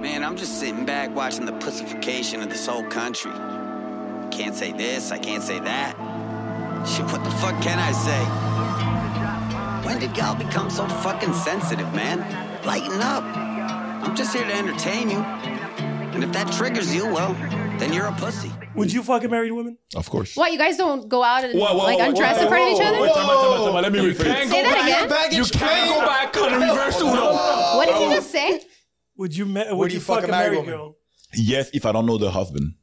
Man, I'm just sitting back watching the pussification of this whole country. Can't say this, I can't say that. Shit, what the fuck can I say? When did y'all become so fucking sensitive, man? Lighten up. I'm just here to entertain you. And if that triggers you, well, then you're a pussy. Would you fuck a married woman? Of course. What you guys don't go out and Whoa, whoa, like whoa, undress in front of each other? Whoa, time out, time out, time out. Let me rephrase. Can't Say go that back. again? Your baggage You can't go back on the reverse Uno. What did you just say? Would you ma- would, you, fuck, a married, woman? girl? Yes, if I don't know the husband.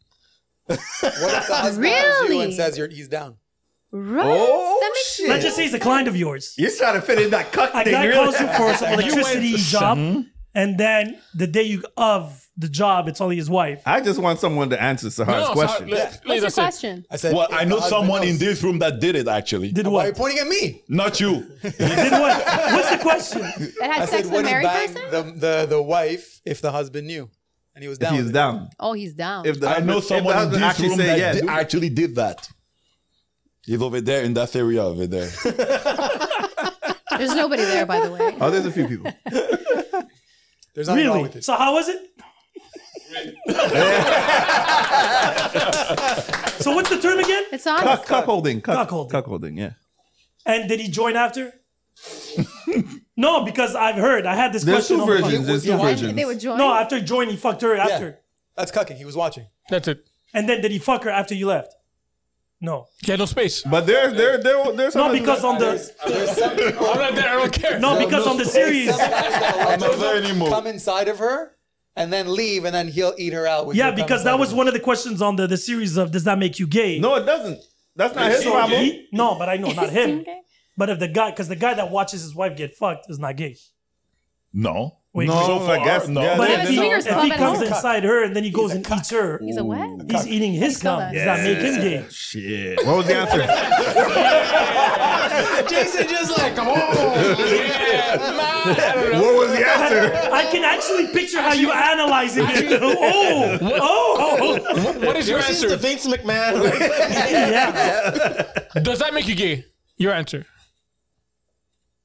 What if the husband really? you and Really? says you're, he's down? Right. Oh, that makes shit. Let's just say he's a client of yours. You're trying to fit in that cuck A guy calls you for some electricity job, and then the day you of the job, it's only his wife. I just want someone to answer Sahar's question. What's your question? I said, Well, if I the know husband someone in knows- this room that did it actually. Did Why are you what? pointing at me? Not you. Did what? What's the question? That had I sex with said, a would he married bang person? the, the, the wife if the husband knew? And he was If down. he's with it. down. Oh, he's down. If the I know husband- if the someone in husband this room that yes. did- actually did that. He's over there in that area over there. There's nobody there, by the way. Oh, there's a few people. There's nothing wrong with Really? it. So how was it? so what's the term again? It's on. Cuck, cuck holding. Cuck, Cuck holding. Cuck holding. Yeah. And did he join after? no, because I've heard I had this There's question. two on the versions. There's two versions. They would join. No, after join, he fucked her after, That's cucking. He was watching. That's it. and then did he fuck her after you left? No, Yeah, no space. But there, there, there, there's no, because on the There's some people I'm not there. I don't care. no, because on the series, I'm not there come anymore. inside of her and then leave, and then he'll eat her out. With yeah, her because coming that inside was of her. one of the questions on the the series of does that make you gay? No, it doesn't. That's not his So problem. he- no, but I know not him. Okay. But if the guy, because the guy that watches his wife get fucked is not gay. No. Wait, No, so I far, guess no. yeah, But Yeah, if he, there's but swingers if club he is comes a inside her and then he goes and eats her, He's a what? he's eating his cum. saw that. Does that make him gay? Shit. What was the answer? Jason just like, oh, what was the answer? I can actually picture how you analyze it. oh, oh, What is your This is the answer? Vince McMahon. yeah. Does that make you gay? Your answer.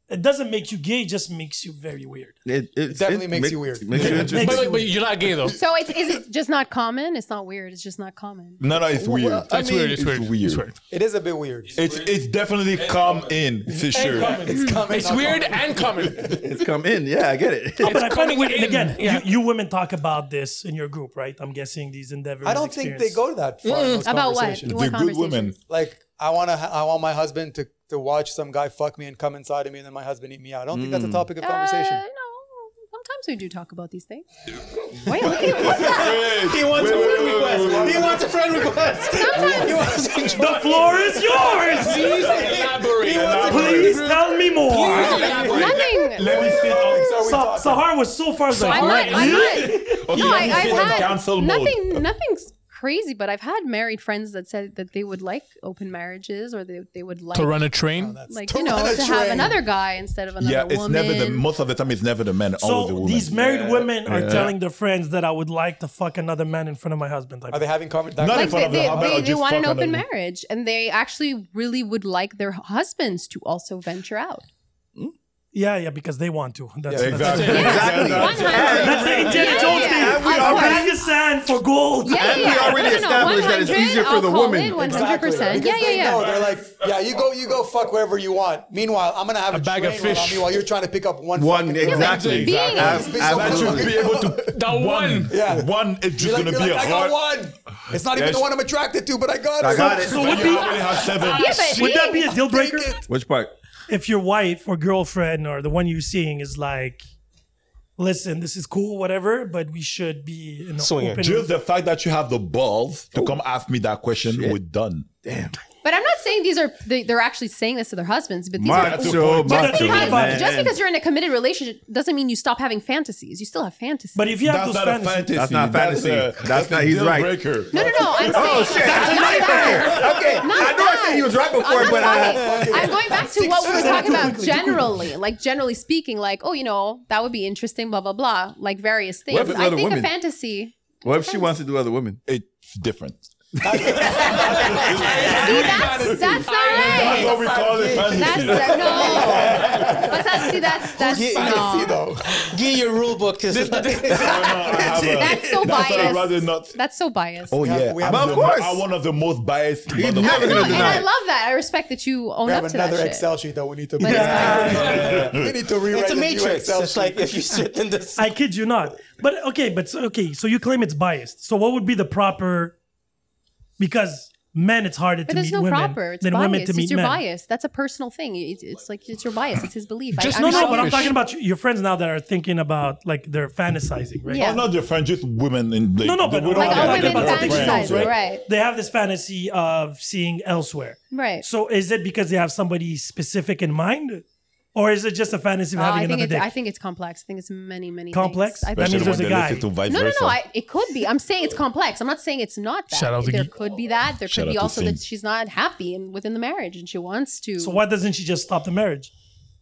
It doesn't make you gay; just makes you very weird. It, definitely makes you weird. Makes you interesting. But, but you're not gay though. So it's, is it just not common? It's not weird. It's just not common. No, no, it's weird. well, That's weird. It's weird. It's weird. weird. it is a bit weird. It's it's definitely come in for sure. It's coming. It's weird and coming. It's come in. Yeah, I get it. but I find it coming weird. And in, again, yeah. you, you women talk about this in your group, right? I'm guessing these endeavors. I don't think they go to that far. in those Mm. About what? conversations. They're good women. conversations? Like, I want to. I want my husband to, to watch some guy fuck me and come inside of me, and then my husband eat me out. I don't think that's a topic of conversation. Uh, no. Sometimes we do talk about these things. Wait, look at Hey, wants wait, a wait, friend wait, wait, request. He wants a friend request. Sometimes. The floor is yours. Please elaborate. Please tell me more. Nothing. Let me sit on. Sa- Sahar was so far like, I'm not. I'm not. Okay, No, I, let me I've sit on had council mode. nothing. Nothing's crazy, but I've had married friends that said that they would like open marriages, or they, they would like To run a train. like To you know run a to have train. another guy instead of another Yeah, it's woman. never the most of the time. It's never the men. always the So women. these married women are telling their friends that I would like to fuck another man in front of my husband. Like, Are they having conversations? Not like in front they, of the they, husband, they, or they just want an fuck open another- marriage and they actually really would like their husbands to also venture out. yeah, yeah, because they want to. That's, Yeah, that's, Exactly. Exactly. Exactly. that's the Indiana Yeah, Jones yeah, thing. yeah. And uh, we Of are course. Bag of sand for gold. Yeah, And we yeah. already No, no, no, established that it's 100, easier for the I'll call woman. it 100%. Exactly. Yeah, Because yeah, they yeah. know. They're like, yeah, you go, you go, fuck wherever you want. Meanwhile, I'm gonna have a, bag train of run on fish. me while you're trying to pick up one. One fucking- exactly. being Ab- in- That should Absolutely. be able to. The one. Yeah. One is You're just like, gonna you're be a like, I hard. got one. It's not even Yes. the one I'm attracted to, but I got it. I got it. So would, You be, already have seven. Yeah, but would that be a being- deal breaker Which part? if your wife or girlfriend or the one you're seeing is like, listen, this is cool, whatever, but we should be in an Swinging. open Just the fact that you have the balls to come ask me that question, we're done. But I'm not saying these are they, they're actually saying this to their husbands, but these are Macho, just macho because, man. just because you're in a committed relationship doesn't mean you stop having fantasies. You still have fantasies. But if you have That's not those a fantasies, fantasy. That's not fantasy. That's, a, That's not- he's deal right. Breaker. no, no, no. I'm Oh saying shit! That's a Not that. nightmare. Okay, Not I know I that. said he was right I'm before, not but uh, talking- I'm going back to what we were talking about generally, like generally speaking, like oh, you know, that would be interesting, blah blah blah, like various things. What if it's I other think a women? fantasy. what if she wants to do other women? It's different. See, that's, that's not That's right. what we call it, fantasy. That's no. But that, see, that's that's Gi- no. Get your rule book. This is That's so That's what I'd rather biased. not. That's so biased. Oh yeah, we have but to- of course. I'm one of the most biased. He's motherfuckers. never gonna No, and I deny. it. love that. I respect that you own We have up to that another shit. Excel sheet that we need to. But it's we need to rewrite it's a the new matrix. Excel It's sheet. like if you sit in this. I kid you not. But okay, but so, okay, so you claim it's biased. So what would be the proper? Because men, it's harder But to there's meet no women proper. It's than bias. women to it's meet your men. bias. That's a personal thing. It's, it's like it's your bias. It's his belief. Just I, No, I'm not no, but I'm Selfish. talking about your friends now that are thinking about like they're fantasizing, right? Yeah. Oh, not your friend, just women in the. No, no, but we don't Like, have all I'm that talking women about type of the friends, females, fantasize, right? right? They have this fantasy of seeing elsewhere. Right. So is it because they have somebody specific in mind, or is it just a fantasy of Uh, having I think another it's dick? I think it's complex. I think it's many many Complex? Things. I That think means Especially there's when a they guy. listen to vice No, no, versa. no. I, it could be. I'm saying it's complex. I'm not saying it's not that. Shout out to there Guy. could be that. There Shout could be out to also that Finn. she's not happy and within the marriage and she wants to. so why doesn't she just stop the marriage?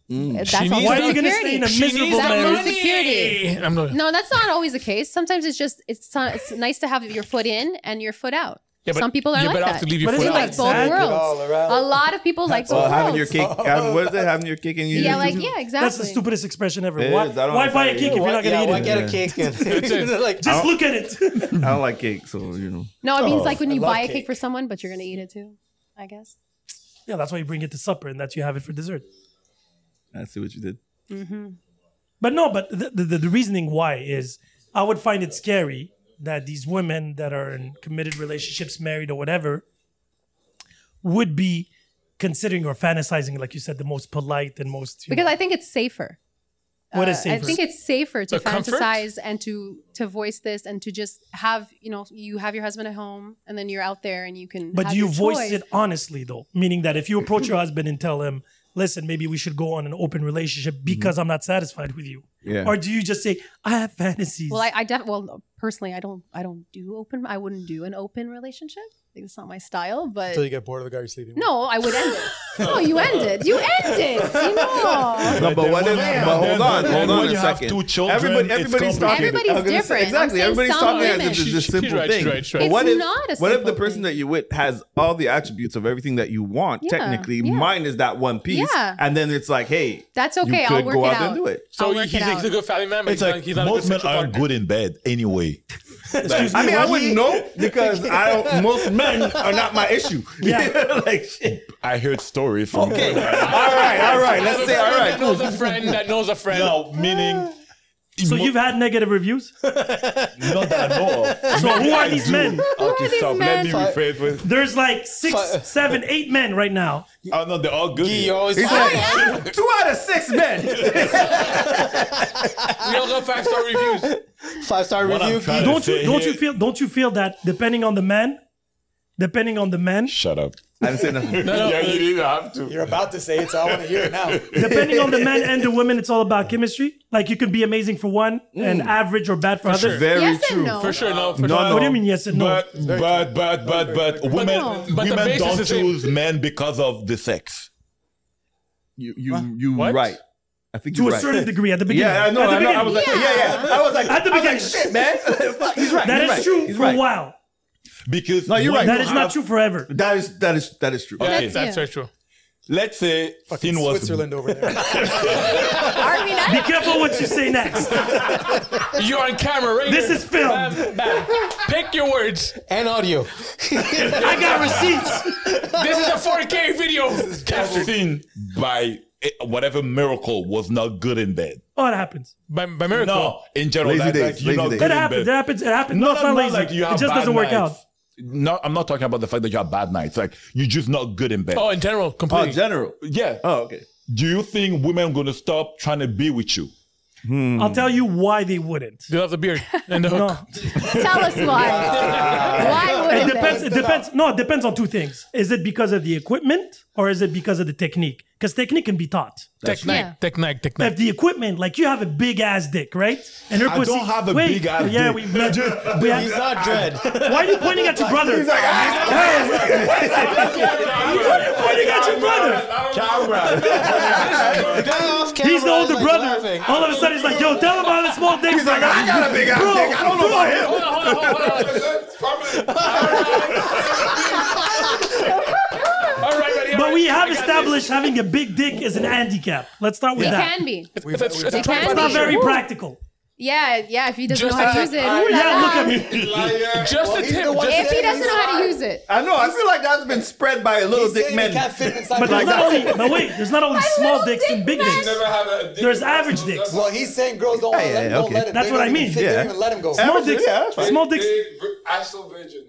That's She also needs Why are you going to stay insecurity. in a miserable that marriage? money. Insecurity. I'm not. No, that's not always the case. Sometimes it's just it's so- it's nice to have your foot in and your foot out. Yeah, but Some people are you like better that. have to leave your But foot They isn't out. that sad? like both worlds. All around. A lot of people like both Well, having your worlds. cake. Having, what is it? Having your cake and you. Yeah, like yeah, exactly. That's the stupidest expression ever. It why is. I don't why buy a understand. cake if you're Why- not yeah, going to why eat it? get a cake and like Just look at it. I don't like cake, so you know. No, it means like when I you love buy a cake cake. for someone, but you're gonna eat it too. I guess. yeah, that's why you bring it to supper and that you have it for dessert. I see what you did. But no, but the, the, the reasoning why is I would find it scary that these women that are in committed relationships, married or whatever, would be considering or fantasizing, like you said, the most polite and most. You Because know, I think it's safer. what is Uh, safer? I think it's safer to The comfort? fantasize and to to voice this and to just have you know you have your husband at home and then you're out there and you can. but have you your voice choice. it honestly, though, meaning that if you approach your husband and tell him, "Listen, maybe we should go on an open relationship because I'm not satisfied with you," Mm-hmm. Yeah. or do you just say, "I have fantasies"? Well, I, I def- well personally, I don't I don't do open. I wouldn't do an open relationship. Like, It's not my style. But until you get bored of the guy you're sleeping. with. no, I would end it. no, you end it. You end it. You know. No, but what if? But hold on, then hold on when a you have second. two children, Everybody, it's everybody's talking. complicated. Everybody's I was gonna say- different. I'm Exactly, saying everybody's some talking women. as if it's just She's simple right, she's thing. right, she's right. But It's what if? not a What if the simple person thing. that you with has all the attributes of everything that you want? Yeah, technically, yeah. minus that one piece. Yeah. And then it's like, hey, That's you okay. could I'll work go it out there and do it. So I'll he- work he's it a out. good family man, but It's he's not, like he's not a good most men sexual are partner. good in bed anyway. I mean, I wouldn't know because I don't. Most men are not my issue. Yeah, like shit. I heard stories from Okay. all right, all right. I have Let's a say all friend right. That knows a friend that knows a friend. No, meaning so you've had negative reviews. not that I know of. So who are these men? are Okay, these stop. men? Let me rephrase. with- There's like six, seven, eight men right now. Oh no, they're all good. you always. He's like, two out of six men. We all got five star reviews. Five star What I'm review. Guy. trying to Don't you say don't here- you feel don't you feel that depending on the man, depending on the man, Shut up. I didn't say nothing. No, Yeah, no, you didn't have to. You're about to say it, so I want to hear it now. depending on the man and the women, it's all about chemistry. Like you could be amazing for one and Mm. average or bad for, others. sure. Very Yes true. and no. for sure, no, for No, sure. no. What do you mean yes and no? But but but but but But- women but the women basis don't is the same. choose men because of the sex. You you you What? right. I think to you're a right. certain degree at the beginning. Yeah, I know. At the I know. I was like, beginning. yeah, yeah. I was like, At the I was like, beginning. shit, man. Fuck, hehe's right. That he's is right. true He's for right. a while. Because No, you're when right. Uh, you That is have- not true forever. That is that is that is true. Yeah, That's that's you. very true. Let's say In Finn was Switzerland over there. Are we not? Be careful what you say next. You're on camera right This here. is film. Bam, bam. Pick your words. and audio. I got receipts. This is a 4K video. Captured. Finn by eh, whatever miracle was not good in bed. Oh, it happens. By, by miracle. No, in general, Lazy that, days, like, you're lazy not days. good It in happens. It bed. happens. It happens. No, No, it's no, not no, lazy. like you It have just doesn't bad work out. nights. No, I'm not talking about the fact that you have bad nights. Like you're just not good in bed. Oh, in general, Oh, completely. general. yeah. Oh, okay. Do you think women gonna stop trying to be with you? I'll tell you why they wouldn't. they love the beard and the hook. No, Tell us why. why it wouldn't depends. they? It depends. No, it depends on two things. Is it because of the equipment or is it because of the technique? because technique can be taught. Technique, Yeah. technique, technique. If the equipment, like you have a big ass dick, right? And her I don't have a Wait, big ass Yeah, dick. we met. we He's had, not dread. why are you pointing at your brother? He's like, ah, why are you pointing at your brother? The guy off camera He's the is, older like, brother. laughing. All of a sudden, he's like, "Yo, tell him about the small dick." He's like, I got a big ass dick. I don't know about him. All right, ready, all But right. we have I got established having a big dick is an handicap. Let's start with It that. can be. this. It's, it's, It can It's not be. very practical. Yeah, yeah. If he doesn't Just know how that- to use it, I- Ooh la Yeah, la. look at me. just a Well, he's tip. the one- Just, If he doesn't know how to use it, I know. I feel like that's been spread by a little dick men. can't fit inside But the there's girls. not only. But wait, there's not only My small little dicks dick and big man. dicks. There's average dicks. Well, he's saying girls don't want to Yeah, let yeah, him. Don't okay. let him. That's They what don't I even mean. fit- They Yeah. don't even let him go. Small dicks. yeah, that's fine. Small dicks. Astral Virgin.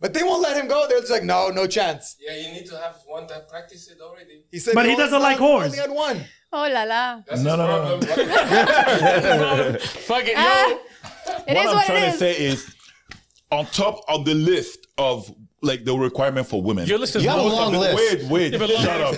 But they won't let him go. They're just like, no, no chance. Yeah, you need to have one that practiced it already. He said, But no, he doesn't it's like not- whores. Only had one. oh la la. That's no, no, problem. fuck it, yo. Ah, it what is I'm what it trying to is. say is, on top of the list of like the requirement for women. Your list is on have a top long of the- list. Wait, have a wait, long shut up.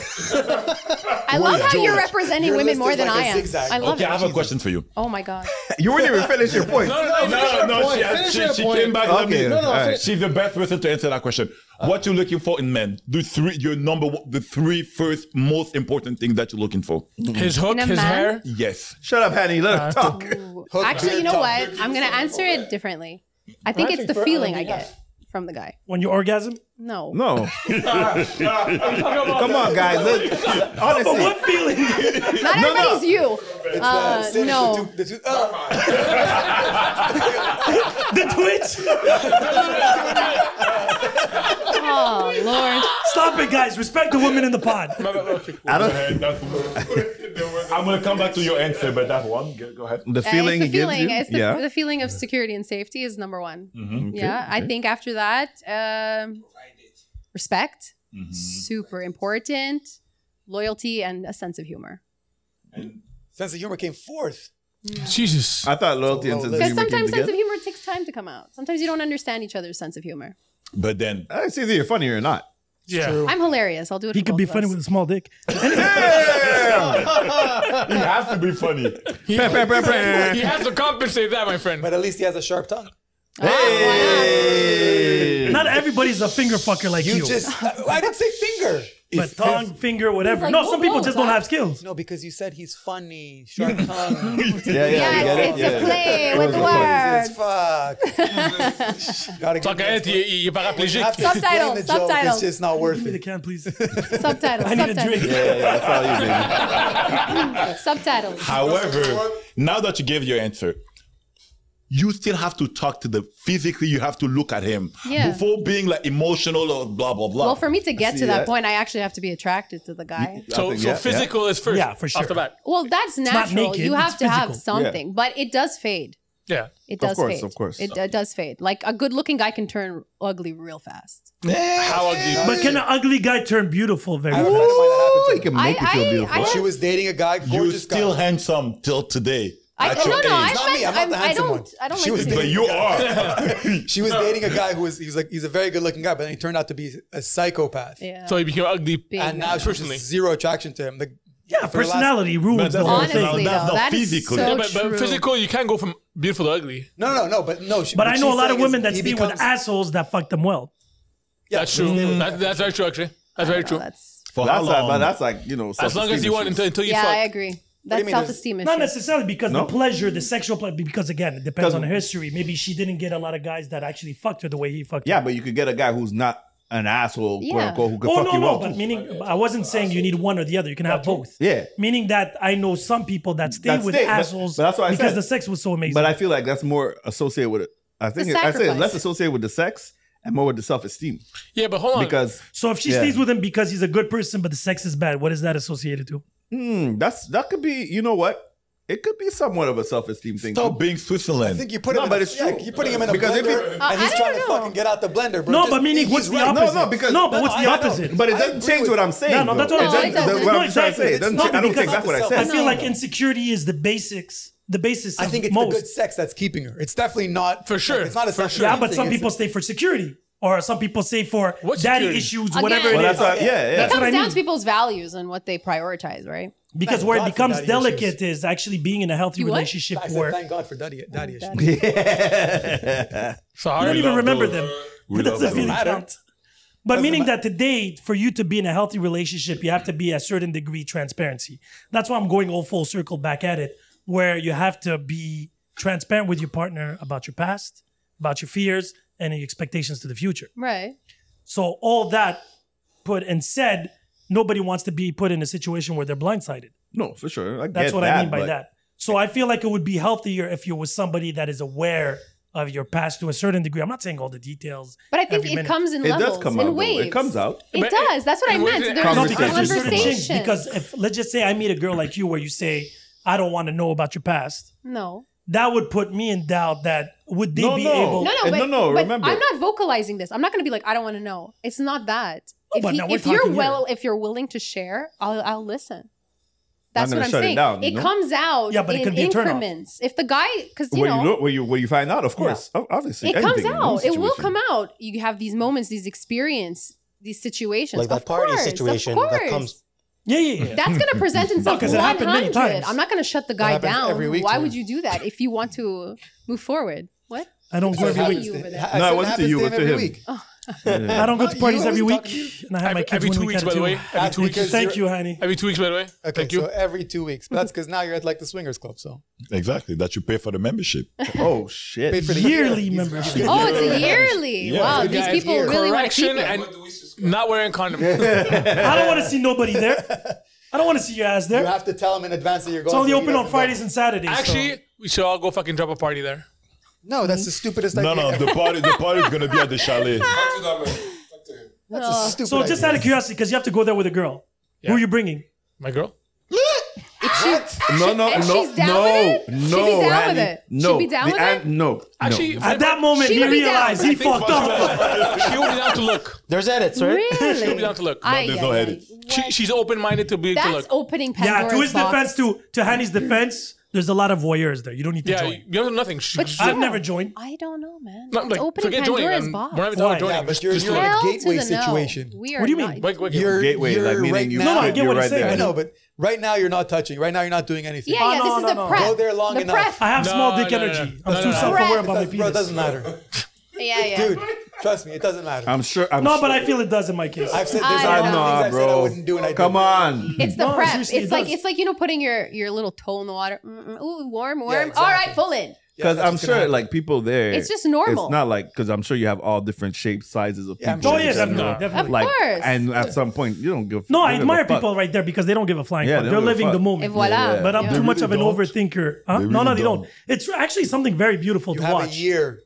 I love how you're George. representing Your women list more is than like I a am. zigzag. I love Okay, I have a it. question for you. Oh my god. You wouldn't even finish your point. No, no, No, no, she, point. Finish she, your she point. came back. let Okay, me- No, no, all right. finish. She's the best person to answer that question. what you looking for in men? The three, your number, one, the three first most important thing that you're looking for. His hook, In a his man? hair. Yes. Shut up, Hanny. Let her talk. Ooh. Actually, you know what? I'm gonna answer it differently. I think it's the feeling I get from the guy. When you orgasm. No. No. Come on, guys. Let- But Honestly. what feeling? Not everybody's you. Uh, Sinister no. dude- the dude- uh, the twitch. Oh Lord. Stop it, guys. Respect the women in the pod. I don't, Hey, that's- I'm gonna come back to your answer, but that one, go go ahead. the Uh, feeling it's the it feeling. gives you. It's the, yeah. the feeling of security and safety is number one. yeah, I think after that, um, respect, super important, loyalty, and a sense of humor. sense of humor came fourth. Jesus. I thought loyalty and Because sense of humor came Because sometimes sense together. of humor takes time to come out. Sometimes you don't understand each other's sense of humor. But then, It's either you're funny or not. Yeah. I'm hilarious. I'll do it. He for could be both of funny us. with a small dick. it has to be funny. He has to compensate that, my friend. But at least he has a sharp tongue. Not everybody's a finger fucker like you. You just, I didn't say finger. but tongue, finger, whatever. He's like, no, some whoa, people whoa, just don't huh? have skills. No, because you said he's funny, sharp tongue. Yeah, yeah. Yeah, we get it's, it. it's a play with It's words. fuck. Gotta give Fuck me a it, you- you paraplegic. After explaining Subtitles, the joke, subtitles. It's just not worth Give me it. the can, please. Subtitles. I need a subtitles, drink. Yeah, yeah, that's all you, baby. Subtitles. However, now that you gave your answer, you still have to talk to the physically. You have to look at him Yeah. before being like emotional or blah blah blah. Well, for me to get See to that, that? point, I actually have to be attracted to the guy. So, think, so yeah, physical is first. Yeah, for sure. Off the bat. Well, that's natural. naked, you have it's to have physical. Yeah. something, but it does fade. Yeah. It does course, fade. of course. It, it does fade. Like a good looking guy can turn ugly real fast. How ugly. But can an ugly guy turn beautiful very I have a fast? friend of mine that happened to Ooh, her. he can I- make you feel I- beautiful. I- She was dating a guy, you gorgeous still guy. handsome till today. I, at your no, no, age. I, Not me, I'm not I'm the I handsome one. don't. I don't She like was to but date. you are. She was dating a guy who was he was like he's a very good looking guy, but then he turned out to be a psychopath. Yeah. So he became ugly. Big. And now she's Personally. zero attraction to him. The, Yeah, for the last- personality ruins But the that's whole not- Honestly, thing. though, that's not that is physical. so Yeah, but, but true. physical, you can't go from beautiful to ugly. no, no, no, no, but no. She, But I what know a she's lot of saying is women that he sleep with becomes- assholes that fuck them well. That's true. That, that's very true, actually. That's very No, true. that's, For how That's like, but long? that's like you know. as long as you want until, until you yeah, I fuck. agree. That's mean? There's- self esteem Not issue. necessarily because the pleasure, the sexual pleasure, because again, it depends 'Cause- on her history. Maybe she didn't get a lot of guys that actually fucked her the way he fucked Yeah, her. but you could get a guy who's not an asshole, quote Yeah. unquote, who could Oh fuck no, you no, up. but meaning I wasn't saying you need one or the other. You can have both. Yeah. Meaning that I know some people that stay That with stay, but- assholes but that's what I because said. the sex was so amazing. But I feel like that's more associated with it. I think it, I say it's less sacrifice. associated with the sex and more with the self esteem Yeah, but hold on. because so if she Yeah. stays with him because he's a good person, but the sex is bad, what is that associated to? hmm, that's that could be you know what it could be somewhat of a self esteem thing. Stop being I Switzerland. think you put No, him. in but a, it's true. yeah, You're putting him in a Because if blender, it- I- and he's I don't trying to know. fucking get out the blender. Bro. No, Just- but meaning he's what's the right. No, no, opposite? because- no, but No, what's I- the I know. opposite? but it I doesn't agree change with what you. I'm saying. No, no, that's though. what It I'm No, doesn't- it that's doesn't. what No, I'm it's trying to not- say. It it's doesn't not change- I don't because think that's what I it's I said. feel like insecurity is the basics. The basics. I think of it's most. the good sex that's keeping her. It's definitely not For sure, It's not a for sex. sure. Yeah, but some people stay for security. or some people say for daddy security? issues, Again, whatever it Well, is. that's what- yeah, yeah. It That's comes what I down mean. to people's values and what they prioritize, right? Because Thank where it God for becomes daddy issues. delicate is actually being in a healthy You what? relationship I said, where thank God for daddy, daddy issues. So I how don't even love remember those. them. We It love doesn't those. really I don't- count. But meaning that today, for you to be in a healthy relationship, you have to be a certain degree transparency. That's why I'm going all full circle back at it, where you have to be transparent with your partner about your past, about your fears, and your expectations to the future. Right. So all that put and said, nobody wants to be put in a situation where they're blindsided. No, for sure. I That's get what that, I mean by but- that. So I feel like it would be healthier if you're with somebody that is aware of your past to a certain degree. I'm not saying all the details. But I think every it minute. comes in It does levels, come out, in though. It waves. comes out. It But it- does. That's what I in ways mean. it- There's No, conversation. because there's certain things. conversation. Because if let's just say I meet a girl like you, where you say I don't want to know about your past, no. that would put me in doubt. That would they No, be no. able? No, no, And but, eh, no, no, but remember- I'm not vocalizing this. I'm not going to be like, I don't want to know. It's not that. if but he- now we're if you're talking well, if you're willing to share, I'll, I'll listen. Not That's gonna what I'm shut it saying. down, it no? comes out Yeah, but it in could be a turn off. increments. If the guy, because you When know, you look, when you when you find out, of course, o- obviously, it comes anything in out. any It will situation. come out. You have these moments, these experience, these situations. Like that Of party course, of situation that course. comes- Yeah, yeah, yeah. That's gonna present itself 'cause it happened many 100. times. I'm not gonna shut the guy happens down. every week Why to me. would you do that if you want to move forward? What? I don't go It every happens week. you over there. I- I No, said it wasn't to happens you, it him was to every him. week. I don't go to You parties every always week, talk- and I have my Every, kids every when two we weeks, can, by the too. way. Every That's two weeks. because Thank you, honey. Every two weeks, by the way. Okay, Thank you. so every two weeks. But that's because now you're at like the swingers club. So Exactly. That you pay for the membership. Oh shit! paid for the Yearly He's- membership. he's- Oh, it's yearly. Yeah. Wow, Good these guys, people ear. really want to keep Correction it. and What do we subscribe? not wearing condoms. I don't want to see nobody there. I don't want to see your ass You there. have to tell him in advance that you're It's going. only to open meet on everybody. Fridays and Saturdays. so- Actually, we should all go fucking drop a party there. No, that's the stupidest no, idea. no. The party. The party's gonna be at the chalet. Talk to that man. Talk to him. That's a stupid so just out of curiosity, because you have to go there with a girl. Who are you bringing? My girl. No, no, And no, she's down no, with it? She'd no, be down with Randy, it. She'd no. be down The with an- it? No, Actually, At that moment, She he would be down. realized he fucked up. she will be down to look. There's edits, right? She'll be Really? down to look. Aye, there's aye, no aye. edit. She, she's open-minded to be to That's look. opening Pandora's yeah, to his box. defense, to to Hani's defense, there's a lot of voyeurs there. You don't need to Yeah, you join. you don't know nothing. She, But she- I've still, never joined. I don't know, man. not, It's like, opening forget joining. Pandora's I'm- box. We're not even talking Why? about joining. Yeah, but Just- you're, just you're in look. a Hell to gateway the no. situation. We are What do you not- mean? Wait, wait, wait. You're, Gateway, you're like meaning right you- now- No, no, I get You're what right he's saying. there. I I know, know. but right now you're not touching. Right now you're not doing anything. Yeah, Oh, yeah, no, this is no, the no. prep. Go there long the enough. I prep. have No, small dick no, no, energy. no, I'm no, too no. self-aware Correct. about my Does- Bro, it penis. doesn't matter. Yeah, yeah. Dude, trust me, it doesn't matter. I'm sure. I'm No, sure. but I feel it does in my case. I've said there's I know. a lot of things Nah, I said I bro. wouldn't do and I did. Come on. It's the No, prep. seriously, it It's like does. it's like you know putting your your little toe in the water. Mm-mm. Ooh, warm, warm. exactly. All right, full in. Because that's I'm what's gonna sure, happen. like people there, It's just normal. It's not like because I'm sure you have all different shapes, sizes of Yeah, I'm people. Oh sure. in yeah, general. definitely, Of definitely. Like, course. and at some point, you don't give. No, you I don't admire give a fuck. people right there because they don't give a flying Yeah, fuck. they They're don't give a living the fuck. moment. Et voila. yeah. But I'm Yeah. too They much of really an don't. overthinker. Huh? They no, no, really they don't. don't. It's actually something very beautiful You to have watch. a year.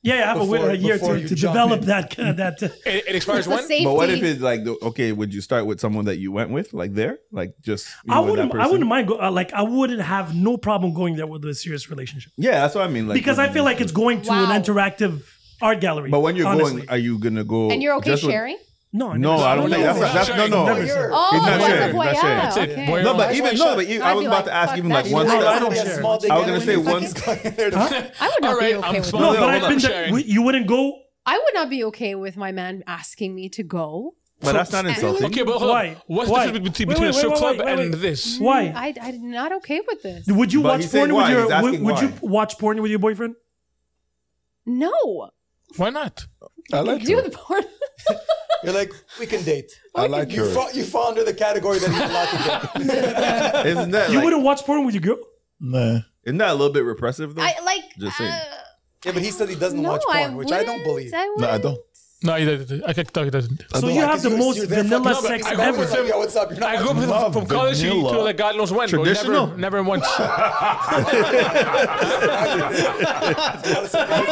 yeah, yeah, I have a, before- wi- a year before to, you to jump develop in. that that. Uh, It, it expires It's the when? safety. But what if it's like, the, okay, would you start with someone that you went with, like there, like just? you I with that wouldn't. I person? wouldn't mind. Go, uh, like I wouldn't have no problem going there with a serious relationship Yeah, that's what I mean. Like because I feel like it's going to Wow. an interactive art gallery. But when you're honestly. going, are you gonna go? and you're okay just with- sharing? no, No, never- I don't No, think no, that's, no, that's no, sharing. no. Voyeur. It's not Oh, what's sharing, a it's voyeur? not sharing. That's it. Okay. No, Voyeur. but That's why even no, shut- but you, I'd I was be about like, to ask fuck even that like shit. one I I don't step. want was share. small dick I was gonna energy say when you one- fucking- They're the- I would not All be right, okay I'm with small. No, No, but hold I've on, been. I'm there- sharing. you wouldn't go. I would not be okay with my man asking me to go. But that's not insulting. Okay, but hold Why? on. What's Why? the difference between, Wait, wait, between a wait, strip wait, club wait, wait, and wait. this? Why? I I'm not okay with this. Would you But watch he's saying porn with why. your? He's Would, asking would you why. watch porn with your boyfriend? No, Why not? I I like do the porn. You're like, we can date. I like You, her. fall, you fall under the category that you're allowed to date. Isn't that You like, wouldn't watch porn with your girl. Nah. isn't that a little bit repressive though? I like. Just saying. uh, Yeah, but he said he doesn't no, watch I porn, which I wouldn't. don't believe. I No, I wouldn't. don't. No, he doesn't. I can't talk. He doesn't. So don't you like have the You're- most you're there vanilla fucking- sex I You're remember ever. like, yo, what's up? You're not I grew up with, Love from college to, vanilla. to like God knows when. bro. Traditional. Never, never once. just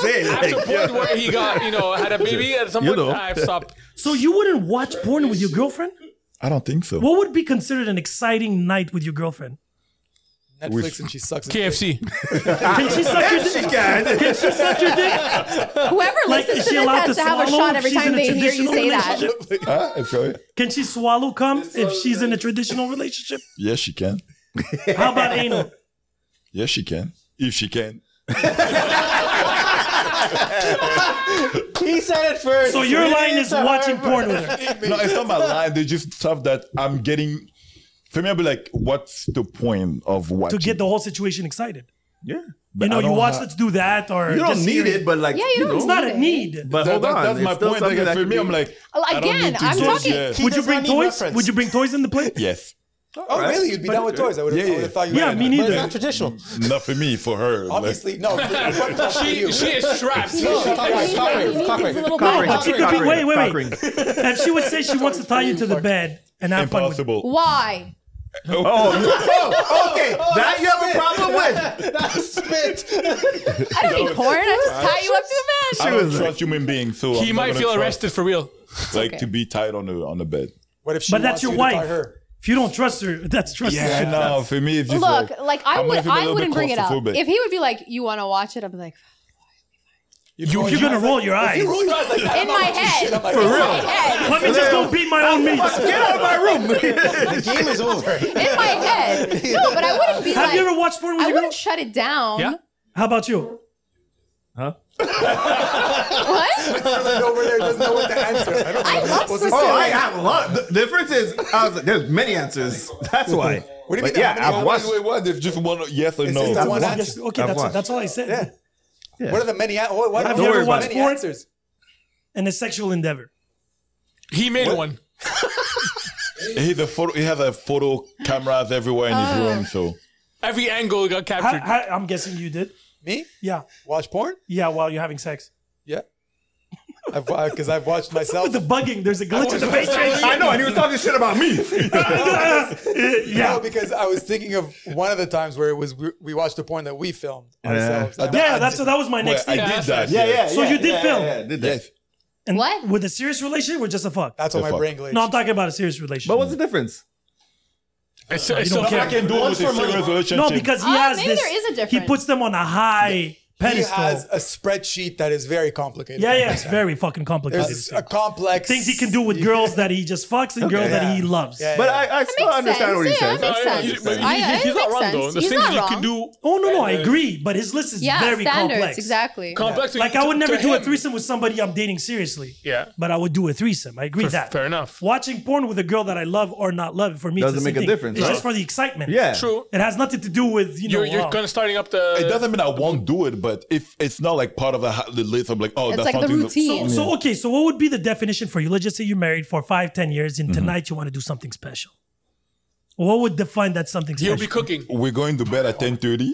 say At the like, point where he got, you know, had a baby at some You point, know. I've stopped. So you wouldn't watch porn with your girlfriend? I don't think so. What would be considered an exciting night with your girlfriend? Ah, Netflix and she sucks. his dick. KFC. Can she suck your she dick? can. Can she suck your dick? Whoever Like, listens is to she this allowed has to to have a swallow shot if every she's time in a they hear you traditional say that. Huh? It's right. Can she swallow cum if she's in a traditional relationship? Yes, she can. How about anal? Yes, she can. If she can. he said it first. So your line is watching porn with her. no, it's not my line. They just stuff that I'm getting. For me, I'll be like, what's the point of to watching? get the whole situation excited. Yeah. you But know, I you don't watch have- Let's Do That or You don't this need series. it, but, like, Yeah, you you don't know. it's not a need need. But That- hold on, that's my it's still point, something like, that for could me, be- I'm like, Well, I don't again, need to I'm do talking. this. Would you bring toys? Would you bring toys in the play? yes. Oh, Right? really? You'd be But- down with toys. I would have Yeah, yeah. thought you Yeah, would. me neither. But it's not traditional. Not for me, for her. Obviously, no. she, she is trapped. No, She- cock ring, cock ring, cock ring, No, cock ring, but cock she could be. ring. Wait, wait, Cock wait. ring. If she would say she wants to tie you to the bed and have fun with Why? Oh, okay. that you have a problem with. That's spit. I don't need porn. I just tie you up to the I bed. don't trust human beings, so He I'm not might gonna feel trust, arrested for real. Like okay. to be tied on the on the bed. What if she But wants that's your you to tie wife. her? If you don't trust her, that's trust Yeah, issues. no, for me, it's just Look, like, like I I'm would, gonna feel a I little bit wouldn't bring it up. claustrophobic. If he would be like, "You want to watch it?" I'd be like, You, if you're gonna roll your eyes, If you roll your eyes like that, in my head, I'm like, in my head, let me just go beat my own meat. Get out of my room. The game is over. in my head. No, but I wouldn't be Have like, you ever watched porn with I your girl? wouldn't shut it down. Yeah. How about you? What? over there doesn't know what to answer. I don't know. I love What's Swiss Oh, I Really? have a lot. The difference is, I was like, there's many answers. That's why. What do you But mean Yeah, that many I've watched. Wait, wait, what? If just one, yes or It's no? just that one What? answer. Yes, okay, I've that's watched. that's all I said. Yeah. What are the many? an- What, what, Have what you are ever the watched many porn? answers? And a sexual endeavor. He made one. He's a photo. He has a photo cameras everywhere in Oh. his room. So Every angle got How, captured. how, I'm guessing you did. Me? Yeah, Watch porn? yeah. While you're having sex. Yeah. I've because I've watched myself. With the bugging, there's a glitch in the matrix. I know, and he was talking shit about me. No, because I was thinking of one of the times where it was we, we watched the porn that we filmed ourselves. And Yeah, I- that's that was my Well, next I thing. did that. Yeah, So you did film. Yeah, did that. Yes. And What? With a serious relationship or just a fuck? That's what my fuck. brain glitched. No, I'm talking about a serious relationship. But what's the difference? It's, it's don't so care. I can do it with a serious relationship. no, because he Ah, has maybe this. there is a he difference. puts them on a high he pedestal. has a spreadsheet that is very complicated. yeah, yeah, it's very fucking complicated. There's a complex Things he can do with girls that he just fucks and girls that he Yeah. loves. Yeah, But I, I still makes understand what he sense. Yeah, says. that makes Yeah, sense. you- but I- he- I- he's it not makes wrong though. sense. The He's things not you wrong. can do Oh no, no, I agree, but his list is Yeah, very standards complex. exactly. complex. Like to- I would never to do a him. threesome with somebody I'm dating seriously. Yeah. But I would do a threesome. I agree Fair- with that. fair enough. Watching porn with a girl that I love or not love for me it's Doesn't the same make a thing. difference, It's no. just for the excitement. Yeah. True. It has nothing to do with you know. You're, you're wow. kind of starting up the. It doesn't mean I won't do it, but if it's not like part of the, ha- the list, I'm like, oh, It's that's like the something that- routine. So okay, so what would be the definition for you? Let's just say you're married for five, ten years, Mm-hmm. and tonight you want to do something special. What would define that something He'll special? be cooking. We're going to bed at 10:30.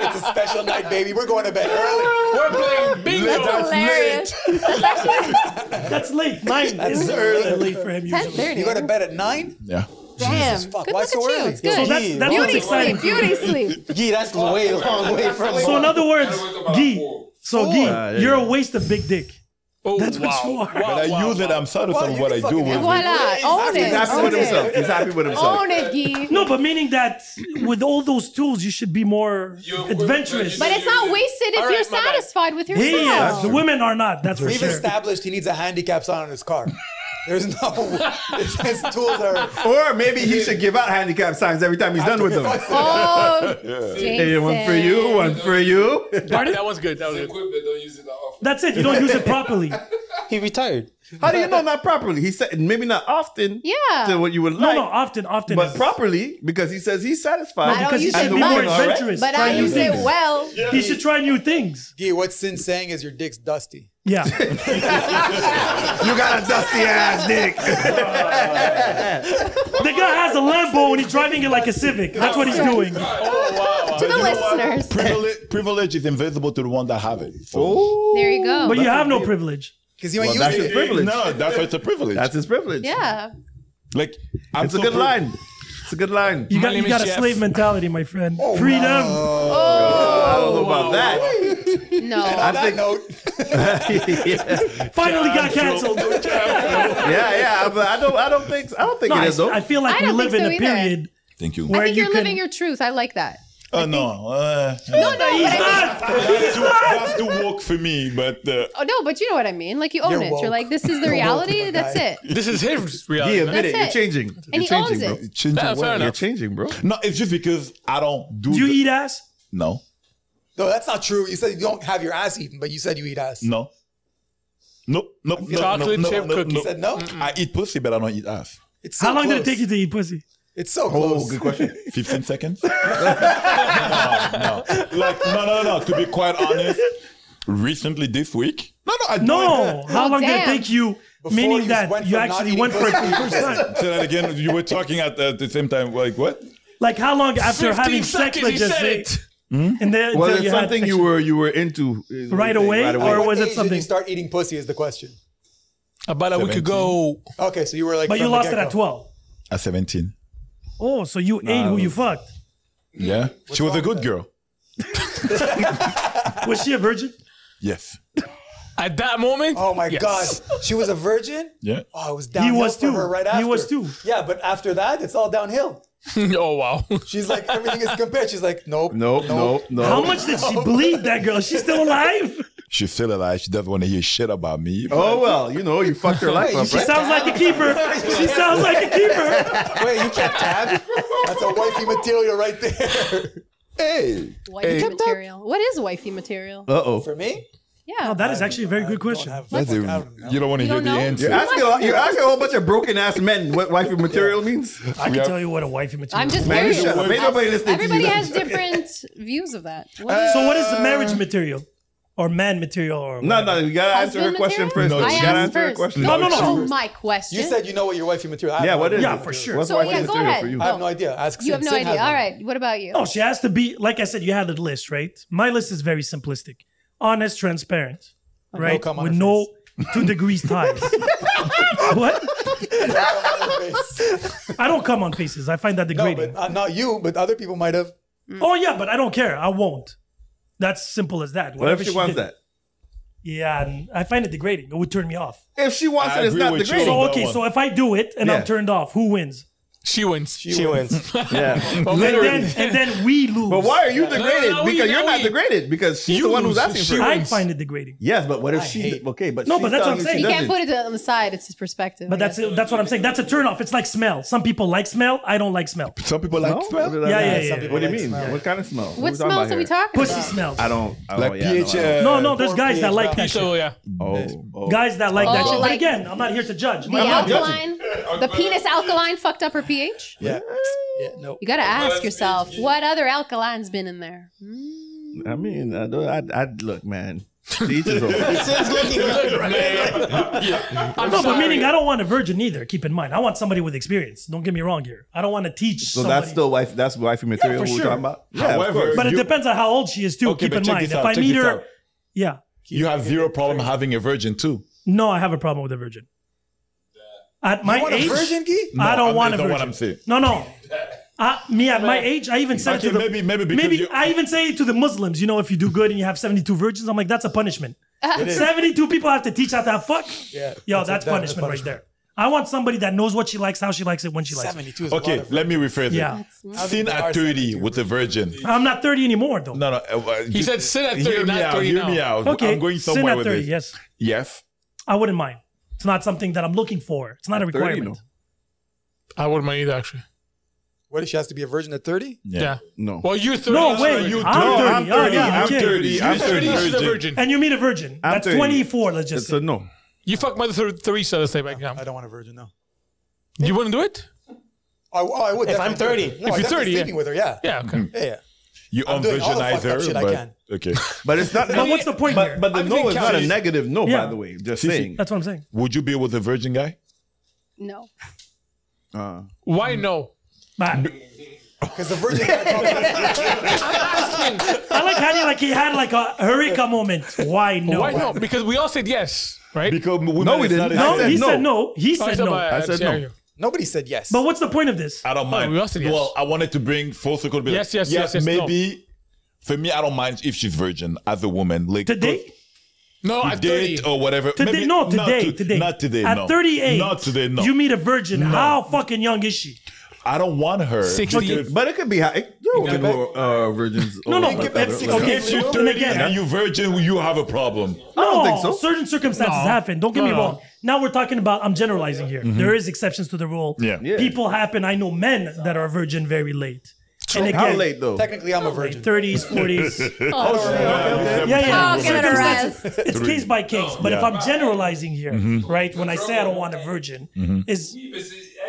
it's a special night, baby. We're going to bed early. We're playing bingo. That's hilarious. That's actually That's late. Nine is early for him ten usually. thirty. You go to bed at nine? Yeah. Damn. fuck, Good why look so at you. early? It's good. So that's that's what's beauty exciting. sleep. Beauty sleep. Gee, that's way a long way from. So in other words, I wake up at Gee, four. so Gee, Ah, you're a waste of big dick. Oh, That's wow. what you are. Wow, Oh, But I wow, use it. wow. I'm Well, satisfied you with what I can do fucking with have it. one. Voila. Own He's it. He's happy Own with himself. it. He's happy with himself. Own it, Gee. No, but meaning that with all those tools, you should be more You're- adventurous. But But it's not wasted if All right, you're my bad. satisfied with he yourself. is. The women are not. That's for We've sure. established he needs a handicap sign on his car. There's no his tools are Or maybe he should give out handicap signs every time he's done with them. Oh, Jason. Hey, one for you, one for you. Pardon? That was good. That was good. Equipment, don't use it that often. That's it. You don't use it properly. He retired. How do you know not properly? He said maybe not often. Yeah. To what you would No, like. no. Often, often. But is- properly because he says he's satisfied. I don't because he use it should And the be more women are- adventurous. But Try I new use it things. well. He should try new things. Gee, what's Sin saying is your dick's dusty. Yeah. You got a dusty ass dick. The guy has a Lambo and he's driving it like a Civic. That's what he's doing. Oh, To the listeners. Privilege, privilege is invisible to the one that have it. Oh. So- There you go. But you have no privilege. Because you ain't Well, that's using his it. privilege. No, that's why it's a privilege. That's his privilege. Yeah. like I'm It's a so good pri- line. It's a good line. You My got, you name is got a Jeff. slave mentality, my friend. Oh, Freedom. I don't uh, know about that. No. I think. Finally got canceled. Yeah, yeah. But I don't. I don't think. I don't think No, it I, is though. I feel like I we don't live in think a so either. period. Thank you. I think you you're can- living your truth. I like that. Oh no. Uh, No, no, He's but I mean, not. He's not. that's the work for me, but uh, oh no, but you know what I mean. Like you own You're it. woke. You're like, this is the reality. That's it. This is his He reality. man. admit it. That's You're it. changing. You're And he owns changing, bro. it. change Yeah, the fair world. enough. You're changing, bro. No, it's just because I don't do. Do you the- eat ass? No. No, that's not true. You said you don't have your ass eaten, but you said you eat ass. No. Nope. Nope. No, Chocolate no, no, chip no, cookie. No. Said no? I eat pussy, but I don't eat ass. It's How long did it take you to eat pussy? It's so Oh, good question. 15 seconds? no, no. Like, no, no, no. To be quite honest, recently this week, no, no, I No, how Oh, long did it damn. take you? meaning that you actually went for it for the first time. Say that again. You were talking at, at the same time. Like what? Like how long after 15 having sex? seconds, Let's he just said say, it. and then Was until it you had something you sexual- were you were into is what Right you think, away, Or Or was was it it something? Did something- you start eating pussy is the question. About a week ago. Okay, so you were like, But you from the lost it get-go. at twelve. At 17. Oh, so you ate who you fucked? Yeah. she was a good girl. Was she a virgin? Yes. At that moment, Oh my Yes. god, she was a virgin. Yeah. Oh, it was downhill was for too. her right after. He was too. Yeah, but after that, it's all downhill. oh wow. She's like, everything is compared. She's like, nope, No, no, no. How much did she bleed? That girl? She's still alive. She's still alive. She doesn't want to hear shit about me. Oh well, you know, you fucked her life up, She right? sounds like a keeper. She sounds like a keeper. Wait, you can't tab? That's a wifey material right there. Hey. Wifey material. What is wifey material? Uh oh. For me, Yeah. Oh, that is actually a very good question. That's a- you don't want to You hear don't the know? answer. You're asking a lot, you're asking a whole bunch of broken ass men what wifey material means. I can tell you what a wifey material. I'm just Man, curious. shut up. Ain't nobody listening to you. Everybody That's has different views of that. Uh, What is- So what is the marriage material, or man material, or No, no, you gotta answer Husband her question material? first. No, you I she- gotta asked answer her first. question. No, no, no. Don't my question. you said you know what your wifey material. I have Yeah, no what is idea. Yeah, it? for sure. What's So, wifey yeah, go material ahead. for you? I have no idea. Ask. You have no Sin idea. has one. All right. What about you? Oh, No, Oh, she has to be like I said. You had a list, right? My list is very simplistic, honest, transparent, right? cum on With her no two degrees ties. what? I don't come on faces. I find that No, degrading. but uh, not you, but other people might have. oh yeah, but I don't care. I won't. That's simple as that. What if she wants did- that? Yeah, and I find it degrading. It would turn me off. If she wants I it, it's agree not with you. degrading. So that okay, one. so if I do it and Yeah. I'm turnd off, who wins? She wins. She wins. Yeah. Well, And literally. then and then we lose. But why are you degraded? no, we- because you're no, not we- degraded because she's You the one who's lose. asking She for it. I find it degrading. Yes, but what if she hate- okay, but No, she's but that's telling what I'm you saying. she you can't doesn't. put it on the side. It's his perspective. But that's that's what I'm saying. That's a turn off. It's like smell. Some people like smell. I guess. I don't like smell. Some people like No? smell. What Yeah, do you yeah, mean? yeah, yeah. What do you Like mean? smell. What kind of smell? What Who talking smells are we here? talking Pussy about? smells. I don't. I Like don't- Oh, yeah, I don't pH, know. uh, No, no. There's Or guys that pH like that. balance. Shit. So yeah. Oh, oh. Guys that like that Oh, shit. But like- again, I'm not here to judge. The I'm not judging. alkaline, the penis alkaline fucked up her pH. Yeah. Yeah. No. You gotta ask yourself what other alkaline's been in there. I mean, I don't. I, I look, man. To each his own. I'm No, but sorry. meaning I don't want a virgin either. Keep in mind, I want somebody with experience. Don't get me wrong here. I don't want to teach. So somebody. that's still wife. That's wifey material. for we're sure. talking about. Yeah, of However, course. But it You- depends on how old she is too. Okay, keep but in check mind, this if out, I check meet this her, out. yeah, You have zero problem having a virgin too. no, I have a problem with a virgin. At my You want age, a virgin key? I No, don't I'm- want a is that virgin. what I'm saying. No, no. Uh, me at my age, I even said Okay, it to the maybe- maybe because you- I even say it to the Muslims. You know, if you do good and you have seventy two virgins, I'm like that's a punishment. Seventy two people have to teach how to have fuck. Yeah. Yo, That's a- that's, that- punishment, that's right there. I want somebody that knows what she likes, how she likes it, when she likes it. Seventy-two. Is A lot Okay, of let me rephrase Yeah, it. Sin at Ours- 30 with a virgin. I'm not thirty anymore though. No, no. uh, uh, He just- said sin at 30, Hear me not out. 30 Hear now. me out. Okay, I'm going sin somewhere at with 30, this. Yes, Yes. I wouldn't mind. It's not something that I'm looking for. It's not a 30, requirement. I wouldn't mind either actually. What if she has to be a virgin at thirty? Yeah. No. Well, you're 30. No, so wait, you're- I'm No, thirty. I'm Oh, 30, yeah, I'm okay. 30. I'm 30 You're the virgin. virgin. And you meet a virgin. I'm That's 30. 24. Let's just It's say. a no. You fuck Mother Ther- Teresa, let's say back now. I don't want a virgin. No. You wouldn't do it? I, oh, I would. If I'm 30. definitely. no, If you're I'm 30, definitely yeah. sleeping with her. Yeah. Yeah, okay. Yeah. yeah. You I'm doing all the unvirginize fucked up her, shit I but can. okay. But it's not. But what's the point But here? but the I'm no thinking is not a Chinese. negative no. By Yeah. the way, just See, see. saying. That's what I'm saying. Would you be with a virgin guy? No. Uh, Why no? But Because the virgin guy probably I like how he like he had like a Eureka moment. Why no? Why no? Because we all said yes, right? Oh, Because women No, we is not didn't. a- No, I said he no. said no. He said Talking about no. I said no. scenario. nobody said yes. But what's the point of this? I don't mind. we all said yes. Well, I wanted to bring full circle. to be like, Yes, yes, yeah, yes, yes, Maybe for me, I don't mind if she's virgin as a woman. Like Today? No, at 30. date or whatever. Today? Maybe No, not today. to- today. Not today. At no. 38. Not today. No. You meet a virgin. How fucking young is she? I don't want her. 60. but it could be high. It, yo, it could go, uh, virgins. No, no. older, But, better, okay, better. okay. If you're and 30 again, and you virgin, you have a problem. no, don't think so. certain circumstances No. happen. Don't get me No. wrong. Now we're talking about. I'm generalizing here. There is exceptions to the rule. Mm-hmm. Yeah. Yeah. People happen. I know men that are virgin very late. And How again, late, though? Technically, I'm a virgin. 30s, 40s. Oh, shit. Yeah, Okay. yeah. Oh, get Circumstances. arrested. It's case by case. But if I'm generalizing here, Mm-hmm. right, when I say I don't want a virgin, Mhm. is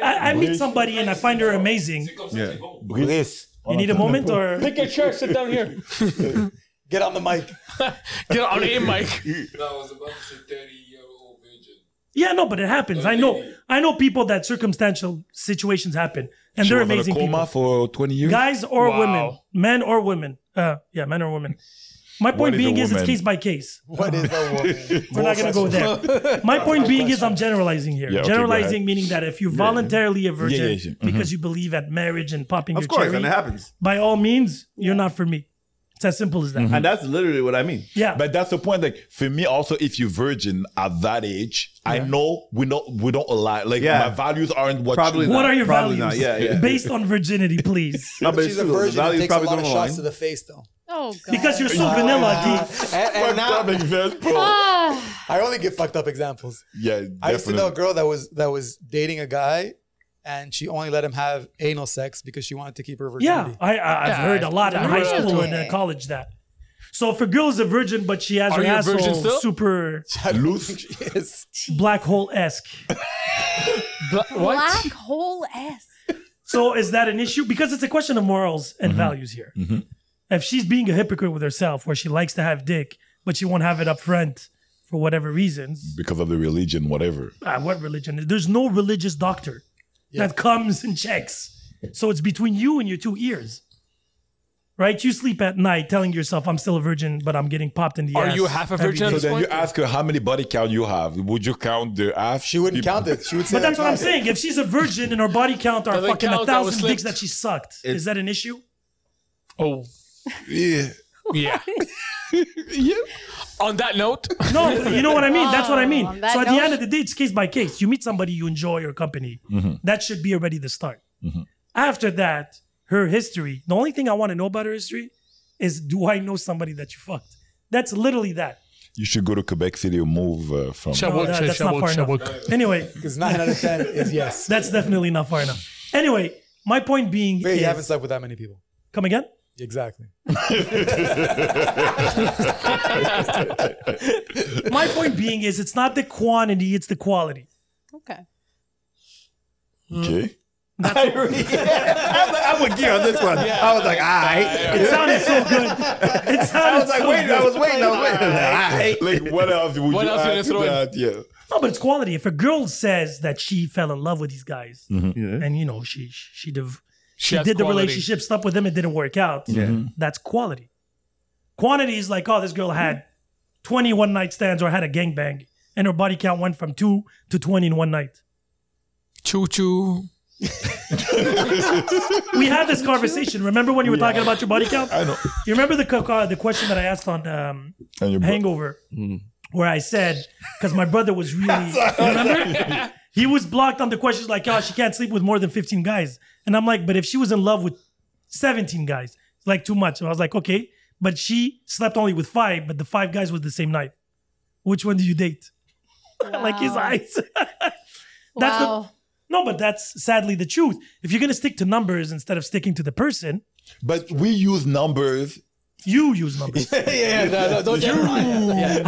I, I meet somebody and I find her amazing. Yeah. You need a moment or Pick your chair, sit down here. Get on the mic. Get on aim, Mike. I was about to say 30 year old virgin. Yeah, no, but it happens. I know. I know people that circumstantial situations happen, and She they're was in a amazing coma people, for 20 years. guys or Wow. women, men or women. Uh, yeah, men or women. My What point is a being is, it's woman? case by case. What is a woman? We're not gonna go there. My point being is, I'm generalizing here. Yeah, okay, go generalizing ahead. meaning that if you voluntarily a virgin yeah, yeah. Mhm. because you believe at marriage and popping Of your course, cherry, and it happens. by all means, you're not for me. It's as simple as that. And that's literally what I mean. Yeah, Mm-hmm. But that's the point. Like for me, also, if you're virgin at that age, I know we don't we don't align. Like Yeah. my values aren't what. Probably you, what not, are your probably values not, yeah, yeah. based on virginity, please? No, but She's it's a true, the virgin. It values takes a probably lot of don't shots align. to the face, though. Oh god. Because you're so vanilla, D. And, and now, That makes sense, bro. Ah. I only give fucked up examples. Yeah, I used to know a definitely. girl that was that was dating a guy, and she only let him have anal sex because she wanted to keep her virginity. Yeah, I, I, I've Yeah, heard a I- lot in I high heard that school too. and in college that. So if a girl is a virgin, but she has Are her you a virgin asshole still? super Loose. Yes. black hole esque, what? Black hole S. so is that an issue? Because it's a question of morals Mm-hmm. and values here. If she's being a hypocrite with herself, where she likes to have dick but she won't have it up front for whatever reasons, because of the religion, whatever. ah, what religion? There's no religious doctor that comes and checks. So it's between you and your two ears. Right? You sleep at night telling yourself, I'm still a virgin, but I'm getting popped in the Are ass you half a every virgin at day." So this then you point? ask her how many body count you have. Would you count the half? She wouldn't people? count it. She would say But that's what I'm not it. saying. If she's a virgin and her body count are Doesn't fucking a count, that was thousand dicks slipped. that she sucked, is that an issue? Oh, Yeah. yeah. On that note, No, you know what I mean. That's what I mean. Oh, on that So at the note- end of the day, it's case by case. You meet somebody, you enjoy your company. That should be already the start. After that, her history. The only thing I want to know about her history is, do I know somebody that you fucked? That's literally that. You should go to Quebec City or move uh, from. Shall No, work, that- shall- that's shall not work, far shall enough. work. Anyway, Because nine out of ten is yes. that's definitely not far enough. Anyway, my point being, Wait, you is- haven't slept with that many people. come again. Exactly. My point being is, it's not the quantity, it's the quality. Okay. Okay. I, I would gear on this one. I was like, all right. It sounded so good. It sounded I was like, so wait, good. I was waiting. I was waiting. Like, all right. Like, what else would What you else you add gonna to throw in? that? Yeah. No, but it's quality. If a girl says that she fell in love with these guys, Yeah. and you know she she div- She she, has did the quality. relationship stuff with them, it didn't work out. That's quality. Quantity is like, oh, this girl had twenty one night stands or had a gangbang, and her body count went from two to twenty in one night. Choo choo. We had this conversation. Remember when you were talking about your body count? I know. You remember the co- co- the question that I asked on um, And your bro- Hangover, where I said, because my brother was really, remember? he was blocked on the questions like, oh, she can't sleep with more than 15 guys. And I'm like, but if she was in love with 17 guys, it's like too much. So I was like, okay. But she slept only with five, but the five guys was the same night. Which one do you date? like his Wow. eyes. That's the- Wow. no, but that's sadly the truth. If you're going to stick to numbers instead of sticking to the person, But we use numbers. you use numbers. yeah, no, no, don't you.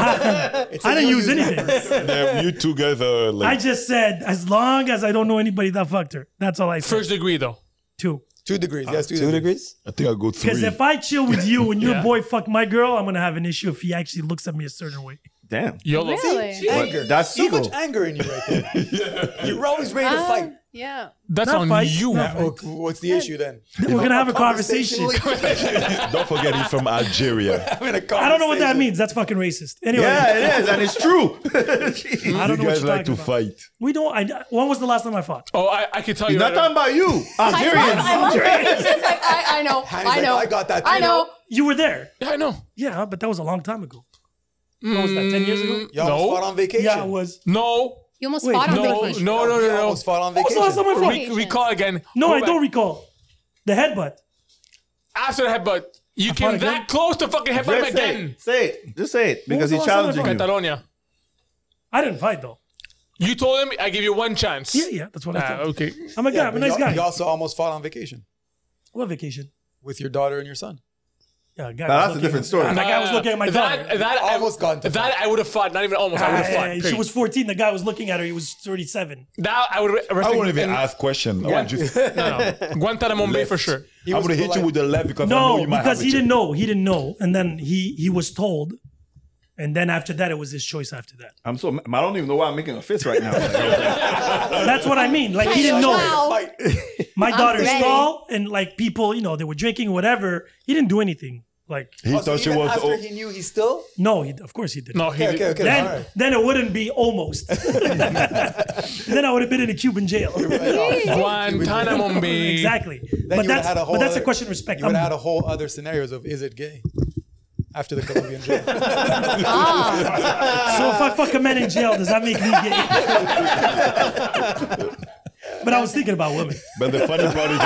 I, I didn't use anything. Yeah, you two guys are I like. just said, as long as I don't know anybody that fucked her. That's all I said. First degree though. two. Two Uh, degrees. Yes, two, Two degrees. degrees? I think I go three. Because if I chill with you and your boy fuck my girl, I'm gonna have an issue if he actually looks at me a certain way. Damn. YOLO. Really? Anger. That's so ego. much anger in you right there. You're always ready to Ah, fight. yeah. That's Not on fight. you. Not Oh, what's the issue then? We're gonna have a conversation. Don't forget, he's from Algeria. Having a conversation. I don't know what that means. That's fucking racist. Anyway, Yeah, it is, and it's true. I don't you know what guys you're like talking to about. fight. We don't. I, when was the last time I fought? Oh, I, I can tell you. He's not right talking about you. I love, I love it. She's like, I, I know. Hani's I like, know. I got that I too. know. You were there. now. I know. Yeah, but that was a long time ago. What was that? Ten years ago? Y'all almost No. fought on vacation. Yeah, it was. No. You almost Wait, fought on No, no, vacation. no, We no, almost no. fought on What was the last vacation. time I fought? Re- recall again. No, Go I back. don't recall. The headbutt. After the headbutt, you fought came again? that close to fucking headbutt him Just say again. it. Say it. Just say it. Because was the he's last time I challenging you. Catalonia. I didn't fight though. You told him I give you one chance. Yeah, yeah, that's what I Ah, said. okay. I'm a guy. I'm a nice Y'all- guy. You also almost fought on vacation. I love vacation. with your daughter and your son. Yeah, guy Now, was that's a looking- different story. that guy was looking at my that, daughter. That Almost I, gone to that. I would have fought. Not even almost. I would have fought. Uh, she period. was 14. The guy was looking at her. He was 37. That I would. I wouldn't even ask question. I would just Guantanamo Bay Left. for sure. I would hit you with the left because I know no, you might because have he a chip. didn't know. He didn't know, and then he he was told, and then after that, it was his choice. After that, I'm so. I don't even know why I'm making a fist right now. that's what I mean. Like he didn't know. My I'm daughter's ready. tall, and like people, you know, they were drinking whatever. He didn't do anything. Like He thought she was. After he knew, he still. No, he, of course he didn't. No, he Okay, didn't. okay, okay, Then, alright. then it wouldn't be almost. then I would have been in a Cuban jail. Guantanamo Bay. exactly. Then but you would that's have had a whole but that's a other- question of respect. You would I'm- have had a whole other scenarios of is it gay after the Colombian jail. so if I fuck a man in jail, does that make me gay? but I was thinking about women. But the funny part is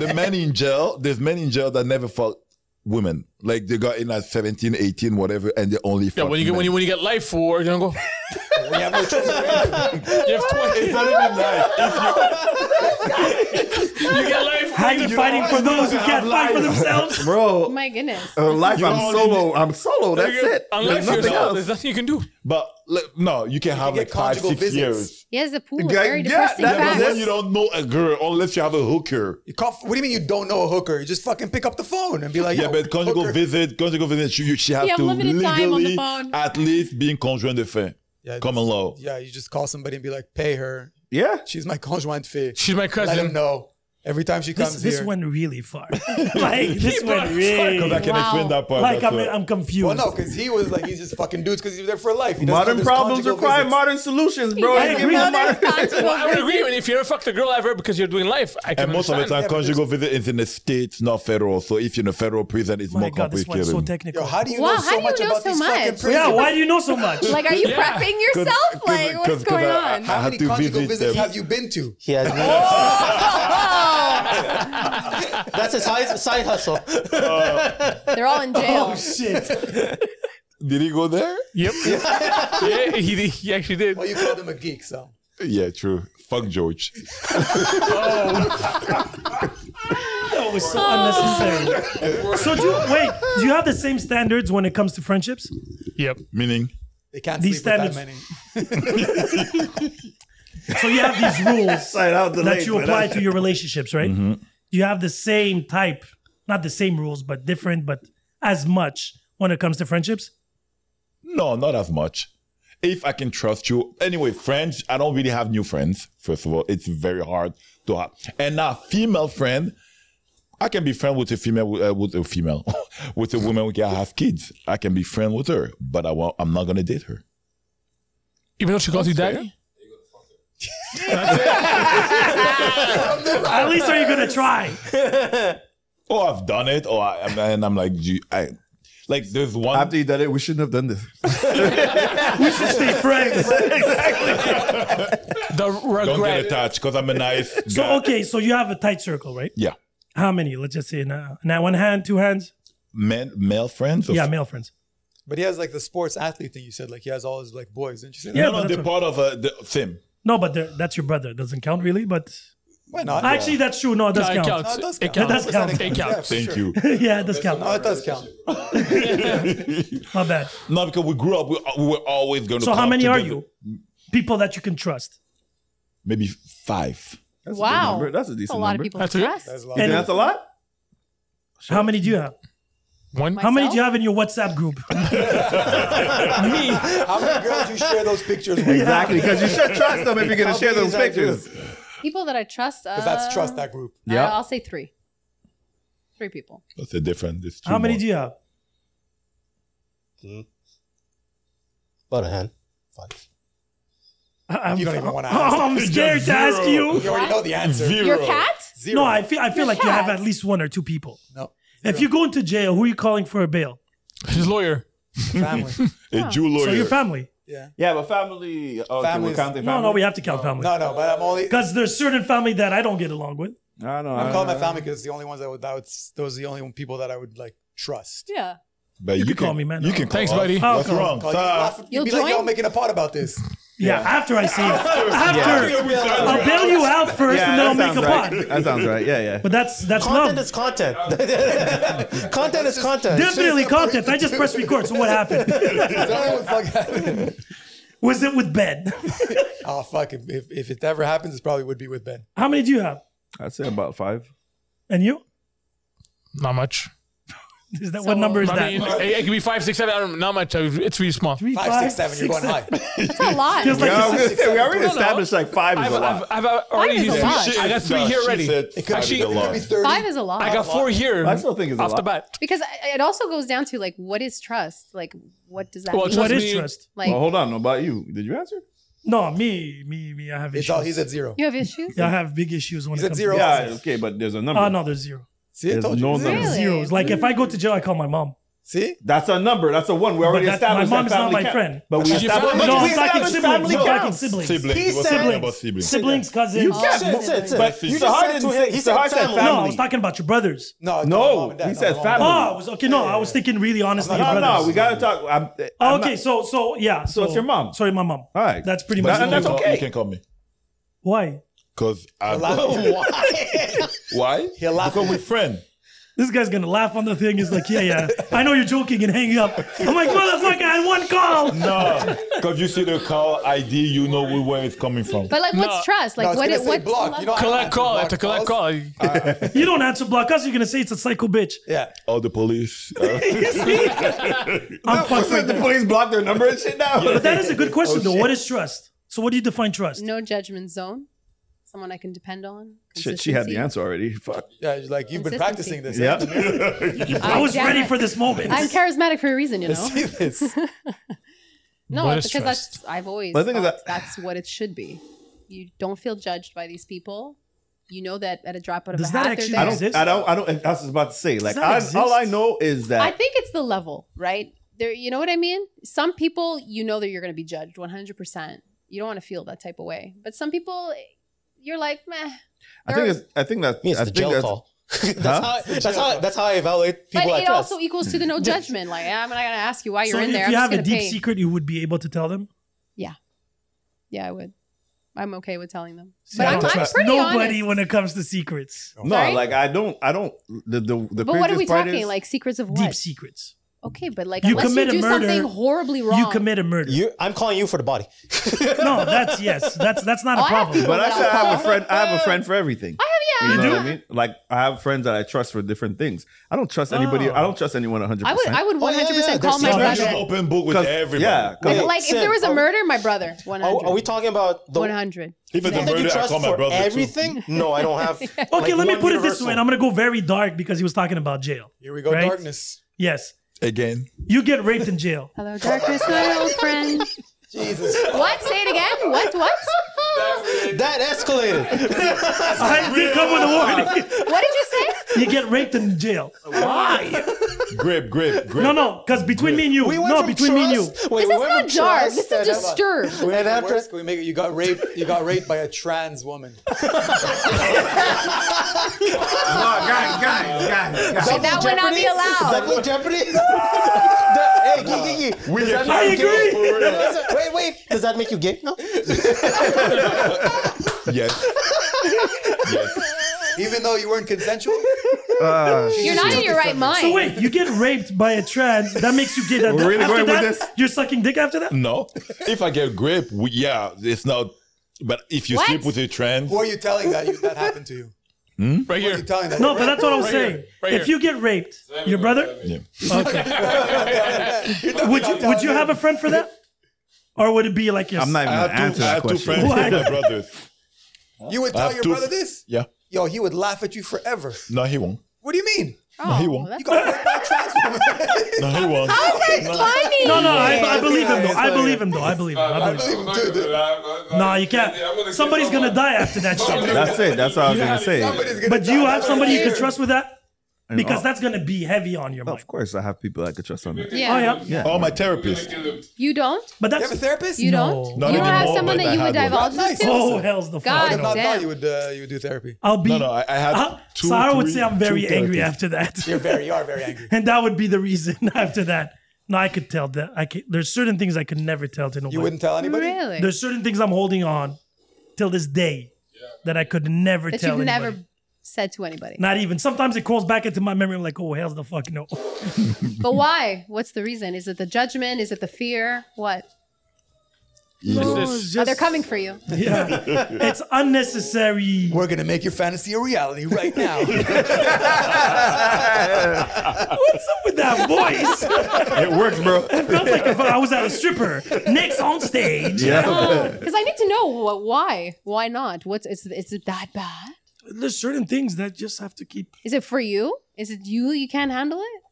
the men in jail, there's men in jail that never fuck women. Like they got in at 17, 18, whatever, and they only Yeah, fuck when you get when you when you get life for, you don't go. you have no choice. You have twenty. It's not even life. you get life. How you fighting for those who can't fight for themselves? Oh bro. my goodness. uh, life, You I'm don't solo. I'm solo. That's There you go. it. Unless There's you're nothing old, else. there's nothing you can do. But like, no, you can have like five, conjugal six visits. years. He has a pool. Yeah, Very yeah, depressing that was And facts. then you don't know a girl unless you have a hooker. You cough. What do you mean you don't know a hooker? You just fucking pick up the phone and be like, Yeah, yo, but conjugal hooker. visit, conjugal visit, she, she has You have to limited time on the legally phone. at least be in conjoint de fait. Yeah, Common law. Yeah, you just call somebody and be like, pay her. Yeah. She's my conjoint fee. She's my Let him cousin. know. Every time she This, comes this here. went really far. Like this went Because I really. can Wow. explain that part. Like that's I'm, all. I'm confused. well, no, because he was like, he's just fucking dudes because he was there for life. He doesn't know Modern there's problems conjugal require visits. modern solutions, bro. I You agree. give me No, a modern- That's controversial. I would agree. And if you ever fucked a girl ever because you're doing life, I can And most of the understand. time, conjugal visit is in the states, not federal. So if you're in a federal prison, it's Oh my more God, this went complicated. so technical. Yo, how do you Wow, know how do so you much know about so these fucking much? prisons? yeah, why do you know so much? Like, are you Yeah. prepping yourself? like, what's going on? I, I How had many to conjugal visit visits them. have you been to? He has. That's his side, side hustle. They're all in jail. oh shit! Did he go there? Yep. yeah, he, did- he actually did. Well, you called him a geek, so. Yeah, true. Fuck George. That was so unnecessary. So do wait. Do you have the same standards when it comes to friendships? Yep. Meaning, They can't These sleep with that standards- many. So you have these rules Sorry, that was that delayed, you but apply that's- to your relationships, right? You have the same type, not the same rules, but different, but as much when it comes to friendships. no, not as much. If I can trust you. Anyway, friends, I don't really have new friends. First of all, it's very hard to have. And now, female friend, I can be friend with a female, uh, with a female, with a woman who can have kids. I can be friend with her, but I won't, I'm not going to date her. Even though she calls you daddy. At least are you gonna try? Oh, I've done it. Or I, I'm- and I'm like, gee, I, like there's one. After you done it, we shouldn't have done this. We should stay friends. The don't get regret. attached because I'm a nice guy. So okay, so you have a tight circle, right? Yeah. How many? Let's just say now, now one hand, two hands. Men, male friends? Or Yeah, male friends. But he has like the sports athlete thing you said, like he has all his like boys. Didn't you say that? Yeah, No, but no, that's they're what- part of a the thing. no, but they're- that's your brother. Doesn't count really, but Why not? actually, that's true. No, it does No, it count. counts. No, it does It count. counts. It does count. It counts. Yeah, for Thank sure. you. yeah, it does count. No, it does count. My bad. No, because we grew up, we, uh, we were always going to. So how come many are together. you? People that you can trust. Maybe five. That's A good Wow. number. That's a That's a decent lot number. of people That's That's okay. trust. That's a You lot. think And- that's a lot? How many do you have? One. How many do you Myself? have in your WhatsApp group? Me. How many girls you share those pictures with? Exactly, because you should trust them if you're going to share many those is that pictures. People that I trust. Uh, Because that's trust that group. Yeah. I'll say three. Three people. That's a different. It's two How many more. do you have? About a hand. Five. I- I'm, You don't even wanna ask. oh, I'm scared to ask you. You already know the answer. Zero. Your cat? Zero. No, I feel I feel Your like you have cat. at least one or two people. No. If you go into jail, who are you calling for a bail? His lawyer. Family. A Jew lawyer. So your family. Yeah. Yeah, but family. Okay, Families- we're counting family. No, no, we have to count family. No, no, but I'm only. Because there's certain family that I don't get along with. I know. I'm calling my family because the only ones that would, that would, those are the only people that I would like trust. Yeah. But You can call me, man. You can call Thanks, us. buddy. What's I'll call. wrong? Call Sir? you, laugh, You'll be like, join? y'all making a pot about this. Yeah, after I see it. After. After. Yeah. I'll bail you out first Yeah, and then I'll that make a sounds pot. right. That sounds right. Yeah, yeah. But that's that's content is love. content. content is content. Definitely content. I just pressed record. So what happened? Was it with Ben? oh fuck! If, if, if it ever happens, it probably would be with Ben. How many do you have? I'd say about five. And you? Not much. Is that what number is I mean, that? it, it could be five, six, seven. I don't, not much. It's really small. Three, Five, six, seven. You're six, going seven. high. It's a lot. Feels like Yeah, I it's was six- gonna say, we already No, no. established like five is I've, a lot. I've, I've already is a used three. lot. I got three No, here she already. said five is Actually, a lot. Five is a lot. I got four here. I still think it's a off the lot. bat. because I- it also goes down to like what is trust? Like what does that Well, mean? trust What is me- trust? like Well, hold on. About you, did you answer? No, me, me, me. I have It's issues. all. He's at zero. you have issues? Yeah, I have big issues when He's it at comes zero. to Yeah, okay, but there's a number. Oh, no, there's zero. See, I There's told no you. number. Really? Zeros. Like if I go to jail, I call my mom. See, That's a number. That's a one. We already that's- my established. mom that is not family my count. friend. But we But she's your established. family. No, we I'm talking established siblings. family I'm talking counts. siblings. Siblings. He He was said- talking about siblings. Siblings, cousins. You can't- That's it, that's it. But You just Sahar said didn't to say- him- he Sahar said family. No, family. I was talking about your brothers. no, it's No, my mom and dad, he not said my mom. Oh, family. I was okay. No, I was thinking really honestly. your No, brothers. no, we gotta talk. I'm, Oh, I'm okay, not- so so yeah. So, it's your mom. Sorry, my mom. All right. That's pretty But much. and you that's can call- okay. You can call me. Why? Because laughing. Why? He'll laugh. Because we're friend. This guy's gonna laugh on the thing. He's like, yeah, yeah. I know you're joking and hanging up. I'm like, motherfucker, I had one call. No. Because you see the call ID, you know where it's coming from. But like what's trust? No, Like it's what gonna it say what block. You know, I don't Collect answer call. block It's a collect calls. call. You don't answer block us. You're gonna say it's a psycho bitch. Yeah. oh, the police. Uh, I'm fucked right So the Oh, there. police blocked their number and shit now. But that is a good question though. What is trust? So what do you define trust? no judgment zone? Someone I can depend on. Shit, she had the Consistency. answer already. Fuck. Yeah, you're like you've been Consistency. practicing this. Yeah. I was damn ready it. for this moment. I'm charismatic for a reason, you I know. see this. No, What is because that's I've always But the thing is thought that- that's what it should be. You don't feel judged by these people. You know that at a drop out of Does a that hat, actually they're I there. don't. I don't. I don't. I was about to say. Like, that I, exist? all I know is that I think it's the level, right? There, you know what I mean. Some people, you know that you're going to be judged 100. percent You don't want to feel that type of way, but some people, you're like, meh. I There- think it's, I think that Me, it's I the think jail that's- call. that's, how, that's, how, that's how I evaluate But people I it trust. also equals to the no judgment. Like, "Ah, I'm not going to ask you why you're so in if there. I'm you have just a going to deep pay. secret, you would be able to tell them. Yeah, I would. I'm okay with telling them. See, But I I'm, don't I'm trust pretty nobody honest. when it comes to secrets. No, Sorry? like I don't. I don't. The the, the but what are craziest we part talking? is- like secrets of Deep what? secrets. okay, but like You unless you commit a do murder, something horribly wrong, You commit a murder. You, I'm calling you for the body. No, that's yes. That's that's not Oh, a I have problem. people But I that said I have I'll a call. friend. I have a friend for everything. I have- Oh, You yeah, I know have- what I mean? Like I have friends that I trust for different things. I don't trust anybody. Oh. I don't trust anyone 100. I would. I would 100% Oh, yeah, yeah, call my there's you secrets. should brother. open book with 'Cause- everybody. yeah, 'cause- Wait, Like, if Sid, there was a are- murder, my brother. 100. Oh, Are, are we talking about the, 100. Even the people that you murder, I trust call my for brother too. everything? No, I don't have. okay, Okay, let me put it this way, and I'm gonna go very dark because he was talking about jail. Here we go, Right? darkness. Yes, Again. you get raped in jail. Hello, darkness, my old friend. Jesus, What? Say it again. What? What? That escalated. I did come with a warning. What did you say? You get raped in jail. Grip, grip, grip. No, no, because between me and you, We went no, from between me and you, trust- Wait, This we went is not from dark. trust This and- is disturbed. we make And it after- worse. Can we make it? You got raped. You got raped by a trans woman. guys, guys, guys, guys. Double that would not be jeopardy? allowed. Double jeopardy? That- hey, Gigi, Gigi, We does that get- make I you gay? agree. Does that- Wait, wait. Does that make you gay? No. Yes. yes. Even though you weren't consensual. You're not in your right mind. So wait, you get raped by a trans. That makes you gay. That, We're really after going with that, this? You're sucking dick after that. No. If I get grip, we, yeah, it's not. But if you What? sleep with a trans, Who are you telling that you, that happened to you? Right Who are you here. telling that? No, but that's what I was Right saying. here, right if here. you get raped, your brother, yeah. would you would you have a friend for that, or would it be like your? I'm not I even gonna have answer two, I that have two question. friends who Why? are my brothers. You would I tell have your two- brother this? Yeah. Yo, he would laugh at you forever. No, he won't. What do you mean? Oh, he won't. that's You got raped by a trans woman. No, he won't. funny. No, no, I, I Yeah, believe him though. it's I like- believe him though. I believe him. I believe him. No, No, you can't. Somebody's gonna die after that shit. That's it. That's what I was You gonna have say. Somebody's gonna But do you die. have somebody you can Here. trust with that? And Because all- that's gonna be heavy on your mind. Of course, I have people I could trust on that. Yeah. Oh yeah, Yeah. Oh, my therapist. You don't? but You have a that's therapist? You No. don't? Not you don't have anymore, someone but that I you would had one. divulge this Nice. to? oh hell's the I God. did fuck. not thought Damn. you would uh, you would do therapy. I'll be. No, no, I, I had Uh, two. Sarah would three- say I'm very two angry therapists. after that, You're very you are very angry. and that would be the reason after that. No, I could tell that. I could, there's certain things I could never tell to nobody. wouldn't tell anybody? Really? There's certain things I'm holding on till this day that I could never that tell. you've anybody. never said to anybody. Not even. Sometimes it crawls back into my memory. I'm like, oh hell, the fuck no. But why? What's the reason? Is it the judgment? Is it the fear? What? No, Oh, it's they're just- coming for you. Yeah, it's unnecessary. We're gonna make your fantasy a reality right now. What's up with that voice? it works, bro. It felt like if I was at a stripper. Nick's on stage. Yeah. Because Oh, I need to know what, why. Why not? What's it's it's that bad? There's certain things that just have to keep. Is it for you? Is it you? You can't handle it.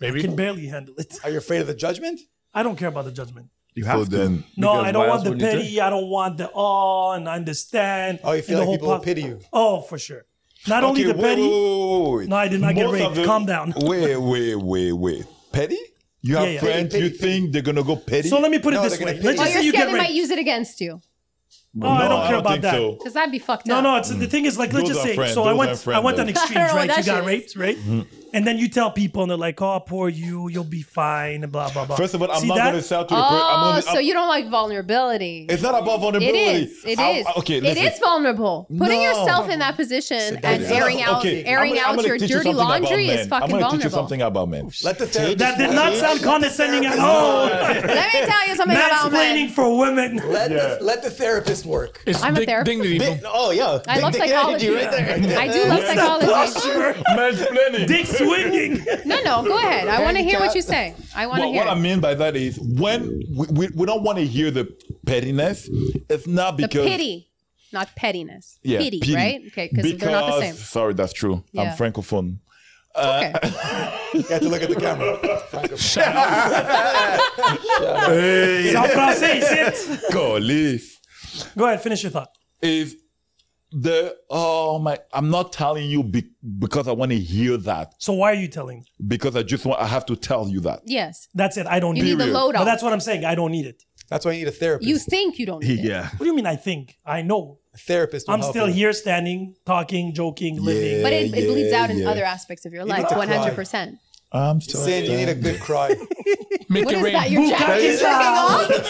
Maybe. I can barely handle it. Are you afraid of the judgment? I don't care about the judgment. You have to. Then, No, Because I don't why want else the would you do it? pity. I don't want the oh, and I understand. Oh, you and feel the like whole people will pop- pity you. Oh, for sure. Not only Okay, the wait, petty. wait, wait, wait, wait. No, I did not get Most of raped. the- Calm down. Wait, wait, wait, wait. Petty? You have Yeah, yeah. friends Petty, you petty, think they're gonna go petty? So let me put it No, this they're way. gonna Let's pity just Or you're say you scared get they might raped. use it against you. Oh, I don't care about think that. so. Because that'd be fucked No, up. no. It's the thing is like let's Those just are say. friends, So I those are went. friends, I went though. on I extremes, don't right? know what You that got shit raped, right? And then you tell people, and they're like, "Oh, poor you. You'll be fine." And blah blah blah. First of all, I'm See not that? gonna sell to the person. I'm Oh, gonna, so I'm- you don't like vulnerability. It's not about It vulnerability. is. It is. I- I- okay, it listen. is vulnerable. Putting No. yourself in that position down. and airing out Okay, airing I'm gonna- I'm out gonna your teach you dirty something about laundry men. is fucking I'm gonna vulnerable. teach you something about Oh, men. Let the therapist. That did not sound condescending at all. Let me tell you something about Mansplaining men. for women. Let, the, let the therapist work. It's I'm a dig- therapist. dignity, bro. Big- oh yeah, I love Big dick psychology. energy right there. I do love psychology. Mansplaining. Dick swinging. No, no, go ahead. I want to hear what you say. I want to Well, hear. what I it. mean by that is when we, we, we don't want to hear the pettiness, it's not The because pity, not pettiness. Yeah, pity, right? Okay, because they're not the same. because- uh, Sorry, that's true. Yeah. I'm francophone. Okay. You have to look at the camera. C'est en français ici. Golly. Go ahead, finish your thought. is the oh my i'm not telling you be, because i want to hear that So why are you telling? because i just want i have to tell you that yes. That's it. I don't You need need the Period. load But off. that's what I'm saying. I don't need it. That's why you need a therapist. You think you don't need it. yeah What do you mean I think? I know. a therapist. will I'm help still you. here standing, talking, joking, living. But it, it bleeds out in yeah. other aspects of your need life, to cry. 100%. i'm still Sin, you need a good cry. Make What it is that? rain. Your jacket Bukaki jerking off?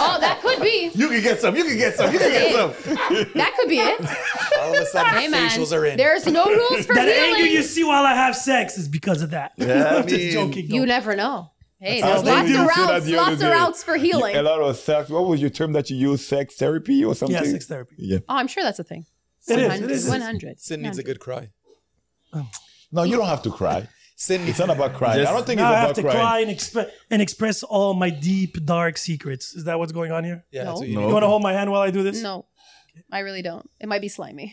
oh, that could be. You can get some. You can get some. You can get some. That could be it. All of a sudden, Hey, man. facials are in. There's no rules for that anger healing. you see while I have sex is because of that. I I'm just mean- joking. You though. never know. Hey, I there's lots was thinking of you said that routes, the other lots day. of routes for healing. a lot of sex what was your term that you use sex therapy or something yeah, sex therapy. yeah Oh, I'm sure that's a thing. It is. 100. It is. 100. Sin needs a good cry. no you don't have to cry Sin needs it's not about crying i don't think Now it's I about have to crying cry and, exp- and express all my deep, dark secrets. Is that what's going on here? Yeah, No. that's what you You No, want to hold my hand while I do this? No, I really don't. It might be slimy.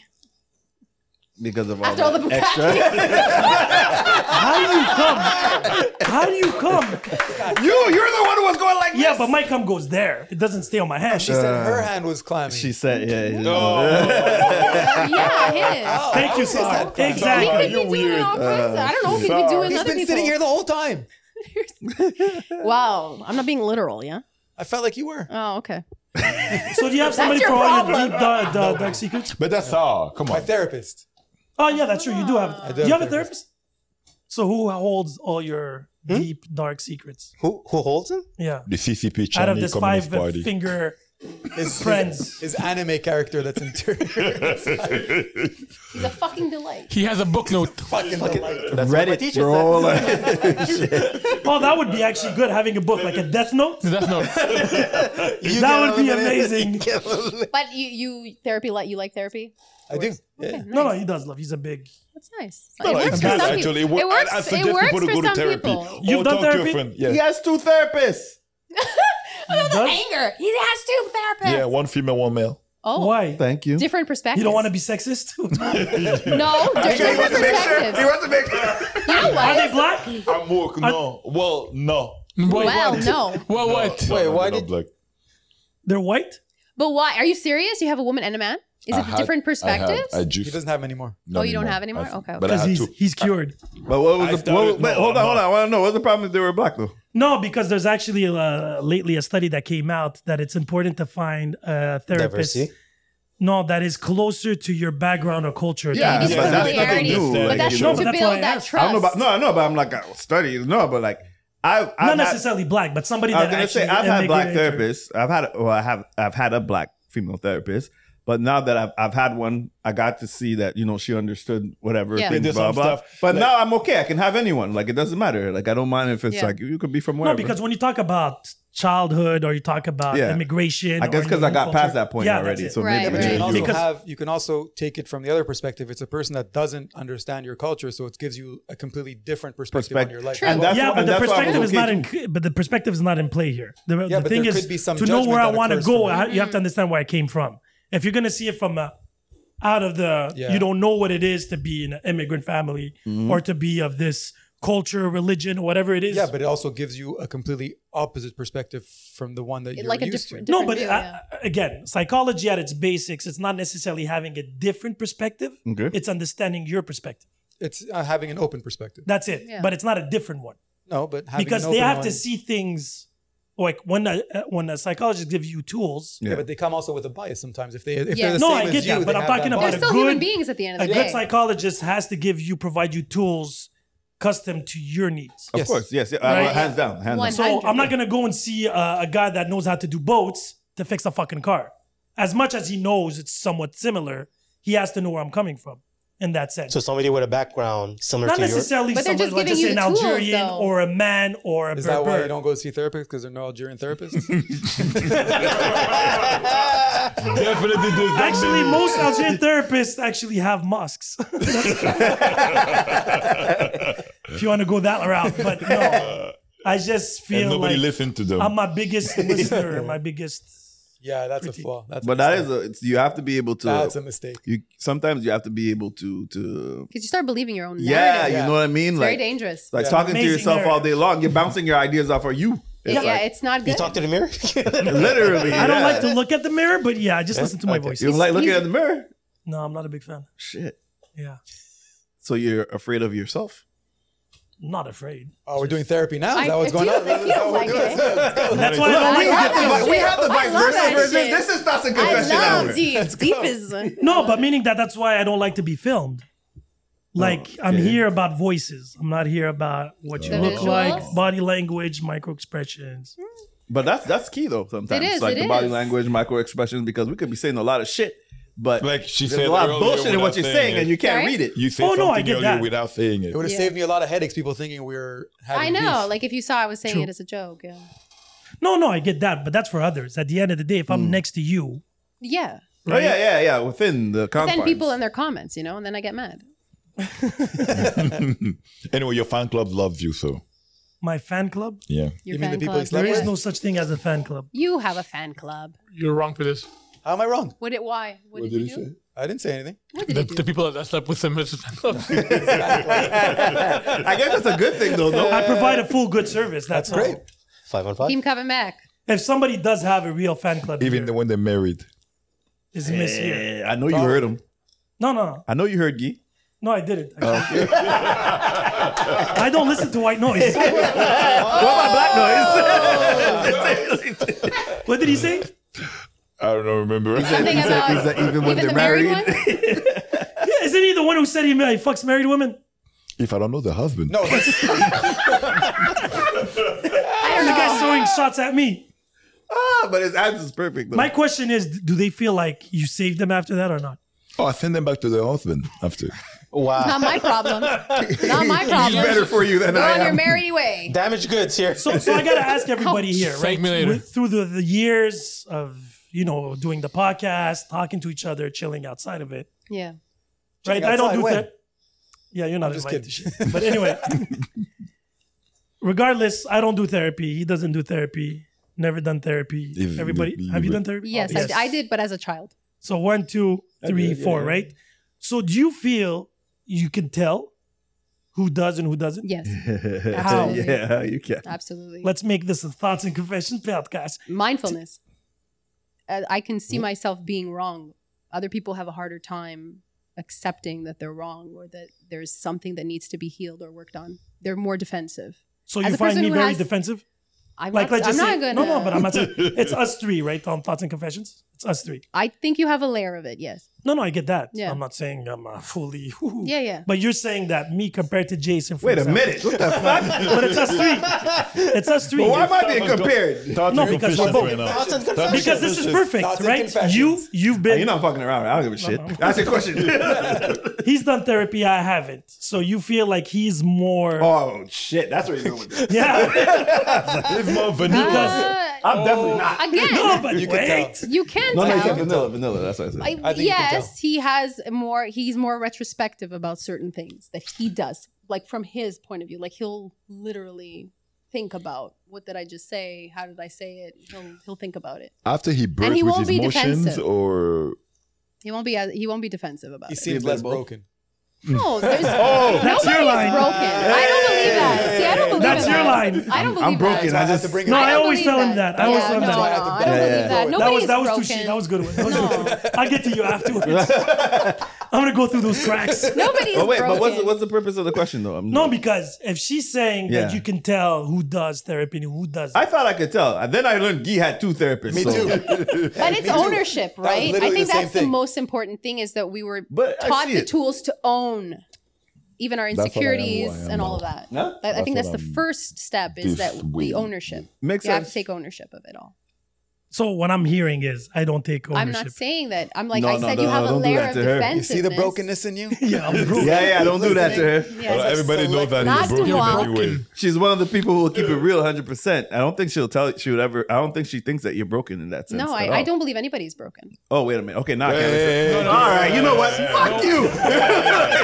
because of all After all the that extra. Bukakis. How do you come? How do you come? you, you're the one who was going like Yeah, but my cum goes there. It doesn't stay on my hand. She Uh, said her hand was clammy. She said, yeah. yeah, his. Thank you, Sarah. He Exactly. could be doing it on purpose. I don't know if he'd be doing He's other been people. sitting here the whole time. Wow, I'm not being literal, yeah? I felt like you were. Oh, okay. So do you have somebody your for all your problem. deep da- da- dark secrets? but that's all come My on therapist. Oh yeah, that's true. You do have. do do you have have a therapist? So who holds all your deep dark secrets? Who who holds him? Yeah. the ccp Out of Chinese this communist five party finger His Friends. His, his anime character that's interior. He's a fucking delight. He has a book note. Fucking delight. Reddit, bro. Like, Oh, that would be actually good having a book like a Death Note. That's not. that would be amazing. But you, you therapy, like you like therapy? I do. Yeah. No, no, he does love. He's a big. That's nice. No, it works it's for good, some actually. people. It wo- I- works. I it suggest works people to for go to some therapy. people. You've Or done talk to your therapy? friend. He Yeah. has two therapists. He does? Anger. He has two therapists. yeah, one female, one male. Oh, Why? Thank you. different perspectives. You don't want to be sexist? No, di- different perspectives. He wants to make sure. You know Are they what? black? I'm woke. No. Well, no. Well, no. Well, what? Wait, why did- black? They're white. But why? Are you serious? You have a woman and a man? Is I it had- different I had- perspectives? I He juiced. doesn't have any more. No, Oh, you don't anymore. have any more? I- Okay, okay. But I Because had he's, to. he's cured. But what was I the started- what, wait, no, hold on, no. hold on. I want to know what's the problem if they were black though. No, because there's actually uh, lately a study that came out that it's important to find a therapist No, that is closer to your background or culture. Yeah, That is- but that's nothing new. like, you That's know. why I asked. I don't know about, no, I know, but I'm like, I study. No, but like, I, I've Not had- necessarily black, but somebody I was that gonna actually say I've had black immigrated. therapists. I've had well, I have I've had a black female therapist, but now that I've I've had one, I got to see that you know she understood whatever Yeah. They things did blah some blah. stuff, But like- now I'm okay. I can have anyone. Like it doesn't matter. Like I don't mind if it's Yeah. like you could be from wherever. No, because when you talk about childhood or you talk about Yeah. immigration, I guess or 'cause I new got culture- past that point Yeah, already, that's it. so maybe Right, But you can, also Because have, you can also take it from the other perspective. It's a person that doesn't understand your culture, so it gives you a completely different perspective on Perspect- your life. True. and that's yeah, why- but and the that's why I was perspective is okay not in. But the perspective is not in play here. The, the Yeah, but thing there is could be some to know judgment where I that want to occurs go. from it. I, you have to understand where I came from. If you're gonna see it from uh, out of the, Yeah. you don't know what it is to be in an immigrant family Mhm. or to be of this culture, religion, whatever it is. Yeah, but it also gives you a completely opposite perspective from the one that you're used to. no, but I- again, psychology at its basics, it's not necessarily having a different perspective. Okay. It's understanding your perspective. It's uh, having an open perspective. That's it. Yeah. But it's not a different one. No, but having because an they open have to one- see things like when a, uh, when a psychologist gives you tools. Yeah. but they come also with a bias sometimes. If they, if Yeah. they're the no, same I as get you, that, but they I'm have talking that about bias. a They're still good human beings at the end of a the good day. psychologist has to give you provide you tools custom to your needs. Of Yes. course, yes, yeah, uh, hands down, hands down. So 100, I'm not gonna go and see uh, a guy that knows how to do boats to fix a fucking car. As much as he knows it's somewhat similar, he has to know where I'm coming from in that sense. So somebody with a background similar not to yours. necessarily But they're someone just like just giving you an the tools, Algerian though. or a man or a Is that why Berber. you don't go see therapists? Because they're no Algerian therapists? Definitely do Actually, most Algerian therapists actually have mosques. if you want to go that route, but no, I just feel And nobody like listened to them. I'm my biggest listener, my biggest. Yeah, that's a flaw. That's but that is a, it's, you have to be able to. That's a mistake. You sometimes you have to be able to to. Because you start believing your own narrative. Yeah, you know what I mean. It's like very dangerous. Like talking to yourself all day long, you're bouncing your ideas off of you. Yeah, yeah, it's not good. You talk to the mirror? Literally, I don't yeah. like to look at the mirror, but yeah, I just Yeah? listen to my Okay. voice. You don't like looking at the mirror? No, I'm not a big fan. Shit. Yeah, So you're afraid of yourself? not afraid. Oh, we're doing therapy now. Is I- that what's it going feels- on? it feels like it. That's why I don't we, like have to get the, things. vi- we have the I vice love versa that version. shit. This is not a I confession love hour. deep. Let's Deep go. is uh, No, but meaning that that's why I don't like to be filmed. Like I'm here about voices. I'm not here about what you The look like, visuals? body language, micro expressions. But that's that's key though. Sometimes It is, like it the body is. language, micro expressions, because we could be saying a lot of shit, but like she there's said a lot of earlier bullshit in without what you're saying, saying it. and you can't Right? read it. You say Oh, no, something I get earlier that. without saying it. It would have Yeah. saved me a lot of headaches. People thinking we were having I know. beef. Like if you saw, I was saying True. it as a joke. Yeah. No, no, I get that, but that's for others. At the end of the day, if I'm next to you, Yeah. Oh yeah, yeah, yeah. Within the But confines. then people in their comments, you know, and then I get mad. anyway, your fan club loves you, so my fan club. yeah. Your fan club. There is no such thing as a fan club. You have a fan club. You're wrong for this. How am I wrong? What it? Why? What, did, you do? I didn't say anything. What did The, you do? the people that I slept with him is I guess that's a good thing though. No, I provide a full good service. That's, great. Five on five. Team coming back. If somebody does have a real fan club, Even the when they're married. is Miss here. Eh, I know you heard him. No, no, I know you heard Gee. no, I didn't. I don't listen to white noise. what about black noise? what did he say? I don't know, remember. Something He said- he said even when they're married. Yeah, isn't he the one who said he ma- he fucks married women? If I don't know the husband. No, The guy's throwing shots at me. Ah, but his answer's perfect. Though. My question is, do they feel like you saved them after that or not? Oh, I send them back to their husband after. Wow. Not my problem. Not my He's problem. better for you than Go I on your am. merry way. Damaged goods here. So, so I gotta ask everybody here, right? Thank me later. With- Through the, the years of you know doing the podcast, talking to each other, chilling outside of it, Yeah. right? Chilling I don't outside do when? that. Yeah, you're not I'm just invited to shit. But anyway, regardless, I don't do therapy. He doesn't do therapy. Never done therapy. If- everybody, you- have you you- done therapy? Yes, I, I did, but as a child. So one, two, I three, did, yeah, four, yeah. right? So do you feel you can tell who does and who doesn't? Yes. Mm. How? Absolutely. Yeah, you can. Absolutely. Let's make this a thoughts and confessions podcast. Mindfulness. Uh, I can see myself being wrong. Other people have a harder time accepting that they're wrong or that there's something that needs to be healed or worked on. They're more defensive. So As you a find person me who very has- defensive? I'm like, not, let's I'm just not say, gonna. no, no, but I'm not saying it's us three, right? On thoughts and confessions. It's us three. I think you have a layer of it. Yes. No, no, I get that. Yeah. I'm not saying I'm uh, fully. Yeah, yeah. But you're saying that me compared to Jason. For Wait a example- minute, what the fuck? but it's us three. It's us three. But why am I being compared? Thoughts No, and because we're confessions both. right now. Thoughts and confessions. Because this is Thoughts and perfect, right? You you've been. Oh, You're not fucking around. I don't give a shit. That's your question. he's done therapy. I haven't. So you feel like he's more. Oh shit! That's where you're going with this. Yeah. It's more vanilla. Ah. I'm definitely not. Again. No, but You can wait. tell. You can No, no, you tell. said vanilla, vanilla. That's what I said. I, yes, he has more. He's more retrospective about certain things that he does, like from his point of view. Like he'll literally think about what did I just say? How did I say it? He'll he'll think about it. After he he burst with won't his be emotions, defensive. or He won't be as, he won't be defensive about He it. seems less broken. no, there's Oh, that's nobody's your line. broken. I don't believe that. See, I don't believe That's in your that. line. I don't believe I'm broken. that. I just it No, up. I don't always believe tell him that. I always tell him no, that. I Yeah, don't yeah, yeah. believe that. That was- Nobody's that was too broken. shit. That was good one. That was good. I'll get to you afterwards. I'm gonna go through those cracks. Nobody's Oh, But wait, but what's the, what's the purpose of the question though? I'm, No, because if she's saying that Yeah. you can tell who does therapy and who does I thought I could tell. And then I learned Guy had two therapists. Me so. too. But it's ownership, was right? I literally think the that's same the thing. most important thing is that we were But I taught see the it. tools to own even our That's what I am, who I insecurities am and all now. of that. Huh? I- I That's think what that's the I'm first step is that this the way. ownership. Makes you have to sense. take ownership of it all. So what I'm hearing is I don't take ownership. I'm not saying that. I'm like No, I no, said, no, you have no, a don't do layer that of to her. defensiveness. You see the brokenness in you? yeah, I'm broken. Yeah, yeah, don't do that to her. Yeah, Well, it's like everybody knows that that he's Not broken to walk. anyway. She's one of the people who will keep it real 100%. I don't think she'll tell she would ever, I don't think she thinks that you're broken in that sense. No, at I, all. I don't believe anybody's broken. Oh, wait a minute. Okay, now I can't. Hey, listen. all right, you know what? Fuck you.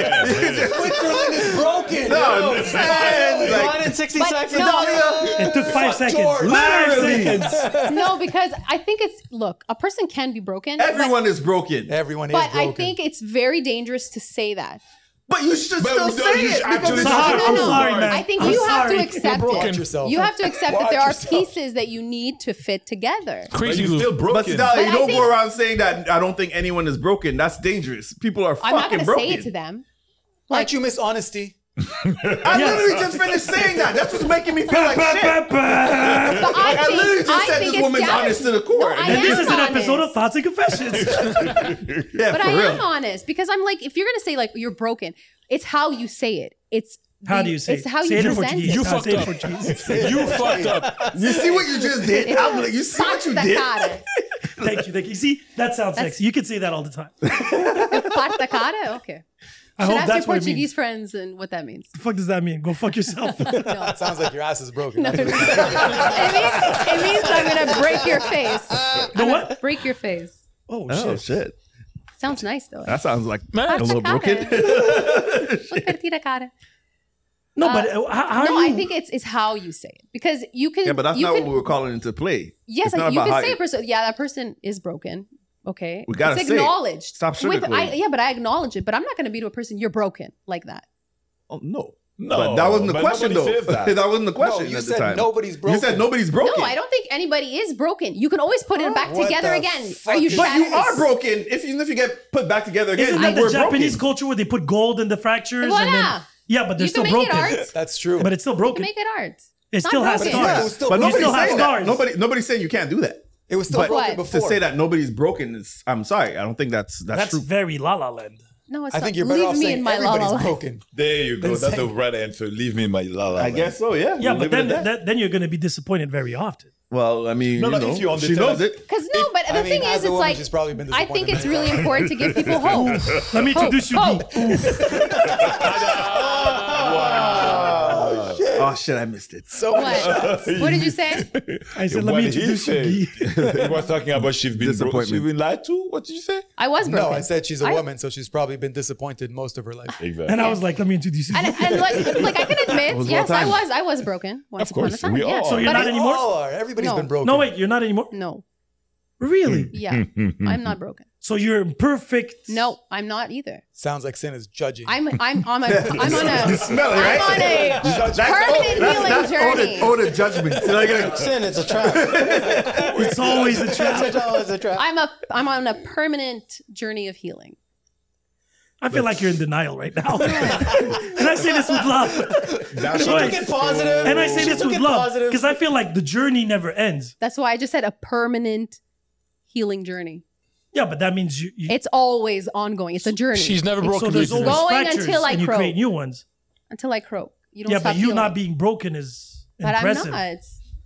Switzerland is broken. No, yo. man, like- Gone in 60 But seconds. no. It took five Fuck seconds. George. Five Literally. seconds. no, because I think it's look, a person can be broken. but- Everyone is broken. Everyone but I think it's very dangerous to say that. But you should But still no, say you it. should actually- because- Sahar, No, I'm no. sorry, man. I think I'm you have sorry. to accept You're broken. it. Watch yourself. You have to accept that Watch there are yourself. pieces that you need to fit together. But you're still But broken. Sidala, you But I don't think- go around saying that I don't think anyone is broken. That's dangerous. People are I'm not fucking going to broken. say it to them. Aren't you miss honesty? I literally just finished saying that. That's what's making me feel like shit. But I Like, I think- literally I just said think this it's woman's down- honest to the core. I And this am is an honest. episode of Thoughts and Confessions. yeah, but for I real. am honest because I'm like, if you're going to say like you're broken, it's how you say it. It's How the- do you say It's it? how Say you it in present Portuguese. it. You fucked up. You fucked up. You see what you just did? I'm like, you see what you did? Cara. Thank you, thank you. See, that sounds sexy. You can say that all the time. Parta cara? Okay. I Should hope ask that's your what it means. Portuguese friends and what that means. The fuck does that mean? Go fuck yourself. Oh, It sounds like your ass is broken. That's what it It means, it means I'm gonna break your face. The what? Break your face. Oh, Oh shit. shit! Sounds nice though. That sounds like Parta a little cara. broken. Vou partir a cara. No, but uh, how, how do no, you? I think it's, it's how you say it because you can. yeah, but that's you not can, what we were calling into play. Yes, It's like, not you about how can say you- a person. Yeah, that person is broken. Okay, We gotta it's say it. acknowledged. Stop With, I, sugarcoating. yeah, but I acknowledge it. But I'm not gonna be to a person. You're broken like that. Oh, no. No, but that wasn't the but question though. nobody says That. that. wasn't the question you at said the time. nobody's You said broken. nobody's broken. No, I don't think anybody is broken. You can always put it back What together the again. fuck Are you? is- But you shattered? are broken. If you if you get put back together again, Isn't you that the were Japanese broken. culture where they put gold in the fractures? And then, Voilà. yeah, but they're You still can make it broken. art. That's true. But it's still You can broken. make it art. It Not still has broken. scars. It was still But You nobody's still have saying that. scars. Nobody nobody's saying you can't do that. It was still But broken What? to before. say that nobody's broken is I'm sorry. I don't think that's that's, That's true. very La La Land. No, it's I not. think you're better Leave off me saying in my la la everybody's la. broken. There you go. Then That's say- the right answer. Leave me in my la la. I land. guess so, yeah. Yeah, but We'll leave it then at that. that, then you're going to be disappointed very often. well, I mean, No, you no, know, if you she understand- knows it. Because no, but the I mean, thing as is, it's a woman, like she's probably been I think disappointed it's many really important to give people hope. Let me introduce you oh. to. Ah. Oh shit, I missed it. So What? What did you say? I said, let me What did he introduce you. say? You were talking about she's been bro- Disappointment. she's been lied to. What did you say? I was broken. No, I said she's a I- woman, so she's probably been disappointed most of her life. Exactly. And I was like, let me introduce you. And, and like, like I can admit, was yes, well I timed. was. I was broken once Of course, upon a time. we yeah. all So you're but not I- We anymore? all are. Everybody's No. been broken. no, wait, you're not anymore. No. Hmm. Really? Yeah. I'm not broken. So you're imperfect. No, I'm not either. Sounds like sin is judging. I'm I'm on a I'm on a smell it, right? I'm on a That's- permanent healing journey. All the, all the judgment. So like, like, Sin, it's a trap. It's always a trap. It's always a trap. I'm a I'm on a permanent journey of healing. I feel like you're in denial right now. and I say this with love. That's Sure. right. Get positive. And I say this Look with at love positive. because I feel like the journey never ends. That's why I just said a permanent healing journey. Yeah, but that means you. you It's always ongoing. It's a journey. She's never broken. So there's always going fractures, until I and you croak. create new ones. until I croak. You don't Yeah, stop but you healing. not being broken is But impressive. I'm not.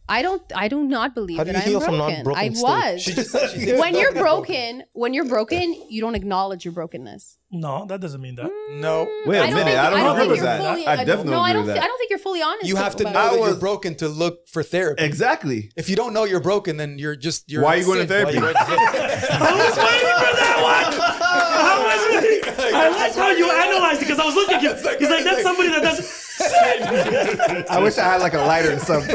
I don't. I do not believe How do you that I'm heal broken. from non-broken I state? was. She just said she's when you're broken. broken, when you're broken, you don't acknowledge your brokenness. No, that doesn't mean that. No. Wait a minute. I don't agree with that. fully- I definitely no, I agree don't. with thi- I that. don't think you're fully honest. You have to know about that it. you're broken to look for therapy. Exactly. If you don't know you're broken, then you're just you're. Why are in you going to sin. therapy? Why are you going to I was waiting for that one. I was waiting. I liked how you analyzed it because I was looking at you. He's like, that's somebody that doesn't. Shit. I wish I had like a lighter and some.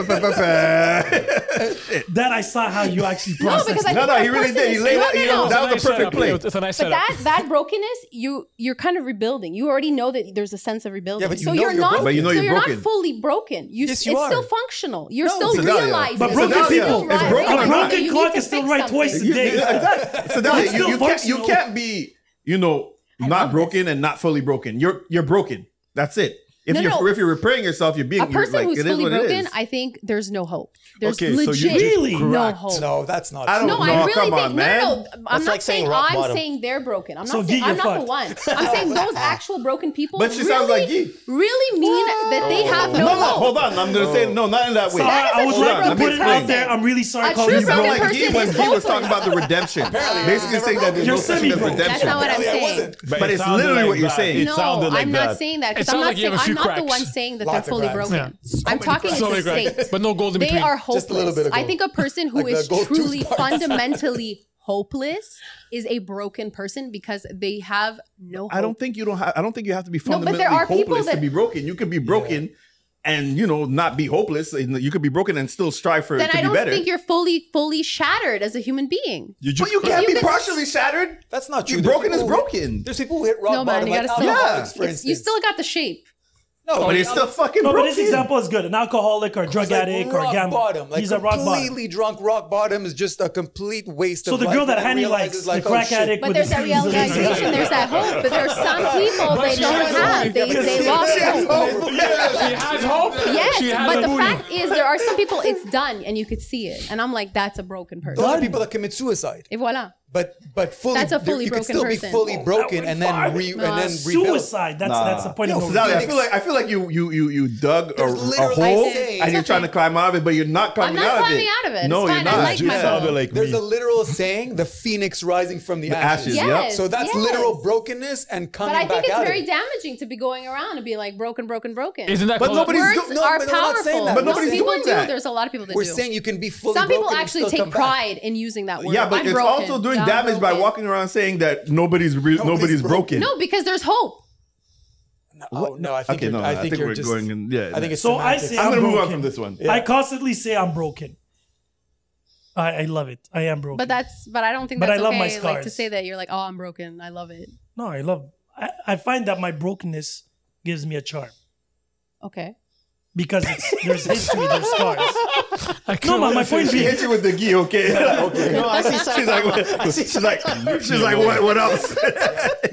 that I saw how you actually No, processed. because I No, think no, that he really person did. He is- laid no, out- no, he- no. that was the perfect play. It's a nice But setup. that that brokenness, you you're kind of rebuilding. You already know that there's a sense of rebuilding. Yeah, but you so know you're you're not. broken. But you know so you're you're not broken. fully broken. You, Yes, it's you still are. functional. You're No, still it's not, yeah. realizing. But broken You're still people- it's broken. realizing A broken that you need clock to is still fix right something. twice a You- day. yeah, exactly. So Dahlia, It's still you, you can't you functional. can't be you know not broken and not fully broken. You're you're broken. That's it. If No, you're no. if you're repairing yourself, you're being a person like, who's it is fully what it broken, is. I think there's no hope. There's Okay, so you legit just Really? no cracked. hope. No, that's not. I don't no, know. I really Come think on, no, man. no, no. I'm That's not like saying saying, rock I'm bottom. saying they're broken. I'm not So saying Gee, I'm you're not the one. fucked. I'm saying those actual broken people But she sounds like really, Gee. really mean that they have no, no, hope. hold on. I'm gonna say no, not in that way. Sorry, I would Hold like on, to let me put it explain. out there. I'm really sorry A calling true you broken broken. Like Gee, when Gee was talking about the redemption, basically saying that there's You're no such thing as semi-broke. redemption. That's not what I'm saying. But, But it it's sounded literally like what you're that. saying. It No, sounded like I'm that. not saying that It because I'm sounds not like you saying have a I'm few not the cracks. one saying that Lots they're of fully cracks. broken. Yeah. So I'm many talking cracks. it's So a many cracks. state. But no gold in They between. are Just a little hopeless. bit of I gold. think a person who Like the is gold tooth truly parts. fundamentally hopeless is a broken person because they have no hope. I don't think you don't have. I don't think you have to be No, but fundamentally there are people hopeless that- to be broken. You could be broken, and you know not be hopeless. And You could be broken and still strive for then it to I don't be better. think you're fully fully shattered as a human being. You just- But you If can't be could- partially shattered. That's not You're broken is broken. There's people who hit rock No man, bottom. you like gotta still. alcoholics, for it's- you instance. still got the shape. No, but it's the still fucking No, but this broken. example is good. An alcoholic or a drug It's like addict or rock a gambler. bottom, like He's a rock bottom. completely drunk rock bottom is just a complete waste So of the life girl that and Hani realizes, oh, likes, the crack shit. addict But there's that realization, there's that hope. But there's some people But they she don't has have. hope. They, they lost She has hope. hope. She has hope. Yes, She has but a the booty. fact is, there are some people it's done and you could see it, and I'm like, that's a broken person. Those are people that commit suicide. Et voila. But but fully, That's a there- fully you broken can still person. be fully Oh, broken and then re, and then rebuild. No, Sally, I feel like I feel like you you you you dug a, a literally- hole I say- and you're trying to climb out of it, but you're not climbing not out of climbing it. out of it. No, It's you're fine. I not. like my Yeah. hole. There's me. a literal saying: the phoenix rising from the, The ashes, yep. Yes, So that's yes. literal brokenness and coming But I back think it's out. of very it. damaging to be going around and be like broken, broken, broken. Isn't that But called- nobody's words do- no, are but we're not powerful. saying that. But Most nobody's people doing do. that. There's a lot of people that We're do. saying you can be fully Some people broken and actually still take come back. pride in using that word. Yeah, but I'm it's broken. also doing I'm damage by broken. walking around saying that nobody's re- nobody's, broken. No, because there's hope. Oh, no, I think okay, you're, no, I think, you're we're just, going. In, yeah, I think it's so I semantics. say I'm I'm, gonna move on broken. from this one. I constantly say I'm broken. I, I love it. I am broken. But that's. But I don't think But that's I love okay. my Like to scars. say that you're like, oh, I'm broken. I love it. no, I love. I, I find that my brokenness gives me a charm Okay. because it's, there's history, there's scars. No, No, my, my point she being, hit you with the gi, okay? okay. No, I see she's like, something. what, she's like, she's like, what, what else?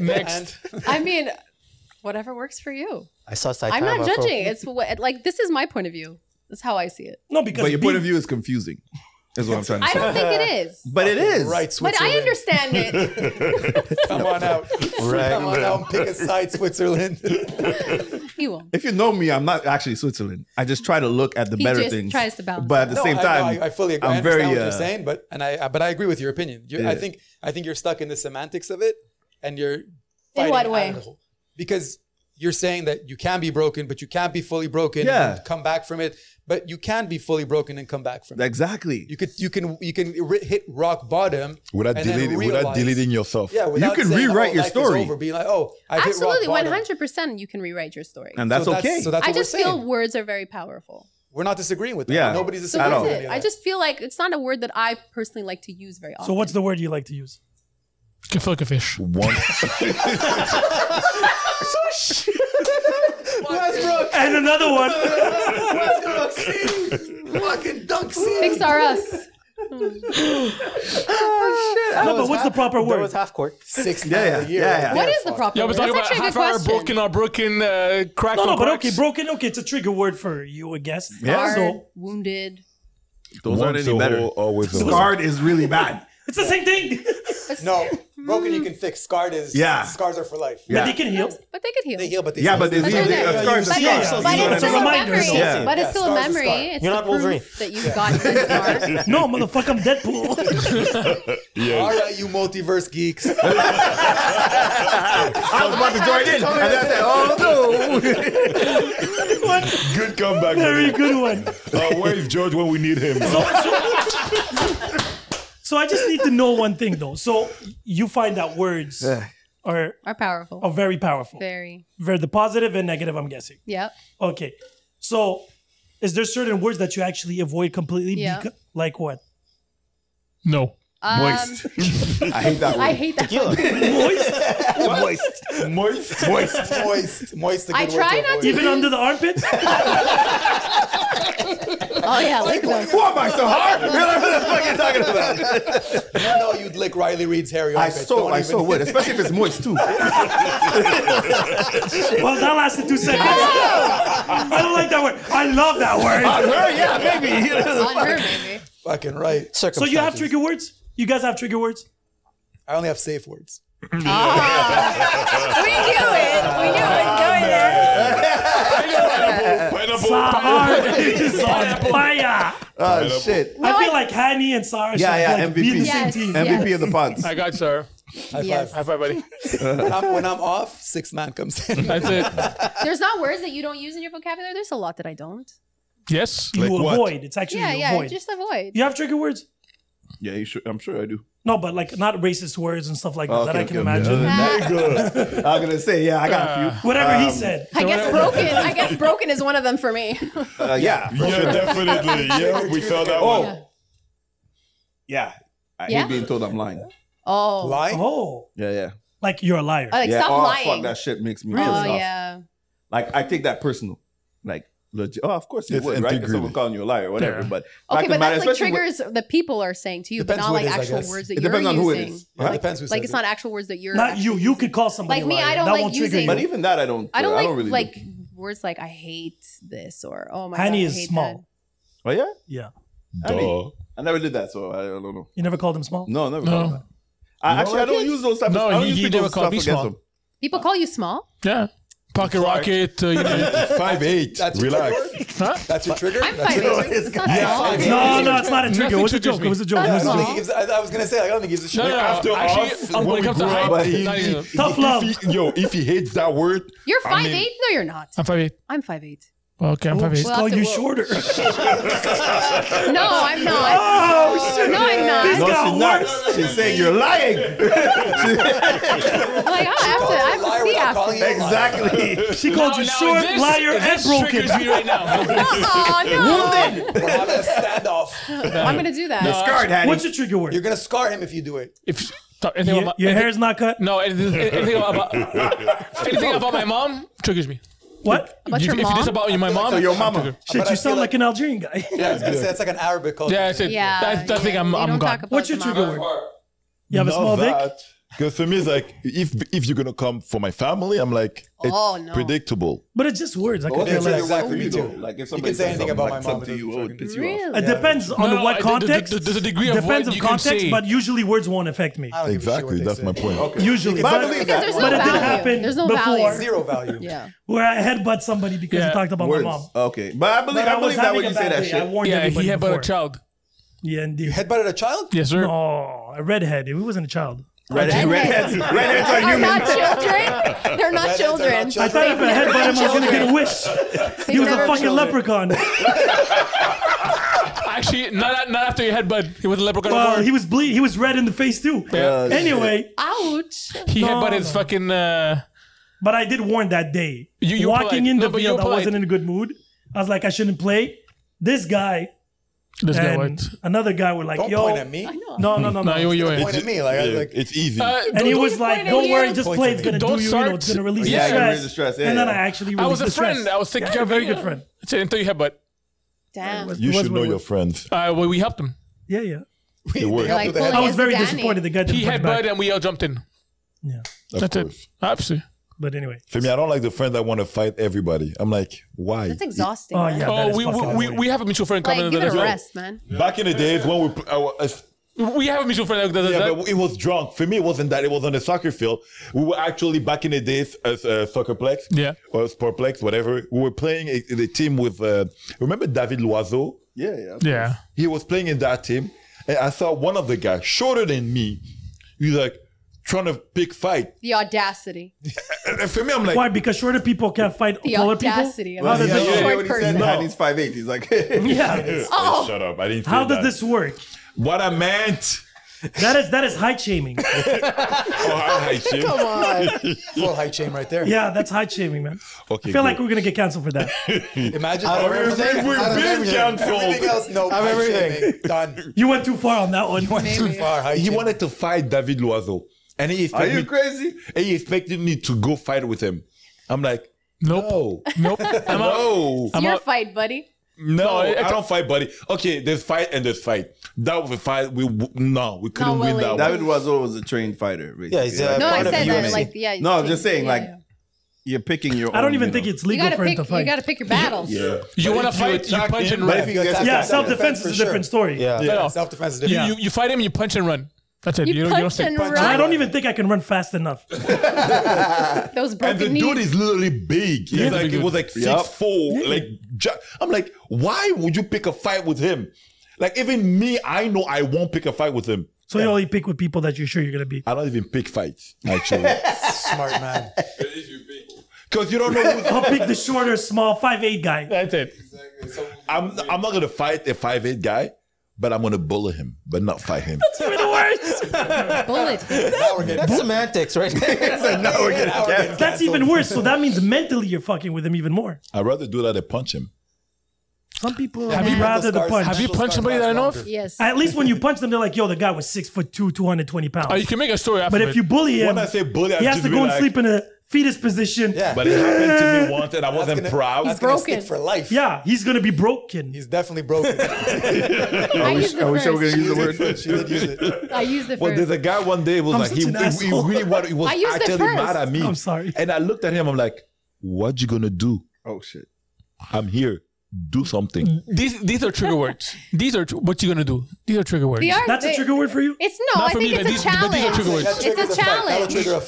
Next. I mean, whatever works for you. I saw I'm Saitama. not from- judging. It's what, like this is my point of view. That's how I see it. No, but your point of view is confusing. Is what I'm trying to I say. don't think it is. But it is Right, But I Switzerland. understand it. Come on out. Right. Come on out and pick a side, Switzerland. He won't. If you know me, I'm not actually Switzerland. I just try to look at the He better just things. tries to balance But at it. the No, same I- no, time, I, I fully agree. I'm I understand very. what uh, you're saying, but and I but I agree with your opinion. You're, I Yeah. think I think you're stuck in the semantics of it, and you're In fighting what out way? of the hole. Because you're saying that you can be broken, but you can't be fully broken. Yeah. and come back from it, but you can be fully broken and come back from it. Exactly. You could you can you can ri- hit rock bottom Without and then deleting, without realize- deleting yourself. Yeah, without can saying, rewrite oh, your life is story. over, being like, oh, I hit rock Absolutely, one bottom. hundred percent. You can rewrite your story, And that's So okay. so that's I what we're just feel saying. words are very powerful. We're not disagreeing with that. Yeah. Nobody's So disagreeing that's with it. any of I that. just feel like it's not a word that I personally like to use very often. so what's the word you like to use? Kefilkafish. One. Westbrook and another one. Westbrook, see? fucking dunk see? Fix our us. No, but what's the proper word? was half court. Six Yeah, nine yeah, a year. yeah, yeah. What is the proper Yeah, word? but That's talking about actually a good half hour question. broken or broken uh, crack. No, no, or but cracks. okay, broken. Okay, it's a trigger word for you, I guess. Scarred, So wounded. Those aren't Once any a better. hole, always a hole. Scarred is really bad. It's the same thing. no, broken you can fix. Scarred is Yeah. scars are for life. But Yeah. they can heal. But they could heal. They heal, but they Yeah, but they- But they're they- not- a scar is a but, scar, it's- so but you know it's still what a I mean? memory. It's a reminder, But it's yeah. still a Yeah, scar's a memory. scar. It's You're the not Wolverine. proof that you've gotten this far. no, motherfucker, I'm Deadpool. All right, you multiverse geeks. I was about to join in, and then I said, "Oh no!" Good comeback. Very good one. Uh, where is George when we need him? So I just need to know one thing though. So you find that words Yeah. are are powerful. Are very powerful. Very. Very the positive and negative, I'm guessing. Yep. Okay. So is there certain words that you actually avoid completely? Yeah. becau- like what? No. Um, Moist. I hate that I hate that. one. Moist. Moist. Moist. Moist. Moist. I try not to Even use- under the armpit? Oh yeah, lick them. Why am I so hard? what the fuck are you talking about? you know you'd lick Riley Reed's hairy I armpit. so Don't I even- so would, especially if it's moist too. Ah, Well, that lasted two seconds. I don't like that word. I love that word. On her, yeah, maybe. On her, maybe. Fucking right. So you have trigger words? You guys have trigger words? I only have safe words. We knew it. We knew it was going there. Sahar is on fire. Oh shit. I feel like Hani and Sahar Yeah, should yeah, like be in MVP. the same team. MVP of the pods. I got you, sir. High Yes. High five, buddy. When I'm, when I'm off, six man comes in. That's it. There's not words that you don't use in your vocabulary. There's a lot that I don't. Yes. You avoid. It's actually yeah, you yeah, avoid. just avoid. You have trigger words? Yeah, you should, I'm sure I do. No, but like not racist words and stuff like that that I can imagine. Uh, good. I'm gonna say, yeah, I got a few. Whatever he Um, said. I guess broken. I guess broken is one of them for me. Uh, yeah, for Yeah, sure. definitely. Yeah, we felt that Oh, one. yeah. I Yeah? hate being told I'm lying. Oh, Oh, Yeah, yeah. like you're a liar. Oh, like, yeah. stop oh, lying. fuck, that shit makes me pissed oh off. yeah. Like, I take that personal. Like, legit. Oh, of course you It's would, right? If integrity. someone calling you a liar or whatever. Yeah. But Okay, fact of the but matter, that's like especially when- triggers that people are saying to you, but Depends not who it like is, I actual guess. words that It you're depends on using. who it is. Yeah, it depends who Like says it's not actual words that you're. Not you. You could call somebody Like me, a liar. I don't that like won't trigger using- you. But even that, I don't. I don't like really do. like words like I hate this or oh my Honey god, I is hate small. Oh yeah. Yeah. I, mean, Duh. I never did that, so I, I don't know. You never called him small? No, never. No. No. That. I, No, actually, I I don't did. use those type. of, No, I don't you- use you people never call stuff me against small. them. that. People call you small. Yeah. Pocket rocket. Uh, you know. Five eight. That's your Relax. trigger Huh? That's your trigger? I'm That's five your- eight. It's not small. No, no, it's not a Nothing trigger. It was a triggers joke. me. It was a joke. It I was a don't think joke. he gives. I, I was gonna say like, I don't think he gives a shit. No, no, no. After Actually, off, um, when it we comes to grew height, up, not he- even. he- Tough if love. he- yo, if he hates that word, You're I five mean- eight. No, you're not. I'm five eight. I'm five eight. Okay, I'm We'll five eight. just call have to- you we'll- shorter. No, I'm not. oh shit! No, I'm not. This No, got she's not. worse. She's saying you're lying. Like "Ah, I have to. I have Liar to see without after. calling you a liar. exactly. She called you short, liar, and broken. triggers me right now. Oh no! We're having a standoff. I'm gonna do that. Discard, Hattie. What's your trigger word? You're gonna scar him if you do it. if talk, anything Your, about your anything- hair's not cut. No, anything, anything about anything about my mom triggers me. What? About if, your if it is mom? about my mom, So your mama. Shit, But I you sound feel like an Algerian guy. Yeah, I was gonna say that's like an Arabic culture. Yeah, I said. Yeah. That's the yeah, thing. I'm, you I'm don't gone. talk about What's your the trigger mom. word? You have a small dick. Because for me, it's like if if you're gonna come for my family, I'm like it's Oh, no. predictable. But it's just words. I could What's care your Yeah, less. trigger word exactly, for me you too. though? Like if You somebody can say says anything something about like my mom. something to you, it oh, it doesn't pisses fucking- you off. Really? It depends on No, no, what I- there- there- context. there- There's a degree of Depends what on you can context, say. but usually words won't affect me. I don't give a shit Exactly, what they that's say. my point. Usually, But I but, believe Because there's that. no but it value. did happen There's no before value. Zero value. Yeah. where I headbutt somebody because Yeah. he talked about Words. my mom. Okay, but I believe But I was believe that having when a you say bad that day. I shit. warned yeah, everybody he had before. a child. Yeah, indeed. Headbutted a child? Yes, sir. Oh, a redhead. He wasn't a child. Redheads, redheads, redheads are Are human. not children. They're not Redheads are children. not I thought if I headbutt him, I was gonna get a wish. He was a never fucking leprechaun. children. Actually, not not after your head, bud. He was a leprechaun. well, award. Uh, he was bleed. He was red in the face too. Yeah. Anyway, Ouch. He No, had but his no. fucking. Uh, but I did warn that day. You- you were Walking polite. in the No, but you were field, I polite. wasn't in a good mood. I was like, I shouldn't play. This guy this guy and worked. another guy were like, Don't "Yo, point at me. I know. no, no, no, No, you no." you Point ain't. at me. Like, I Yeah, like it's easy. Uh, And he don't- was like, point at "Don't me. worry, just Point play. at It's me. gonna Don't do you. You know, start- it's gonna release the Yeah, it can stress." raise the stress, yeah, and then yeah. I actually I released was a the stress. friend. I was taking Yeah, care of very him. good friend. That's it, Until you headbutt. Damn. you was what should know it your was. friends. Uh, we, we helped him. Yeah, yeah. It works. Like the head- I pulling was very Danny. disappointed. The guy didn't He punch back. headbutted and we all jumped in. Yeah, Of That's course. it. Absolutely. but anyway. For me, I don't like the friends that want to fight everybody. I'm like, why? That's exhausting. Oh, man. yeah. that Oh, is we, fucking we, we, annoying. we have a mutual friend coming Like, in give the it a next room. rest, man. Back in the days when we, I, was- We have a mutual friend that does uh, yeah, that. but it was drunk. For me, it wasn't that. It was on a soccer field. We were actually back in the days as a soccerplex, Yeah. or sportplex, whatever. We were playing a, the team with. Uh, remember David Loiseau? Yeah, yeah. Yeah. He was playing in that team, and I saw one of the guys shorter than me. He's like trying to pick fight. The audacity. And and for me, I'm like, Why? Because shorter people can't fight The taller audacity of people. How does a this short work? person. person. No. He's 5'8. He's like, Yeah. Oh. shut up! I didn't. How say does that. this work? What I meant. That is that is height shaming. Oh, I hate you. Come on. Full height chain right there. Yeah, that's height shaming, man. Okay, I feel good. like we're gonna get canceled for that. Imagine Out of everything, we've out of been everything. canceled. Everything else, no. Out of height everything. shaming. Done. You went too far on that one. Too far. Height he shaming. wanted to fight David Loiseau. And he Are expected, you me, crazy? and he expected me to go fight with him. I'm like, Nope. no, Nope. I'm out. no, It's I'm your out. fight, buddy. no, it's- I don't fight, buddy. Okay, there's fight and there's fight. That was a fight. We w- no, we couldn't win willing. that David one. Wazo was a trained fighter. Basically. Yeah, he's, uh, Like, No, I Part of said you, that. man. Like, yeah. No, I'm just saying, yeah, like, yeah. you're picking your. I don't own, even you think know. it's you legal gotta for pick. him to You fight. gotta pick your battles. Yeah. You want to fight, you attack punch him- and But if run. you You guys attack Yeah, him, self defense for is a sure. different story. Yeah. No, no. Self defense is You, different. you, you fight him, you punch and run. That's it. You, You, don't, you don't punch stick. and punch. And I run don't even think I can run fast enough. those And the broken dude knees. is literally big. He's Yeah. like, it was like six Yup. four. Like, ju- I'm like, why would you pick a fight with him? Like, even me, I know I won't pick a fight with him. So you only pick with people that you're sure you're gonna beat. I don't even pick fights actually, Smart man. But if you big, because you don't know who's I'll pick the shorter, small, 5'8 guy. That's it. exactly. So I'm I'm not gonna fight a five eight guy, but I'm gonna bully him, but not fight him. You're the worst. Bullet. Now we're getting. That's semantics, right? there. now we're getting Now we're getting That's even worse. So that means mentally you're fucking with him even more. I'd rather do that than punch him. Some people Have you- rather the Scars- punch. Have you Mental punched scars somebody that I know last of? Yes. At least when you punch them, they're like, yo, the guy was six foot two, 220 pounds. Oh, you can make a story. After but if you bully him, When I say bully, I he has just to be go and like- sleep in a fetus position. Yeah. But it happened to me once, and I That's wasn't gonna- proud. That's gonna broken. stick for life. Yeah, he's gonna be broken. He's definitely broken. I, I use wish the I wish I were first. gonna use the word. she did use it. I use the Well, there's first. a guy one day was I'm like such he, an he- he asshole. really wanted, he was I used it actually first. mad at me. I'm sorry. And I looked at him. I'm like, "What you gonna do? Oh shit! I'm here. Do something." these these are trigger words. These are tr- what you gonna do. These are trigger words. They are- That's a they- trigger word for you? It's no. Not I for think me, but it's these- a but these are challenge. trigger words. That triggers It's a a fight. That'll challenge. trigger a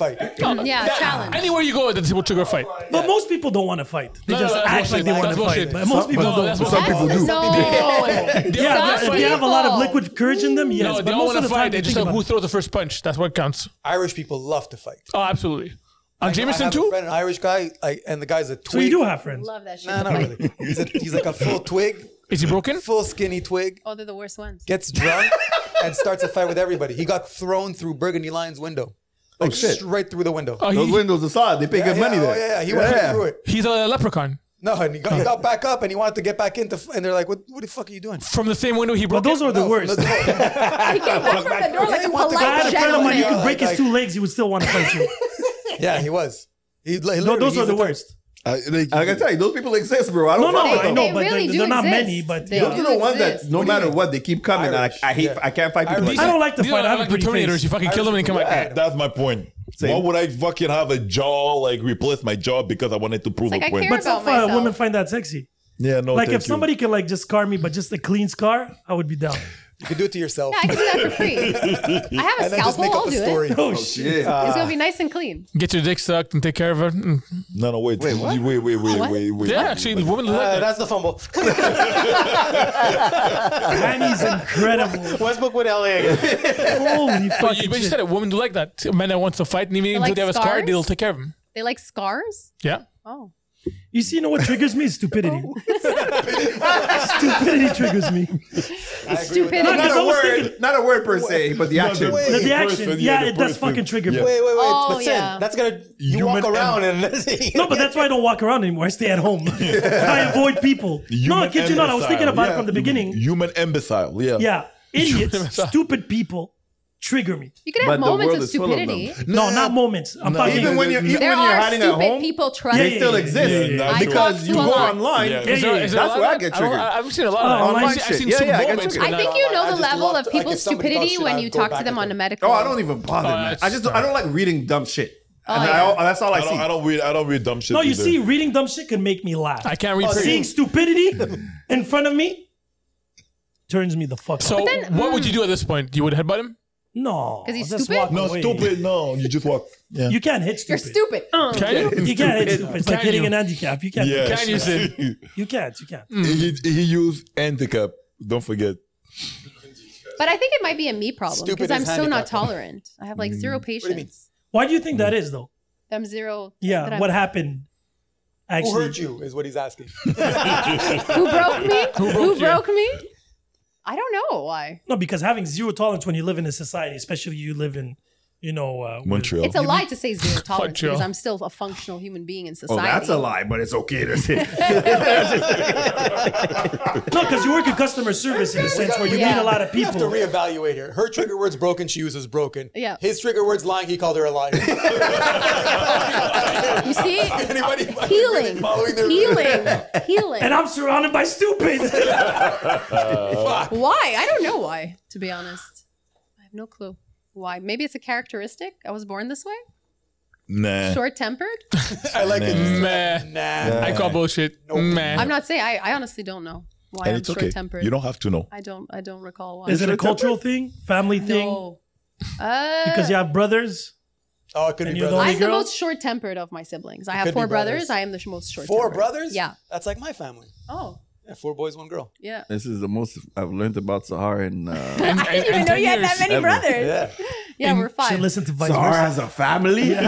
fight. Yeah, challenge. Anywhere you go, this will trigger a fight. But most people don't want to fight. They No, no, just that's act like bullshit. they want to That's fight. bullshit. But most people But No, don't. that's some what some I- people do. No. They Yeah, all but wanna if they fight. have a lot of people. liquid courage in them, yes. No, they but all most want of to the time, fight. They they just think about have who it. throws the first punch. That's what counts. Irish people love to fight. Oh, absolutely. On I Jameson have a too. friend, an Irish guy, like, and the guy's a twig. So you do have friends. Love that shit. Nah, not really. He's, a, he's like a full twig, Is he broken? full skinny twig. Oh, they're the worst ones. Gets drunk and starts a fight with everybody. He got thrown through Burgundy Lion's window. Like, Oh, shit. Straight through the window. Oh, Those he, windows are solid. They pay good yeah, money oh, there. yeah, yeah. He went right through it. he's a leprechaun. No, and he got, he got back up and he wanted to get back into. F- and they're like, "What? What the fuck are you doing?" From the same window he But broke. those it. are the No, worst. let's go. He came back from the door like a Yeah, what the- I I had polite a friend of mine. You gentleman. could break his Like- two legs; he would still want to fight you. yeah, he was. He, li- No, literally, those he's are the a- worst. I, like, I gotta tell you, those people exist, bro. I No, don't. no, fuck with I them. know, They but really they're, do they're not exist. many. But They yeah. Those do are the ones that exist. no What do you matter mean? what they keep coming. and I, I hate. Irish, yeah. I can't fight people. Like I that. don't like to These fight. I are have a like the pretty Terminators. face. You fucking kill them and they come back. that's my point. Same. Why would I fucking have a jaw like replace my jaw because I wanted to prove It's like, a I point? care. But some about uh, myself. women find that sexy. yeah, no. Like thank if you. somebody can like just scar me, but just a clean scar, I would be down. You can do it to yourself. Yeah, I can do that for free. I have a and then just scalpel. make up I'll a do story. it. Oh shit! Yeah. It's gonna be nice and clean. Get your dick sucked and take care of it. Mm. No, no, wait, wait, wait, wait, wait, wait, What? wait, wait. Yeah, actually, the woman like Uh, that. that's the fumble. Annie's incredible. Westbrook with LA again. Holy But you, fucking but you shit! said a woman do like that. A man that wants to fight, and even until like they have a scar, scars? they'll take care of him. They like scars. Yeah. Oh, You see, you know what triggers me? Stupidity. Stupidity triggers me. stupid. No, Not because a I was word. thinking- Not a word per se, but the action. wait. The, the Hey, action, person, yeah, yeah, it the does person. fucking trigger me. Yeah. Wait, wait, wait. Oh, but Sin, yeah. that's gonna you Human walk around and No, but that's why I don't walk around anymore. I stay at home. I avoid people. no, I kid you not. I was thinking about it from the beginning. Human imbecile, yeah. Yeah, idiots, stupid people trigger me. You can But have the moments world of is full of them. stupidity. No, not moments. I'm No. talking. Even when you're even There when you're are hiding at stupid home, people Yeah, trust they still yeah, exist yeah, yeah. I because talk you to a go lot. online. Yeah. Yeah, yeah. Is there a That's lot where I of that? get don't- triggered. I've seen a lot of Oh, that. online I've seen- I've shit. seen Yeah, some yeah, I get moments. triggered. and I I- think you I know the just level love of to- like, if people's somebody talks stupidity shit, when I'd you go talk back to them at on a them. medical. Oh, I don't even bother, Oh, man. that's I just don't, I don't like reading dumb shit. Oh, And yeah. I, I, that's all I, I don't, see. I don't read. I don't read dumb shit. No, you either. see, reading dumb shit can make me laugh. I can't read. Seeing period. stupidity in front of me, turns me the fuck. So off. what would you do at this point? You would headbutt him? No, 'Cause he's just stupid? walk No, away. stupid. No, you just walk. Yeah. You can't hit You're stupid. stupid. Uh. Can you? you? can't hit It's stupid. It's stupid. like hitting an Can you? handicap. You can't. Yes. Mm. you Can you, can't. You can't. You can't. he, he used handicap. Don't forget. But I think it might be a me problem because Stupid I'm is so not handicap. tolerant. I have like zero patience. Why do you think that is though? I'm zero. that Yeah. I'm- What happened? Actually, Who hurt you is what he's asking. Who broke me? Who Who broke broke, you? me? I don't know why. No, because having zero tolerance when you live in a society, especially you live in, you know, uh, Montreal. It's a lie to say zero tolerance Joe. because I'm still a functional human being in Oh, society. that's a lie, but it's okay to say. no, because you work in customer service in a sense where you Yeah. meet a lot of We have to people. reevaluate here. Her trigger word's broken. She uses broken. Yeah. His trigger word's lying. He called her a liar. You see, Anybody healing, following their healing, healing. And I'm surrounded by stupid. why? I don't know why. To be honest, I have no clue why. Maybe it's a characteristic. I was born this way. Nah. Short tempered. I like nah. it. Meh. Nah. I call bullshit. Meh. I'm not saying. I, I honestly don't know why And I'm it's okay. short tempered. You don't have to know. I don't. I don't recall why. Is it a cultural thing? Family thing? No. Uh, Because you have brothers? Oh, it could And be you're the only brothers. I'm the girl? most short tempered of my siblings. I have could four be brothers. I brothers. am the sh- most short. Four brothers? Yeah. That's like my family. Oh, Yeah, four boys, one girl. yeah. this is the most I've learned about Sahara and uh, I didn't even know you had that many Ever. brothers. Yeah. Yeah, we're She five. listened to vice Sahara versa. has a family. Damn.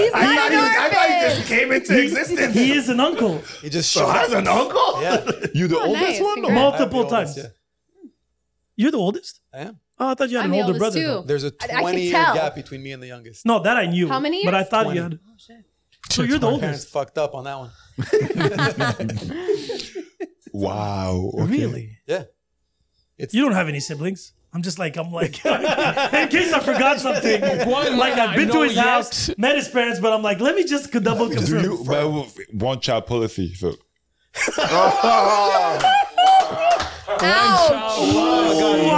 He's I, thought not he, was- I thought he an just orphan. came into existence. He is an uncle He just Sahara's up. an uncle. Yeah. You the Oh, oldest nice. one? Congrats. I'm the multiple oldest, times. You're the oldest? yeah. I am. Oh, I thought you had I'm an the older oldest brother. too. though. There's a I- I can 20 year tell. gap between me and the youngest. No, that I knew. How many But I years? thought 20. you had. Oh, shit. So you're the My parents oldest. fucked up on that one. Wow. Really? Yeah. You don't have any siblings. I'm just like I'm like in case I forgot something. One like I've I been to know his yet. house, met his parents, but I'm like, let me just double Do confirm. you, well, one child policy. So Oh, Ouch.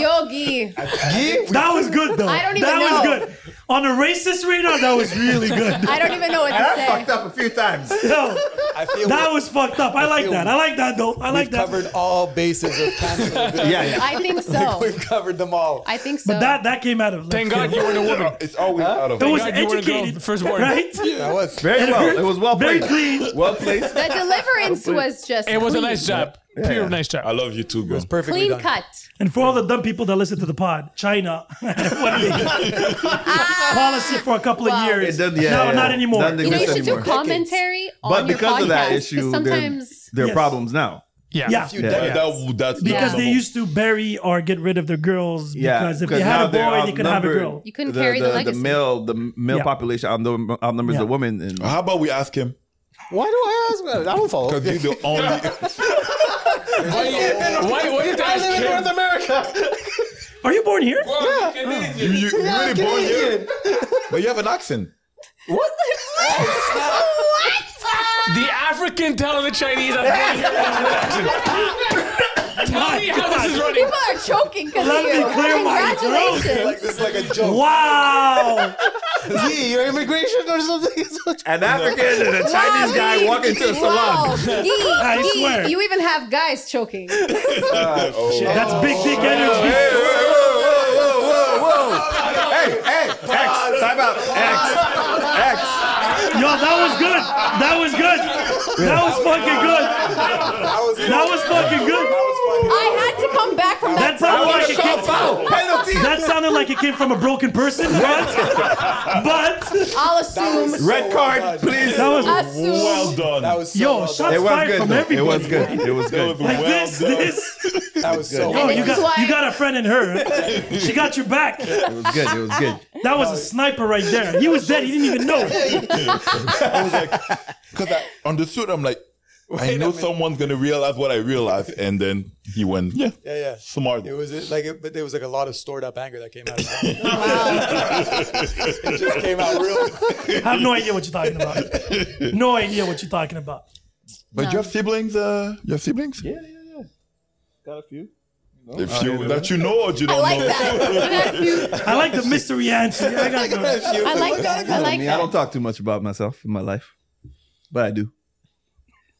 Yogi. That was good though. I don't even that know. was good. On a racist radar, that was really good. I don't even know what And I to fucked say. up a few times. Yo, I feel that was fucked up. I like feel that. I like that though. I like we've that. covered all bases of cancer. Yeah, yeah. I think so. we've covered them all. I think so. But that that came out of left Thank field. God you weren't a woman. it's always out of It was God you weren't a girl, educated, firstborn. right? that was Very well. It was well Very played. clean. Well placed. the deliverance was just. It was a clean. nice job. Pure nice job. I love you too, girl. perfectly Clean done. cut. And for all the dumb people that listen to the pod, China what they- policy for a couple Ah. Wow. of years. It doesn't- yeah, no, yeah. not anymore. Nothing You know, you Listen should do more. commentary on But your because podcast of that issue, sometimes. there are Yes. problems now. Yeah. Yeah. You Yeah. done. That, that, that's because not they normal. used to bury or get rid of their girls Yeah, because if they had now a they're boy, they could have a outnumbered. girl. You couldn't carry the legacy. The male, the male Yeah. population outnum- outnumbers Yeah. the women. And How about we ask him? Why do I ask? I don't follow. Because you're the only. Why, why, why did I I ask live in North him? America. Are you born here? Wow, you Canadian. you you Yeah, really born here, Canadian. but you have an accent. What? The African telling the Chinese I'm going here. Tell me how this is running. People are choking because Let of you. me clear my throat. Congratulations. Like this is like a joke. Wow! Gee, your immigration or something? An African and a Chinese guy Wow, walk into a salon. Wow. Gee, gee, swear. You even have guys choking. Shit, that's big dick energy. Hey, hey, X, time out. X, X. Yo, that was good. That was good. That was fucking good. I was, That was fucking good. I had to come back from That that. sounded like it Call came. foul. Penalty. That sounded like it came from a broken person, but but I'll assume. Red card, please. that was assume. Well done. that was so yo well shots done. It was fired good. from though. It everybody. was good. It was That was good. Like well this, done. this. That was so Oh, well this you is got why- you got a friend in her. She got your back. It was good. It was good. That was a sniper right there. He was dead. He didn't even know. I was like, because I understood. I'm like, I know someone's gonna realize what I realized, and then he went, yeah, Yeah, yeah. smart. It was like, it, but there was like a lot of stored up anger that came out. Of that. it just came out real. I have no idea what you're talking about. No idea what you're talking about. But you have siblings? Uh, you have siblings? Yeah, yeah, yeah. Got a few. If you that you know or you don't I like know. that. You got a few- I like the mystery answer. I gotta go. I like that. I I like mean, I that. don't talk too much about myself in my life, but I do.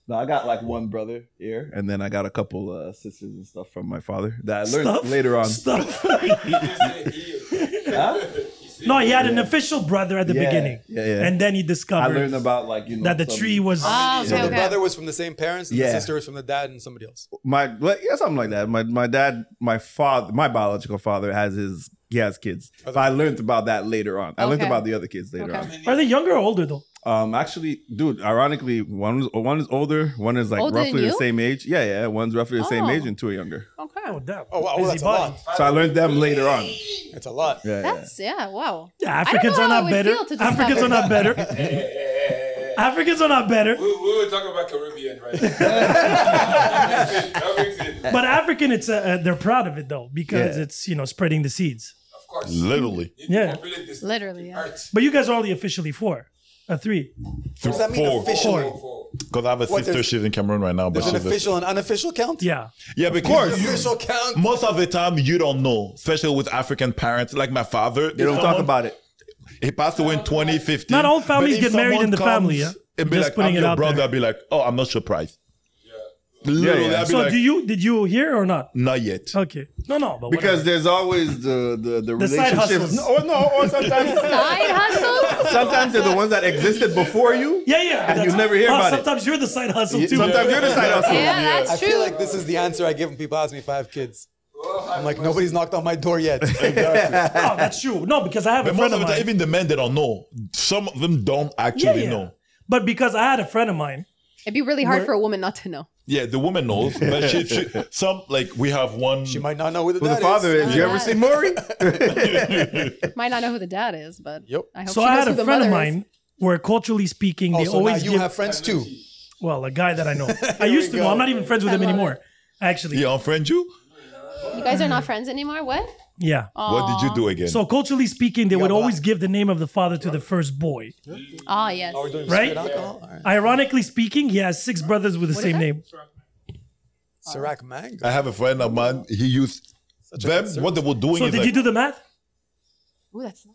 No, I got like one brother here, and then I got a couple uh, sisters and stuff from my father that I learned Stuff? later on. Stuff. Huh? No, he had an official brother at the Yeah, beginning. yeah, yeah. And then he discovered I learned about like you know that the some- tree was. Uh, Ah, so the brother was from the same parents, and Yeah. the sister was from the dad and somebody else. my like, yeah, something like that. My my dad, my father, my biological father has his he has kids. But I learned about that later on. I learned Okay. about the other kids later on. Are they younger or older though? Um, actually, dude, ironically, one is one is older, one is like Older than roughly the you? same age. Yeah, yeah, one's roughly the same Oh. age, and two are younger. Okay. Oh, damn. Oh, wow, Busy that's a body. lot. So I learned them later on. It's a lot. Yeah, yeah. That's yeah. Wow. Yeah, I don't Africans know are how I not would better. feel to discover- Africans are not better. Africans are not better. We, we were talking about Caribbean, right? But African, it's a, uh, they're proud of it though because it's you know spreading the seeds. Of course. Literally. Yeah. Literally. Yeah. But you guys are only officially four, a three. What does that mean, Four. officially? Four. Because I have a What, sister, there's- she's in Cameroon right now. But There's an she's a- official and unofficial count. Yeah. Yeah, because course. Official count. Most of the time, you don't know, especially with African parents, like my father. They don't talk about it. He passed away in 2015. Not all but families if get married someone in the comes family, yeah? And be Just like, putting I'm it your out there. brother. I'll be like, oh, I'm not surprised. Yeah. Literally, Yeah, yeah. I'll be So like, Mm. do you? Did you hear or not? Not yet. Okay. No, no. But Because there's always the the, the, The side relationships, hustles. oh, or no, or sometimes Side hustles? Sometimes they're the ones that existed before you. Yeah, yeah. and that's- you never hear Oh, about it. Sometimes you're the side hustle Yeah, too. sometimes you're the side hustle. I feel like this is the answer I give when people ask me if I have kids. I'm like, nobody's knocked on my door yet. no, that's true. No, because I have But a most friend of of the mine. time, even the men they don't know. Some of them don't actually yeah. know. But because I had a friend of mine. It'd be really hard Where- for a woman not to know. Yeah, the woman knows, but she, she some like we have one. She might not know who the, Who the dad father is. is. You ever seen Maury? Might not know who the dad is, but I hope so she I knows had who a the friend of mother mine where culturally speaking, Oh, they so now always you give, have friends too. Well, a guy that I know. I used to we know. go. I'm not even friends with him anymore. Actually, yeah, unfriend you. Is. You guys are not friends anymore. What? Yeah. Um, What did you do again? So culturally speaking, they would always give the name of the father to the first boy, Ah, yes. right? Ironically speaking, he has six brothers with the same name. Sirac Mang. I have a friend of mine. He used them. What they were doing So is did like, you do the math? Ooh, that's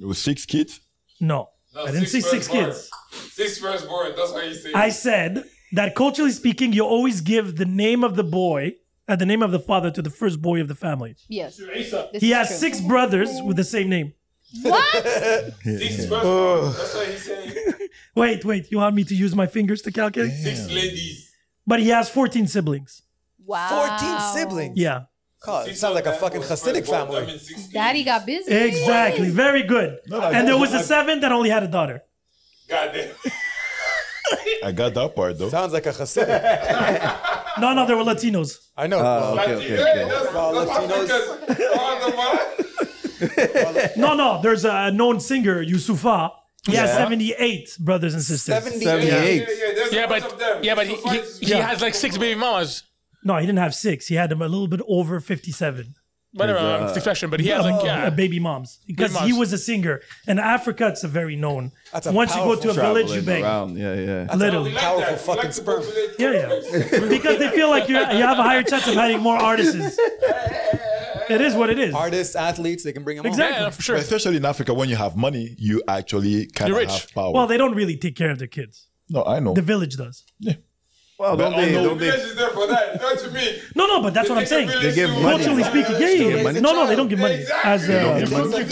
it was six kids. No, I didn't see six firstborn. kids. Six firstborn. That's how you say. I it. said that culturally speaking, you always give the name of the boy, uh, the name of the father to the first boy of the family. yes. This he is has true. six brothers with the same name. What? Six firstborn. That's what he's saying. Wait, wait. You want me to use my fingers to calculate? Six ladies. But he has 14 siblings. Wow. 14 siblings. Yeah. God, Oh, it sounds like a fucking Hasidic family. Daddy got busy. Exactly. Very good. No, I- and there was I- a seven that only had a daughter. Goddamn. I got that part though. Sounds like a Hasidic. No, no, there were Latinos. I know. Oh, okay, okay, okay. Well, Latinos. No, no, there's a known singer, Yusufa. He has Yeah. 78 brothers and sisters. 78. Yeah, but yeah, but he, he, he Yeah. has like six baby mamas. No, he didn't have six. He had them a little bit over 57. Whatever, I'm Uh, expression, but he has like uh, yeah. baby moms because Baby he moms. was a singer. In Africa, it's a very known. a Once you go to a Traveling village, you beg. around. Yeah, yeah. That's Literally. a powerful fucking sperm. Yeah, yeah. because they feel like you you have a higher chance of having more artists. It is what it is. Artists, athletes, they can bring them Exactly. Yeah, on. for sure. But especially in Africa, when you have money, you actually kind You're of rich. have power. Well, they don't really take care of their kids. no, I know. The village does. Well, But don't they? I know- Don't they? She's there for that. Don't you mean? No, no, but that's what I'm saying. They give money. Culturally speaking, yeah, yeah, yeah. money. No, no, they don't give money. As don't uh, give money.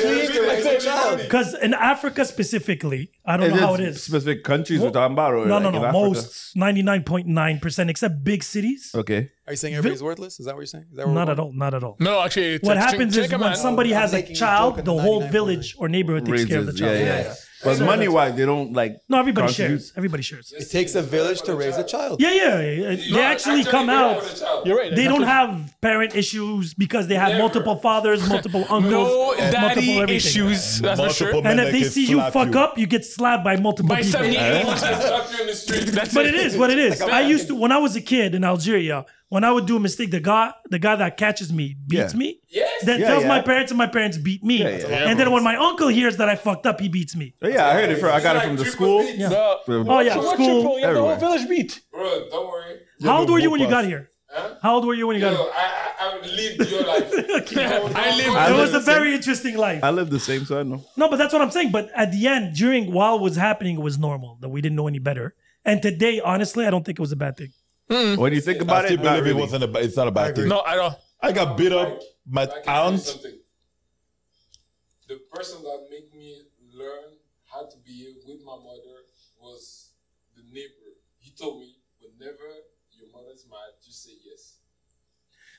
Because in Africa specifically, I don't Is know how it it is. Specific countries we're talking about, or No, like no, in no. Africa? Most 99.9%, except big cities. Okay. Are you saying everybody's worthless? Is that what you're saying? Is that what Not we're- at all. Not at all. No, actually, it's- what it's- happens is check 'em when out. somebody I'm has a making a child, joke at the whole village or neighborhood takes care of the Raises, yeah, child. yeah, yeah. But money wise, they don't like. No, everybody contribute. shares. Everybody shares. It takes a village to raise a child. Yeah, yeah. yeah. They actually come out. You're right. They don't exactly. have parent issues because they have multiple fathers, multiple uncles, No daddy multiple everything. issues, that's for sure. Multiple And men if that they can see you slap fuck you. up, you get slapped by multiple By people. 78. That's but it is what it is. I used to when I was a kid in Algeria. When I would do a mistake, the guy, the guy that catches me, beats Yeah. me. Yes. Then Yeah, tells yeah. my parents, and my parents beat me. Yeah, yeah. Yeah, And then when my uncle hears that I fucked up, he beats me. Oh, yeah, I heard it. From, I got it from the school. No. Oh yeah, school. Everywhere. village beat. Bro, don't worry. How old were you when you Pass. got here? How old were you when you got Yo, here? I, I, I lived your life. I lived. I It was a lived- very interesting life. I live the same, so I know. No, but that's what I'm saying. But at the end, during while it was happening, it was normal that we didn't know any better. And today, honestly, I don't think it was a bad thing. Hmm. When you think about I still it, not believe really. it wasn't a. ba- It's not a bad thing. No, I don't. I got beat up. My aunt. something. The person that made me learn how to behave with my mother was the neighbor. He told me, whenever your mother's mad, just say yes.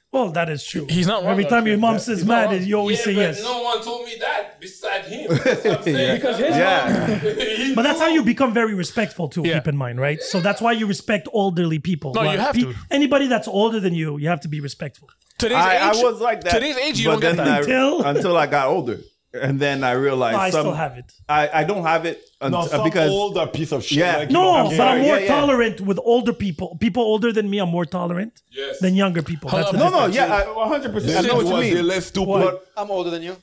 Well, that is true. He's not wrong, Every time your actually. mom Yeah. says He's not mad, wrong. Oh, you always Yeah, say but yes. No one told me that beside him. That's what I'm saying. Because his Yeah. mom. but that's how you become very respectful too. Keep in mind, right? So that's why you respect elderly people. No, you Like, have pe- to. Anybody that's older than you, you have to be respectful. Today's I, age- I was like that. today's age, you but don't get then that. I- Until- until I got older, and then I realized No, I some, still have it. I, I don't have it un- uh, No, some because older piece of shit. Yeah. like, you No, know, I'm but I'm sorry. more Yeah, yeah. tolerant with older people. People older than me, I'm more tolerant than younger people. That's the No, no, difference. yeah, I, 100%. I know what you mean. But- I'm older than you.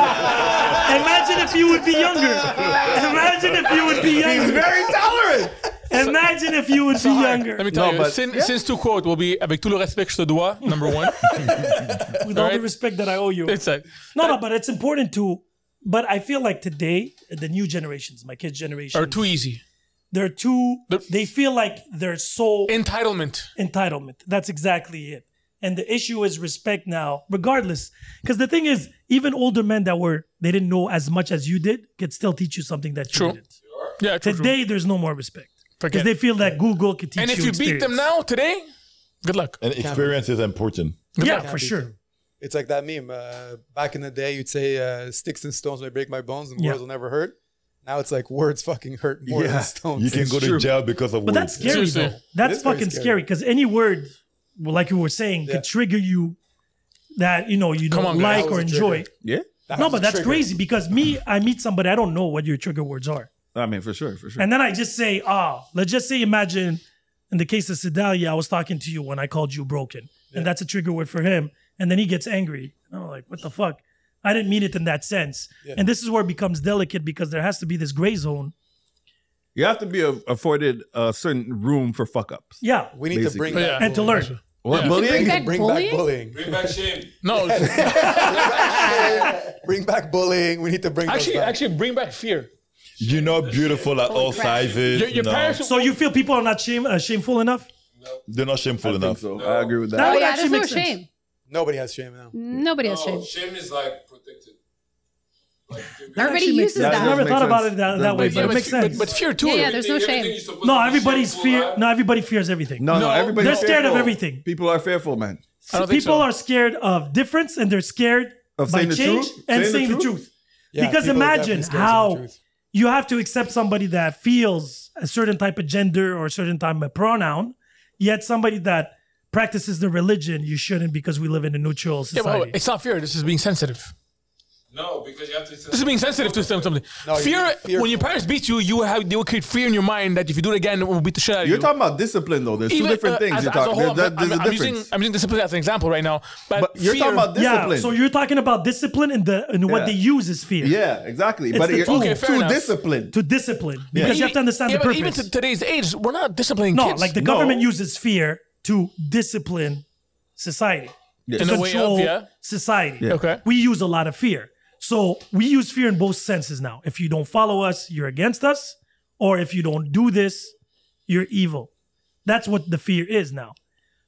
Imagine if you would be younger. Imagine if you would be younger. He's very tolerant. Imagine if you would be younger. Let me tell you, sin, since to quote will be avec tout le respect que je te dois, number one. with all the respect that I owe you. It's like, no, no, but it's important to. But I feel like today, the new generations, my kids' generation, are too easy. They're too. They feel like they're so entitlement. Entitlement. That's exactly it. And the issue is respect now, regardless. Because the thing is, even older men that were they didn't know as much as you did could still teach you something that you True. didn't. Yeah, true, true. Today, there's no more respect because Forget they it. feel that Google could teach And if you. you beat them experience. now today, good luck. And experience is important. yeah, Can't for beat sure. them. It's like that meme. Uh, back in the day, you'd say uh, sticks and stones may break my bones, and Yeah. words will never hurt. Now it's like words fucking hurt more Yeah. than stones. You can go to True. jail because of But that's scary though. That's fucking scary because any word, well, like you were saying, could trigger you that you know you Come don't on, guys. like That or was a enjoy. trigger. Yeah. That no, was but a that's trigger. crazy because me, I meet somebody, I don't know what your trigger words are, I mean, for sure, for sure. and then I just say, ah, let's just say, imagine, in the case of Sedalia, I was talking to you when I called you broken, and that's a trigger word for him, and then he gets angry. And I'm like, what the fuck? I didn't mean it in that sense, Yeah. and this is where it becomes delicate because there has to be this gray zone. you have to be a, afforded a certain room for fuck ups. Yeah, We need to bring back and to bullying. learn. What, Yeah. bullying? Bring back bullying. Bring back shame. No, Bring back bullying. We need to bring those actually, back. actually, bring back fear. You're not beautiful at all sizes. no. So you feel people are not shame, uh, shameful enough? They're not shameful enough. So I agree with that. That Oh would yeah, actually there's no make sense. shame. Nobody has shame now. Nobody Oh, has shame. Shame is like protected. Everybody actually uses makes sense. that. I never thought about it that, that way, Yeah, but it makes but, sense. But, fear too. Yeah, yeah, there's no shame. no, everybody's fear. No, everybody fears everything. No, no, everybody's they're scared fearful. of everything. People are fearful, man. People are scared of difference, and they're scared Of by saying the change truth? and saying, Saying the the truth. truth? Yeah, because people are imagine definitely scared of saying the how you have to accept somebody that feels a certain type of gender or a certain type of pronoun, yet somebody that practices the religion you shouldn't because we live in a neutral Yeah, society. but it's not fear. This is being sensitive. No, because you have to. This is being sensitive to some- something. No, you're fear. being fearful. When your parents beat you, you have they will create fear in your mind that if you do it again, it will beat the shit out of you. You're talking about discipline, though. There's two Even, different uh, things as- you're as a talking whole, about. There's, I'm- there's a I'm difference. using I'm using discipline as an example right now, but, But you're talking fear- about discipline. Yeah, so you're talking about discipline and the and what Yeah. they use is fear. yeah, exactly. It's But the you're tool. okay, Okay, fair too enough. disciplined. to discipline because you have to understand yeah, the but purpose. Even to today's age, we're not disciplining no, kids. like the government uses fear to discipline society. Yeah. To In a way of, control yeah. society. Yeah. Okay. We use a lot of fear. So we use fear in both senses now. If you don't follow us, you're against us. Or if you don't do this, you're evil. That's what the fear is now.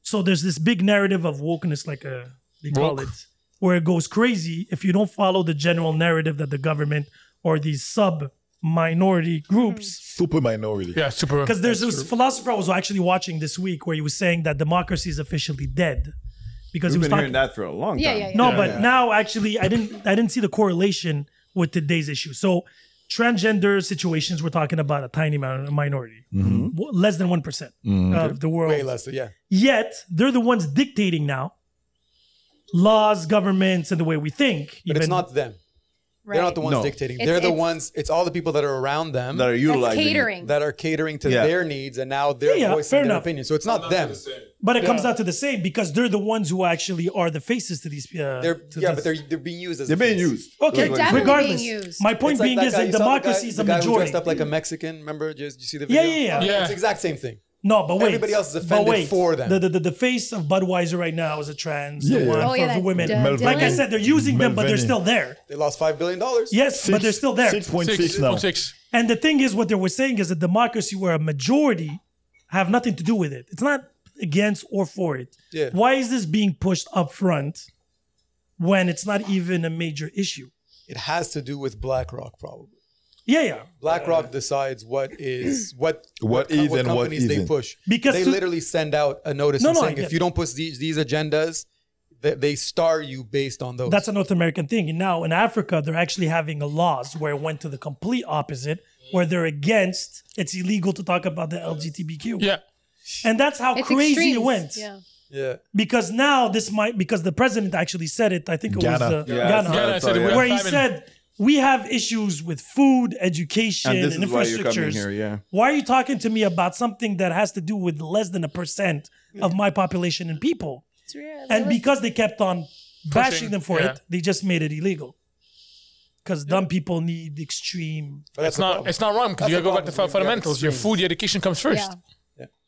So there's this big narrative of wokeness, like uh they call Woke. it, where it goes crazy if you don't follow the general narrative that the government or these sub minority groups Mm. Super minority. Yeah, super. because there's this philosopher I was actually watching this week where he was saying that democracy is officially dead because he We've was been talking. hearing that for a long Yeah, time. yeah, yeah. No, but now actually, I didn't. I didn't see the correlation with today's issue. So, transgender situations, we're talking about a tiny mi- minority, Mhm. W- less than one Mhm. of the world. Way less, yeah. Yet they're the ones dictating now laws, governments, and the way we think. But it's not them. They're not the ones No. dictating. It's- They're the it's- ones. It's all the people that are around them That are utilizing it. catering. That are catering to Yeah. their needs, and now they're Yeah, yeah, voicing fair their enough. opinion. So it's not them. But it comes Yeah. down to the same because they're the ones who actually are the faces to these. Uh, They're, to yeah, this. but they're they're being used as They're being used. Okay, That's what it is. regardless. My point It's like being is guy- that you saw the guy- democracy is the a guy who majority. dressed up like a Mexican. Remember, just you see the Yeah, video? yeah, yeah. It's the exact same thing. No, but wait. Everybody else is But offended wait. for them. The, the, the, the face of Budweiser right now is a trans Yeah, the yeah. one Oh, for yeah, the that women. d- Melvin. Like I said, they're using them, but they're Melvin. still there. They lost five billion dollars. Yes, but they're still there. Six point six now. Six. And the thing is, what they were saying is a democracy where a majority have nothing to do with it. It's not against or for it. Yeah. Why is this being pushed up front when it's not even a major issue? It has to do with BlackRock, probably. Yeah, yeah. BlackRock decides what is what What co- is and what companies they isn't. push Because they to- literally send out a notice No, and no, I saying get if you it. don't push these these agendas, they, they star you based on those. That's a North American thing. And now in Africa, they're actually having a laws where it went to the complete opposite, where they're against. It's illegal to talk about the LGBTQ. Yeah, and that's how It's crazy extremes. it went. Yeah. yeah. Because now this might because the president actually said it. I think it Ghana. was the Yeah, Ghana, Ghana said we have where he famine. said we have issues with food, education, And and, this is why you're infrastructures. coming here, yeah. Why are you talking to me about something that has to do with less than a percent of my population and people? And because they kept on bashing Pushing, them for yeah. it, they just made it illegal. Because dumb people need extreme. it's not it's not wrong because you gotta go back to fundamentals. Your food, your education comes first.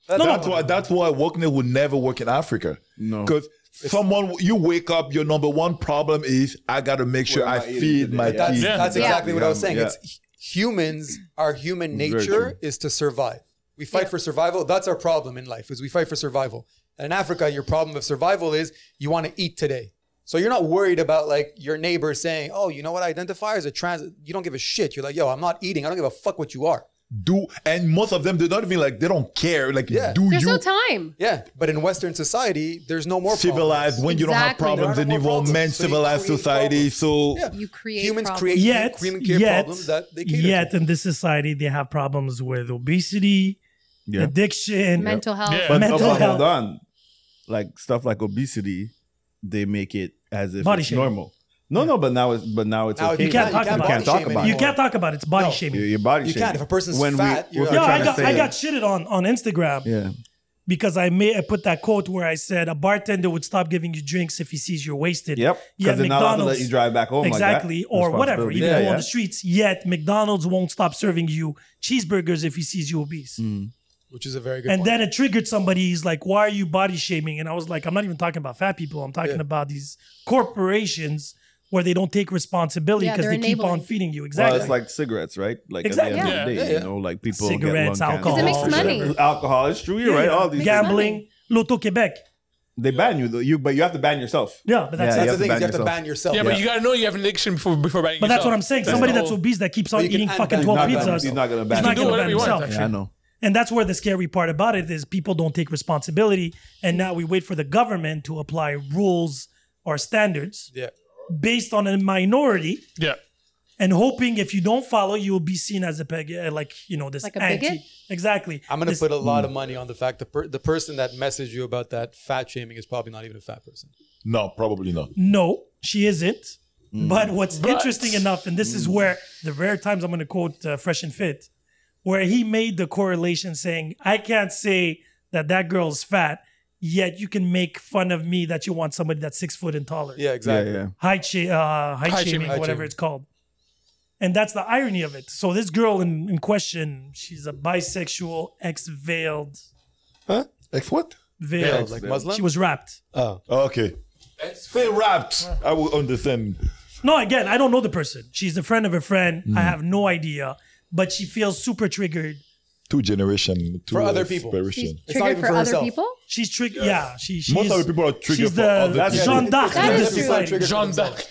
That's, No, no. why that's why wokeness will never work in Africa. No. Because someone you wake up, your number one problem is I gotta make sure I feed my But that's, kids. that's exactly what I was saying. Yeah. It's h- humans, our human Very nature is to survive. We fight for survival. That's our problem in life is we fight for survival. And in Africa, your problem of survival is you want to eat today. So you're not worried about like your neighbor saying, "Oh, you know what? I identify as a trans." You don't give a shit. You're like, "Yo, I'm not eating. I don't give a fuck what you are." do and most of them they're not even like they don't care. Like do There's you no time. Yeah, but in Western society, there's no more civilized problems. when you don't have Exactly. problems There are no in more evolved men problems. So you civilized create society. So You create Humans problems. create Yet, human care yet, problems that they cater yet in this society, they have problems with obesity, Yeah. addiction, Mental health. But, mental but health. hold on, like stuff like obesity, they make it as if Body it's shaming. normal. No, no, but now it's but now it's Now okay. You can't talk can't about body it. shame anymore. You can't talk about it. It's body No. shaming. Your, your body. You shaming. can't. If a person's When we- fat, if you're- we're Yeah, trying I to got say I it- got shitted on on Instagram Yeah. because I made I put that quote where I said a bartender would stop giving you drinks if he sees you're wasted. Yep, 'cause Yet they're not allowed to McDonald's let you drive back home like that. exactly or whatever Oh Responsibility. even Yeah, go on yeah. the streets. Yet McDonald's won't stop serving you cheeseburgers if he sees you obese. Mm. which is a very good. And point. then it triggered somebody. He's like, "Why are you body shaming?" And I was like, "I'm not even talking about fat people. I'm talking about these corporations where they don't take responsibility Yeah, because they're they keep on enabling. feeding you." Exactly. Well, it's like cigarettes, right? Like Exactly. at the end of the Yeah. day, Yeah, yeah. you know, like people Cigarettes, get lung alcohol. 'Cause it makes cancer, money. whatever. Alcohol, it's true. You're Yeah, right. yeah. All these things. gambling, Loto Quebec. They ban you though. You but you have to ban yourself. Yeah, but that's- that's you the have to thing. is ban You have to yourself. ban yourself. Yeah, but you gotta know you have an addiction before before buying. But that's yourself. what I'm saying. Somebody the that's whole- obese that keeps on But you can eating add fucking that- twelve not ban pizzas. himself. He's not gonna ban He's not gonna himself. Do ban whatever he wants, himself. actually. Yeah, I know. And that's where the scary part about it is people don't take responsibility, and now we wait for the government to apply rules or standards Yeah. based on a minority, Yeah. and hoping if you don't follow, you will be seen as a peg, uh, like you know this Like a anti. bigot? Exactly. I'm gonna This- put a lot of money on the fact the per- the person that messaged you about that fat shaming is probably not even a fat person. no, probably not. No, she isn't. Mm. But what's interesting enough, and this is where the rare times I'm going to quote uh, Fresh and Fit, where he made the correlation saying, I can't say that that girl's fat, yet you can make fun of me that you want somebody that's six foot and taller. Yeah, Yeah, exactly. yeah. Height, sh- uh, height, Height shaming. shaming, Height whatever shaming. it's called. And that's the irony of it. So this girl in, in question, she's a bisexual, ex-veiled, Huh? Like what? veiled. Like Muslim. She was wrapped. Oh. Okay. Say wrapped. I will understand. No, again, I don't know the person. She's a friend of a friend. Hmm. I have no idea. But she feels super triggered. Two generation, two For other people. inspiration. It's not Triggered even for for other herself. people? She's triggered. Yeah, she, she Most is, other people are triggered She's for the other people. Jeanne d'Arc That of is this true. society. John Duck.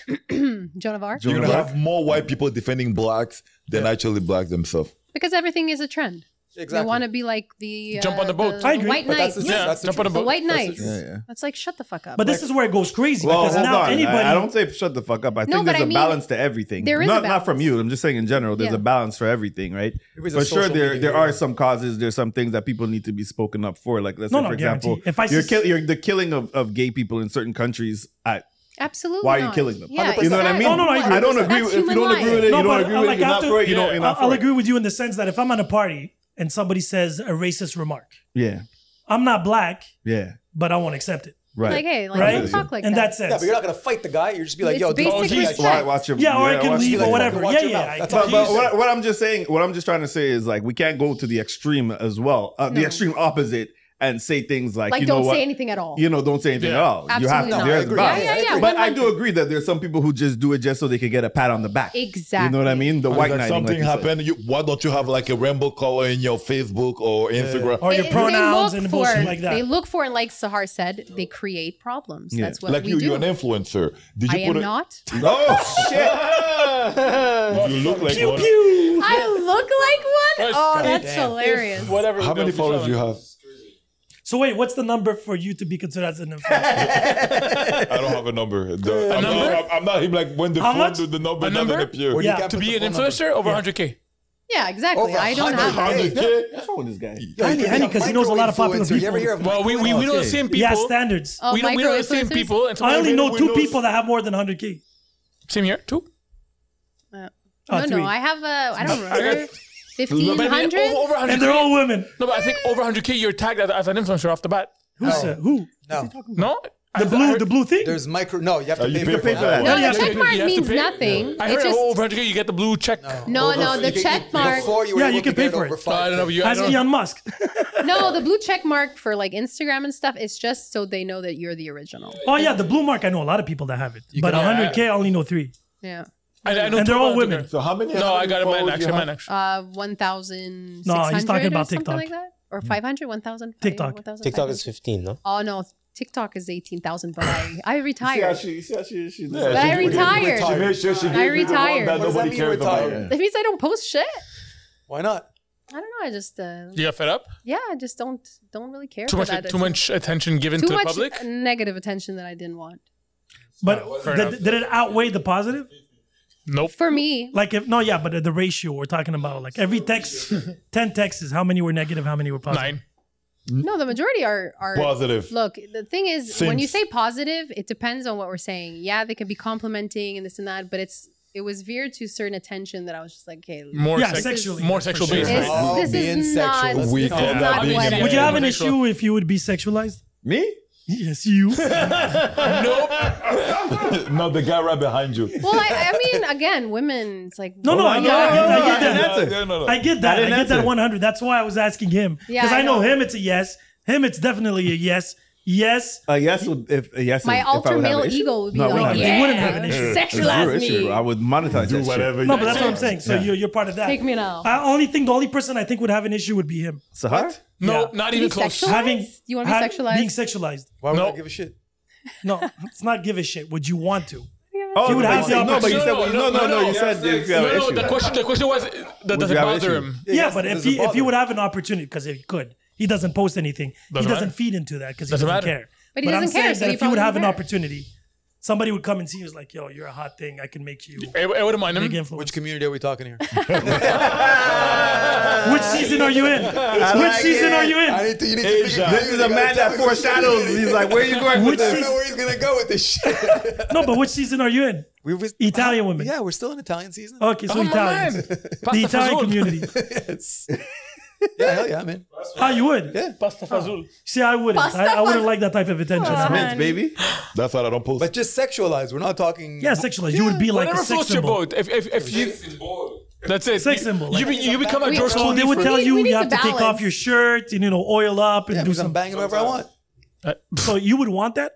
Joan of Arc? You're gonna have more white people defending blacks than actually blacks themselves. Because everything is a trend. They Exactly. want to be like the uh, Jump on the boat. I the agree. white But knight. that's the, Yeah, that's the jump on truth. a boat. white That's knight. the truth. yeah. That's like shut the fuck up. But this is where it goes crazy Well, because hold now on. I- anybody. I, don't say shut the fuck up. I No, think but there's I a mean, balance to everything. there is not a not from balance. you. I'm just saying in general. There's Yeah. a balance for everything, right? It was a For sure, social there media, there are yeah. some causes. There's some things that people need to be spoken up for. Like let's No, say, no, for example, guarantee. If I you're, sus- kill, you're the killing of, of gay people in certain countries. I, Absolutely. why are you not. killing them? Yeah, You know what I exactly. mean? No, no, no, I don't agree. That's With, if you human don't agree life. with it, you No, don't but agree uh, with like it. You're not after- for it. You yeah, don't. You're I'll, not I'll for it. agree with you in the sense that if I'm at a party and somebody says a racist remark, Yeah, I'm not black, yeah, but I won't accept it. right. Like, hey, like, Right? don't talk like and that. that's it. Yeah, but you're not gonna fight the guy. You're just be like, It's yo, basic don't do that respect. shit. Why watch your yeah, or I can watch leave your- or fucking whatever. watch Yeah, your yeah. mouth. I That's But, totally but understand. what, what I'm just saying, what I'm just trying to say is like we can't go to the extreme as well, uh, the extreme opposite, and say things like, Like, you know don't say what? anything at all. You know, don't say anything at all. you have Absolutely to. not. there's No, I agree. balance. Yeah, yeah, yeah, But I do agree that there's some people who just do it just so they can get a pat on the back. Exactly. You know what I mean? The Like white knighting, Oh, something like you said. happened. You, why don't you have like a rainbow color in your Facebook or Instagram They- they look for, They look for, and like Sahar said, they create problems. That's what like we you, do. you're an influencer. Did you I am put a- not. Oh shit! you look like one. I look like one. Oh, that's hilarious. Whatever. How many followers do you have? So wait, what's the number for you to be considered as an influencer? I don't have a number. The- I'm, number? Not, I'm- I'm not him. Like when the How phone, much? the number A doesn't number? appear. Where you Yeah. can To put be the an phone number. influencer, over 100k. Yeah, exactly. Over I don't have. 100K? What's wrong with this guy? Henny, Henny, because he knows a lot of popular people. Well, we, we, we know the same people. Oh, Yeah, standards. we don't we know the same people. And I only somebody- know we two people that have more than 100k. Same here, two. Uh, Oh, no, three. no, I have a. I don't I got- remember. No, Fifteen but I mean, hundred. over- over 100K. women. No, but I think over 100k, you're tagged as, as an influencer off the bat. Who said who? No. No. The blue, the blue thing. There's micro. No, you have to you pay, pay for for that. that. No, No, Yeah, the you check have mark to pay. means Yeah. nothing. I It heard just- over 100k, you get the blue check. No, no, the check mark. yeah, you can pay for it. I don't know. You, I Ask don't Elon Musk. no, the blue check mark for like Instagram and stuff is just so they know that you're the original. Oh yeah, the blue mark. I know a lot of people that have it, but can- 100k, I only know three. Yeah. I, I know And they're two all about women. Twitter. So how many- No, how I many got a man followers actually. you Man have? actually. Uh, 1,600 No, he's talking about or something TikTok. like that? Or 500, 1,000? TikTok. TikTok is 15, no? Oh, no. TikTok is 18,000, but I, I retired. See how she, see how she, she But I retired. She made sure she I gave me the one retired. that What nobody does that mean, cares about. retired? That means I don't post shit. Why not? I don't know. I just, uh, You got fed up? yeah, I just don't don't really care Too for much, that. too much attention given Too to the much public. negative attention that I didn't want. But Fair did, enough. did it outweigh the positive? Nope. For me, Like if no, yeah, but the ratio we're talking about, like every text, ten texts, how many were negative, how many were positive? Nine. No, the majority are are Positive. Look, the thing is, when Since- you say positive, it depends on what we're saying. Yeah, they could be complimenting and this and that, but it's it was veered to certain attention that I was just like, okay, More Yeah, sex- sexually, More for sexual sure. based. It's- things. this is not- sexual. We this is call that not being what I- Would you have an Sexual. issue if you would be sexualized? Me? Yes, you. no, the guy right behind you. Well, I, I mean, again, women, it's like No, no, I get, I get, I get that. I didn't answer. No, no, no. I get that. I I, didn't get that answer. 100. That's why I was asking him because Yeah, I, I know know. him. It's a yes. Him, it's definitely a yes. Yes. A Uh, yes, would- if a yes. My is- if I alter would have an male issue. ego would be No, I like, wouldn't. yeah, You wouldn't have an issue. It's your sexualize issue. me. I would monetize Do that whatever shit. No, but that's what I'm saying. So Yeah. you're, you're part of that. Take me now. I only think the only person I think would have an issue would be him. So what? No, not even close. Having You wanna be ha- sexualized? Being sexualized. Why would No. I give a shit? No, it's not give a shit. Would you want to? Oh, you would no, have but the you- no, but you opportunity. said- no, no, no, you said if you have an no, issue. the question, the question was, uh, that does you it have an bother issue? him? Yeah, but if doesn't he if bother he would have an opportunity because he could, he doesn't post anything. Doesn't he doesn't matter. feed into that because he Doesn't doesn't, matter. care. But he doesn't I'm care, saying so that he if he would probably have an doesn't opportunity, somebody would come and see you was like, "Yo, you're a hot thing. I can make you." It, it wouldn't mind him. Big influence. Which community are we talking here? Which season are you in? I Which like season it. are you in? I need to, you need Asia. to This is a man that foreshadows. He's like, where you going with Which I don't know this? where he's gonna go with this shit. No, but which season are you in? We was, Italian women. yeah, we're still in Italian season. Okay, so Oh, Italians. man. The Pasta Italian fazool. community. yes. Yeah, hell yeah, man. Ah, you would? Pasta fazool. See, I wouldn't. Pasta I, Ah. I wouldn't faz- like that type of attention. man. Vince, baby. That's why I don't post. But just sexualized. We're not talking. Yeah, sexualized. you would be like a Whatever sex floats your symbol. boat. If, if, if you, Symbol. that's it. Sex You- symbol. You, be, you become a We- George we- So Clooney. Oh, they would We tell need- you we need you have to to take off balance. your shirt and you know oil up and Yeah, do because I'm some. banging whoever I want. So you would want that?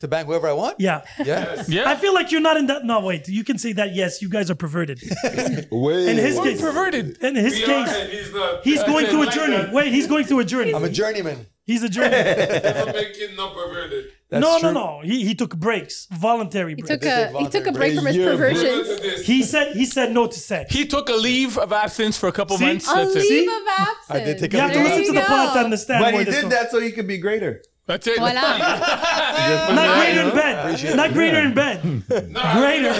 To bang whoever I want? Yeah. Yeah. Yeah. I feel like you're not in that. No, wait. You can say that. Yes, you guys are perverted. Wait. In his We're case, perverted. in his We are, case, and he's not. he's going it. through a Like journey. that. Wait, he's going through a journey. I'm a journeyman. He's a journey. Doesn't make it not perverted. no, no, true. no. He he took breaks, voluntary He breaks. took a he took a break from his Yeah, bro. Look perversions. at this. He said he said no to sex. He took a leave of absence for a couple See? months. A That's it. leave of absence. I did take a you have to There listen to you the pod to go. understand. But where he this did goes. that so he could be greater. That's it. Voila. Not greater in bed. Not greater in bed. Greater.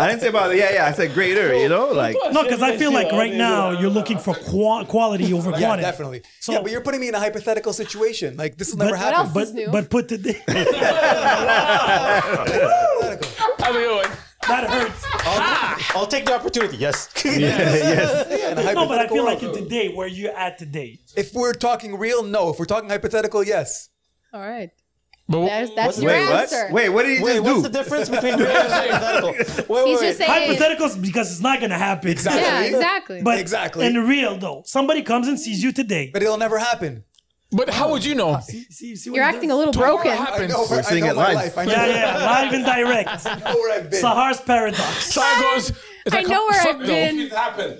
I didn't say about yeah, yeah. I said greater. You know, like No, because I feel like right now you're looking for qua- quality over Yeah, quantity. definitely. So- yeah, but you're putting me in a hypothetical situation. Like this will But, never else happen. is new? but, but put the Have a good one. that hurts. I'll take the opportunity. Yes. Yeah, in a No, but I hypothetical feel like in world. today where you're at today. if we're talking real, no. If we're talking hypothetical, yes. All right. But what- There's, that's your wait, what? answer. Wait, what did he Wait, just what's do? the difference between real and hypothetical? Wait, wait, He's wait. just saying. Hypotheticals because it's not gonna happen. Exactly. Yeah, exactly. But Exactly. in real though, somebody comes and sees you today. But it'll never happen. But how would you know? You're acting a little broken. We're seeing it live. Yeah, yeah, live and direct. Sahar's paradox. Sahar goes. is I that know co- where I've fuck no. been. If it happened,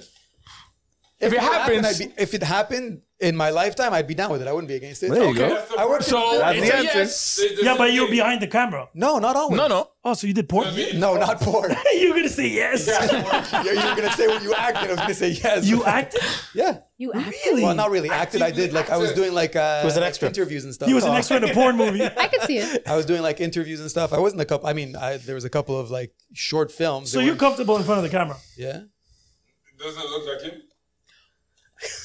If, it happens- happened, I'd be, if it happened in my lifetime, I'd be down with it. I wouldn't be against it. There you Okay. go. I would. So, That's it's the a answer. yes. Yeah, but you're behind the camera. No, not always. No, no. Oh, so you did porn? No, not porn. you're gonna say yes. Yeah, you were gonna say what you acted. I was gonna say yes. You acted? Yeah. You Really? Well, not really acted. I did like I was doing like uh, He was an like, extra. interviews and stuff. Oh. He was an extra in a porn movie. I could see it. I was doing like interviews and stuff. I wasn't a couple. I mean, I, there was a couple of like short films. So They you're weren't- comfortable in front of the camera? yeah. it doesn't look like him.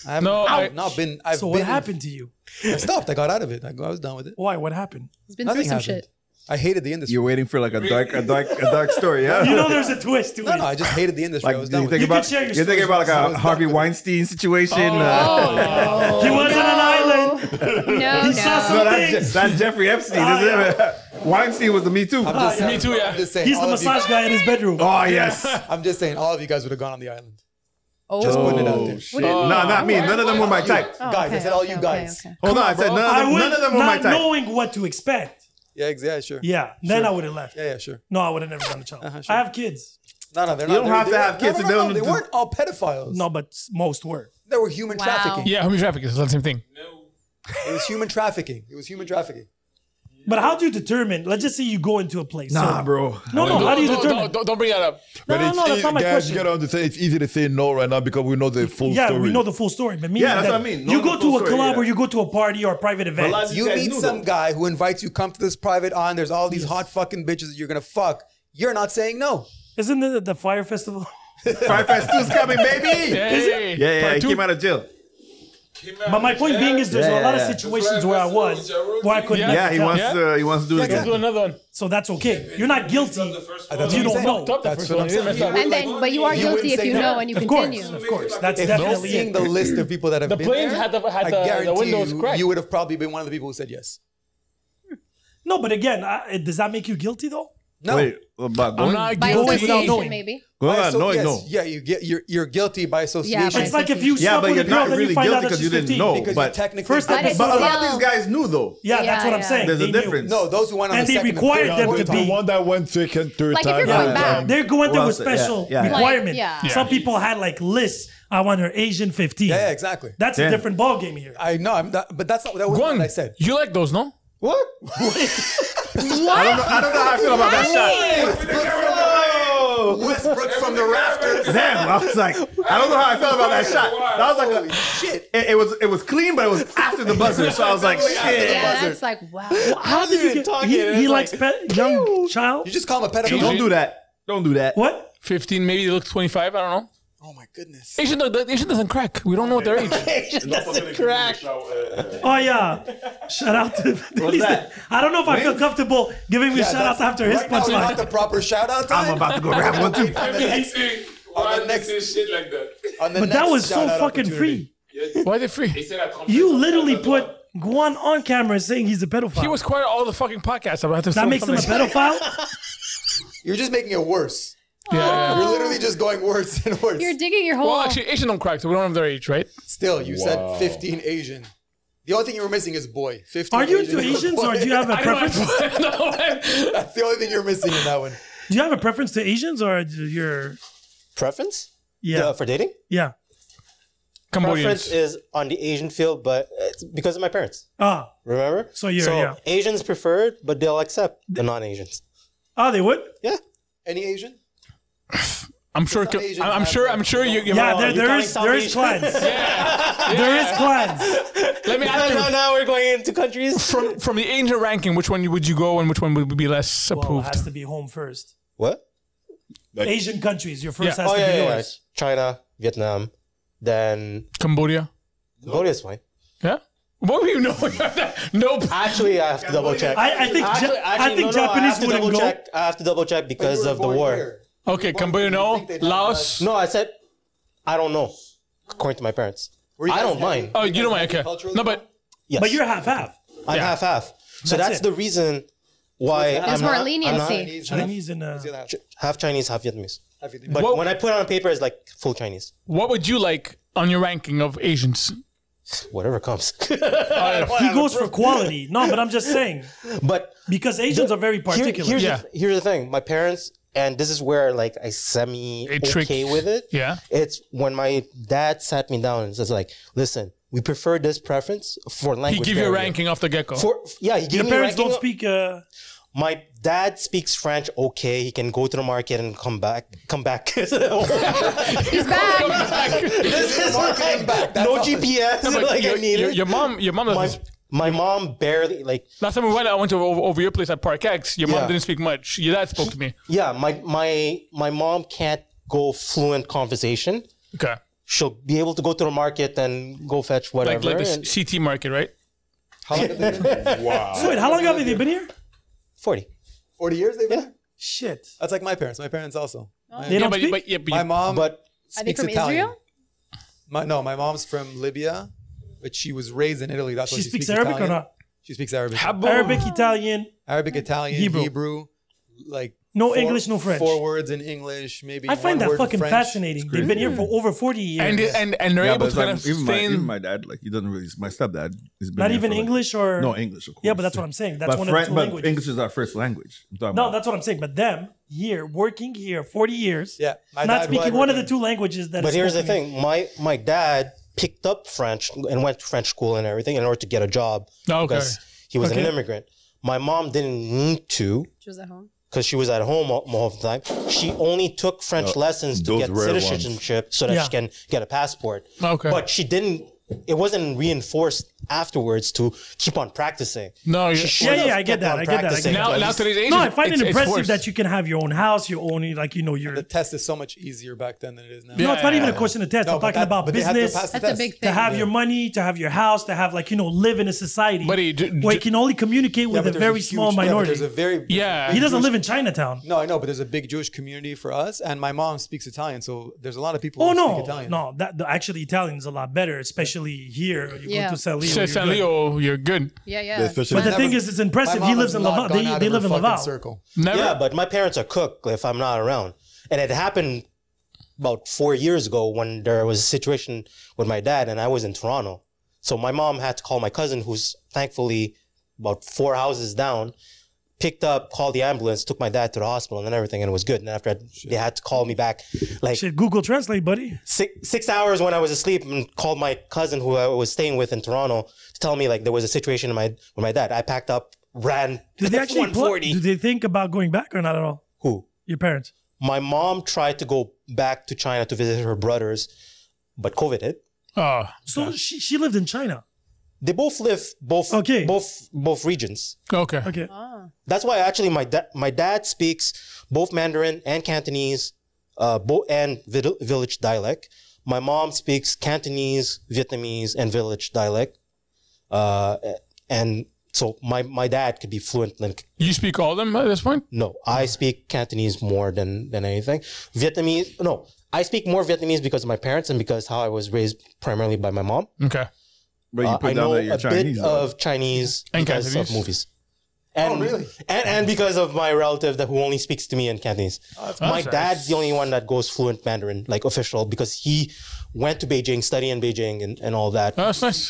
I haven't, No, I've I- not been. I've So been what happened to you? I stopped. I got out of it. I, go- I was done with it. Why? What happened? He's been through some shit. I hated the industry. You're waiting for like a dark, a dark, a dark story. Yeah. You know there's a twist to No, no, I just hated the industry. Like I was you done think with it. about, you are thinking about like a Harvey Weinstein situation. uh, Oh. He was on an island. No, He saw some No, that's, things. Je- that's Jeffrey Epstein, isn't it? Weinstein was the Me Too. I'm just saying, I'm just saying, He's the all of you- massage guy in his bedroom. Oh yes. I'm just saying, all of you guys would have gone on the island. Oh, Just putting it out Oh, there. shit. No, not me. None of them were my type. Oh, guys, I okay, said all okay, you okay, guys. okay. Hold on, I said none of I them. would, None of them were not my type. knowing what to expect. Yeah, exactly. Sure. Yeah, then I would have left. Yeah, yeah, sure. No, I would have never done the challenge. Uh-huh, I have kids. No, no, they're You not. don't they're- have to they're- have kids No, to no, no, know no, to they do- weren't all pedophiles. No, but s- most were. They were human trafficking. Yeah, human trafficking is the same thing. It was human trafficking. It was human trafficking. But how do you determine? Let's just say you go into a place. Nah, so- bro. No, no. Don't- How do you don't- determine? Don't, don't bring that up. No, no, no, that's not my guys, question. you gotta understand. It's easy to say no right now because we know the full yeah, story. we know the full story. But me, Yeah, that's that, what I mean. Know you the go full to a story, club yeah. or you go to a party or a private event. You, meet some guy who invites you come to this private island. There's all these hot fucking bitches that you're gonna fuck. You're not saying no. Isn't it the Fire Festival? Fire Fest 2's coming, baby. Is it? Yeah, yeah. Part He two. came out of jail. But my point being is, there's Yeah, a lot yeah, of yeah. situations where I was where I couldn't. Yeah, he wants to. He wants to do it again. another one. So that's okay. You're not guilty. That's You what don't I'm know. saying. That's what I'm saying. You And would, then, like, but you are you would guilty if say you no. know and you Of continue. course, of course. That's if definitely seeing the list of people that have The been planes there, had the- had I the- the guarantee windows you, cracked. you would have probably been one of the people who said yes. No, but again, I, does that make you guilty though? No. Wait, uh, about I'm going. not By Going without association, knowing. maybe. Well, By uh, asso- no, yes, no. Yeah, you get you're you're guilty by association. by It's like if you association. Yeah, slept but with a you're girl, not then you really find out guilty that because you she's didn't 15. know. Because you But technically First did. episode. but a lot of still- these guys knew though. Yeah, that's Yeah, what I'm yeah. saying. There's they a knew. difference. No, those who went on And the they second and required third them one to were The be- one that went second, third Like, if time. you're going fourth back- time. They're going Who there with else? Yeah, special yeah. Like, requirement. yeah. Some people had like lists. I want her Asian 15. Yeah, yeah, exactly. That's Yeah. a different ballgame here. I know, I'm not, but that's not that was Guan, what I said. You like those, no? What? I don't know. I don't know how I feel about that shot. Westbrook from the rafters. Damn, I was like, I don't know how I felt about that shot. That was like a, Shit. it, it was it was clean, but it was after the buzzer, so I was like, shit. Yeah, that's like wow. How did you get talking, He, he it's likes pe- young child. You just call him a pedophile. Don't do that. Don't do that. What? 15, maybe they look 25, I don't know. Oh my goodness. Asian, do- the Asian doesn't crack. We don't know what their age. Doesn't crack. Oh yeah. Shout out to What's that? I don't know if I feel comfortable giving me Yeah, shout outs that's- after his right now is not the punchline. proper shout out time. I'm about to go grab one too. I've been eating. On Why the did they next- say shit like that? On the But that next was so shout-out fucking opportunity. free. Why are they free? They said I trompe- You literally put Guan on camera saying he's a pedophile. He was quiet all the fucking podcast. I have to that film makes him a something. pedophile? You're just making it worse. Yeah. You're literally just going worse and worse. You're digging your hole. Well, actually, Asian don't crack, so we don't have their age, right? Still, you Wow. said 15 Asian. The only thing you were missing is boy. 15 Are you into Asian is Asians boy. or do you have a preference? Do That's the only thing you're missing in that one. you have a preference to Asians or do you're Preference? yeah. Uh, for dating? Yeah. Preference Cambodians. is on the Asian field, but it's because of my parents. Ah. Remember? So you're- yeah. Asians preferred, but they'll accept the non-Asians. Ah, they would? Yeah. Any Asian? I'm sure. Some Asians I'm, I'm have sure. that. I'm sure you. you Yeah, Oh, there, you're there counting is South there is Asian? clans. There is clans. Let me No, ask no, you. no. We're going into countries. From from the Asian ranking, which one would you go and which one would be less Well, it approved? has to be home first. what? Like- Asian countries, your first Yeah. has Oh to yeah, be yeah, yeah. yours. China, Vietnam, then Cambodia. Cambodia is fine. Yeah. What do you know? nope. Actually, I have to double check. I, I think Actually- Ja- I actually, think no, no, Japanese have to wouldn't double go. Check, I have to double check because You were of the born war. here. Okay, Cambodia. No. Laos. No, I said I don't know, according to my parents. Were you I guys don't mind. happy? Oh, you don't mind. Okay. Multicultural? No, but Yes, But you're half half. I'm Yeah. half half. So That's that's, it. the reason why I'm There's more not, I'm not leniency. Chinese and uh, Who's the other half? Ch- half Chinese, half Vietnamese. Half Vietnamese. But Whoa. when I put it on paper, it's like full Chinese. what would you like on your ranking of Asians? Whatever comes. he goes for quality. No, but I'm just saying. But because Asians are very Here- particular. here's, the, here's the thing. My parents, and this is where like I semi It tricked- okay with it. yeah. It's when my dad sat me down and says like, listen, we prefer this preference for language. He give you a barrier." ranking off the get go. For yeah, he gave Your me parents ranking don't o- speak. Uh, My dad speaks French okay. He can go to the market and come back. Come back. He's back. this is like, no GPS. No, but like your, I need your, it. your mom, your mom My- doesn't. My, mom barely like. Last time we went, I went to over, over your place at Park X. Your Yeah. mom didn't speak much. Your dad spoke to me. Yeah, my my my mom can't go fluent conversation. Okay. She'll be able to go to the market and go fetch whatever. Like like the and- C- CT market, right? so wait, how long have they been here? Forty. Forty years they've been. there? Shit. That's like my parents. My parents also. My- They don't Yeah, but- speak? but- yeah, but my you- mom, but Are they speaks from Italian. Israel? My, no, my mom's from Libya, but she was raised in Italy. That's She why she speaks speaks Arabic or Italian. not? She speaks Arabic. Arabic, Italian. Arabic, Italian, Hebrew. Hebrew, like No English, no French. Four words in English, maybe. I find one that word in fucking French. fascinating. They've been here for over 40 years. And and and they're Yeah, able but to like, kind of even, my, sustain. even my dad, like he doesn't really. My stepdad is Not even English or- no English. Of course. Yeah, but that's what I'm saying. That's But one Fran- of the two but languages. English is our first language. I'm talking No, about. that's what I'm saying. But them here, working here, 40 years, yeah, my not dad speaking worked- one of the two languages that. But is here's the spoken in- thing: my my dad picked up French and went to French school and everything in order to get a job Oh, okay. he was an Okay. immigrant. My mom didn't need to She was at home. because she was at home all, all the time. She only took French Oh, lessons to those get rare ones. citizenship so that Yeah. she can get a passport. Okay. But she didn't. It wasn't reinforced afterwards to keep on practicing. No, She yeah. should Yeah, have yeah, I get kept that. on I get that. I get practicing that. Now- at now least. today's- no, Asian, I find it's- it it's impressive worse. that you can have your own house, your own, like, you know, your. The test is so much easier back then than it is now. no, it's not even a question of test. No, I'm but talking that- about but they have to business. pass the That's a test. big To thing. have your money, to have your house, to have like you know, live in a society But he d- where d- you can only communicate Yeah, with but a there's very huge- small yeah, but minority. there's a very Yeah. he doesn't Jewish- live in Chinatown. No, I know, but there's a big Jewish community for us, and my mom speaks Italian, so there's a lot of people Oh who no, speak Italian. no. That the, actually Italian is a lot better, especially here. You Yeah. go to San Leo, Say you're San good. Leo, you're good. Yeah, yeah. Yeah, especially- But the My thing mom- is, it's impressive. my He mom lives has in not Laval. gone They, out they of live her in fucking Laval. Circle. Never. Yeah, but my parents are cook if I'm not around. And it happened about four years ago when there was a situation with my dad and I was in Toronto. So my mom had to call my cousin, who's thankfully about four houses down, picked up, called the ambulance, took my dad to the hospital and everything, and it was good. And after that, they had to call me back like Shit, Google Translate, buddy. six, six hours when I was asleep and called my cousin who I was staying with in Toronto to tell me like there was a situation in my, with my dad. I packed up, ran Did they actually? Pl- 140. did they think about going back or not at all? who? Your parents? My mom tried to go back to China to visit her brothers, but COVID hit. Oh, So she, she lived in China. They both live both Okay. both both regions. okay. Okay. That's why actually my dad my dad speaks both Mandarin and Cantonese, uh, bo- and vid- village dialect. My mom speaks Cantonese, Vietnamese, and village dialect. Uh, and so my my dad could be fluent in You speak all of them at this point? No, I speak Cantonese more than than anything. Vietnamese, no, I speak more Vietnamese because of my parents and because how I was raised primarily by my mom. Okay. but you Uh, put I down know that you're a Chinese. bit though. of Chinese And because Cantonese. of movies. And, Oh, really? And and because of my relative that who only speaks to me in Cantonese. Oh, my nice. dad's the only one that goes fluent Mandarin, like official, because he went to Beijing, study in Beijing, and, and all that. Uh, Oh, that's nice.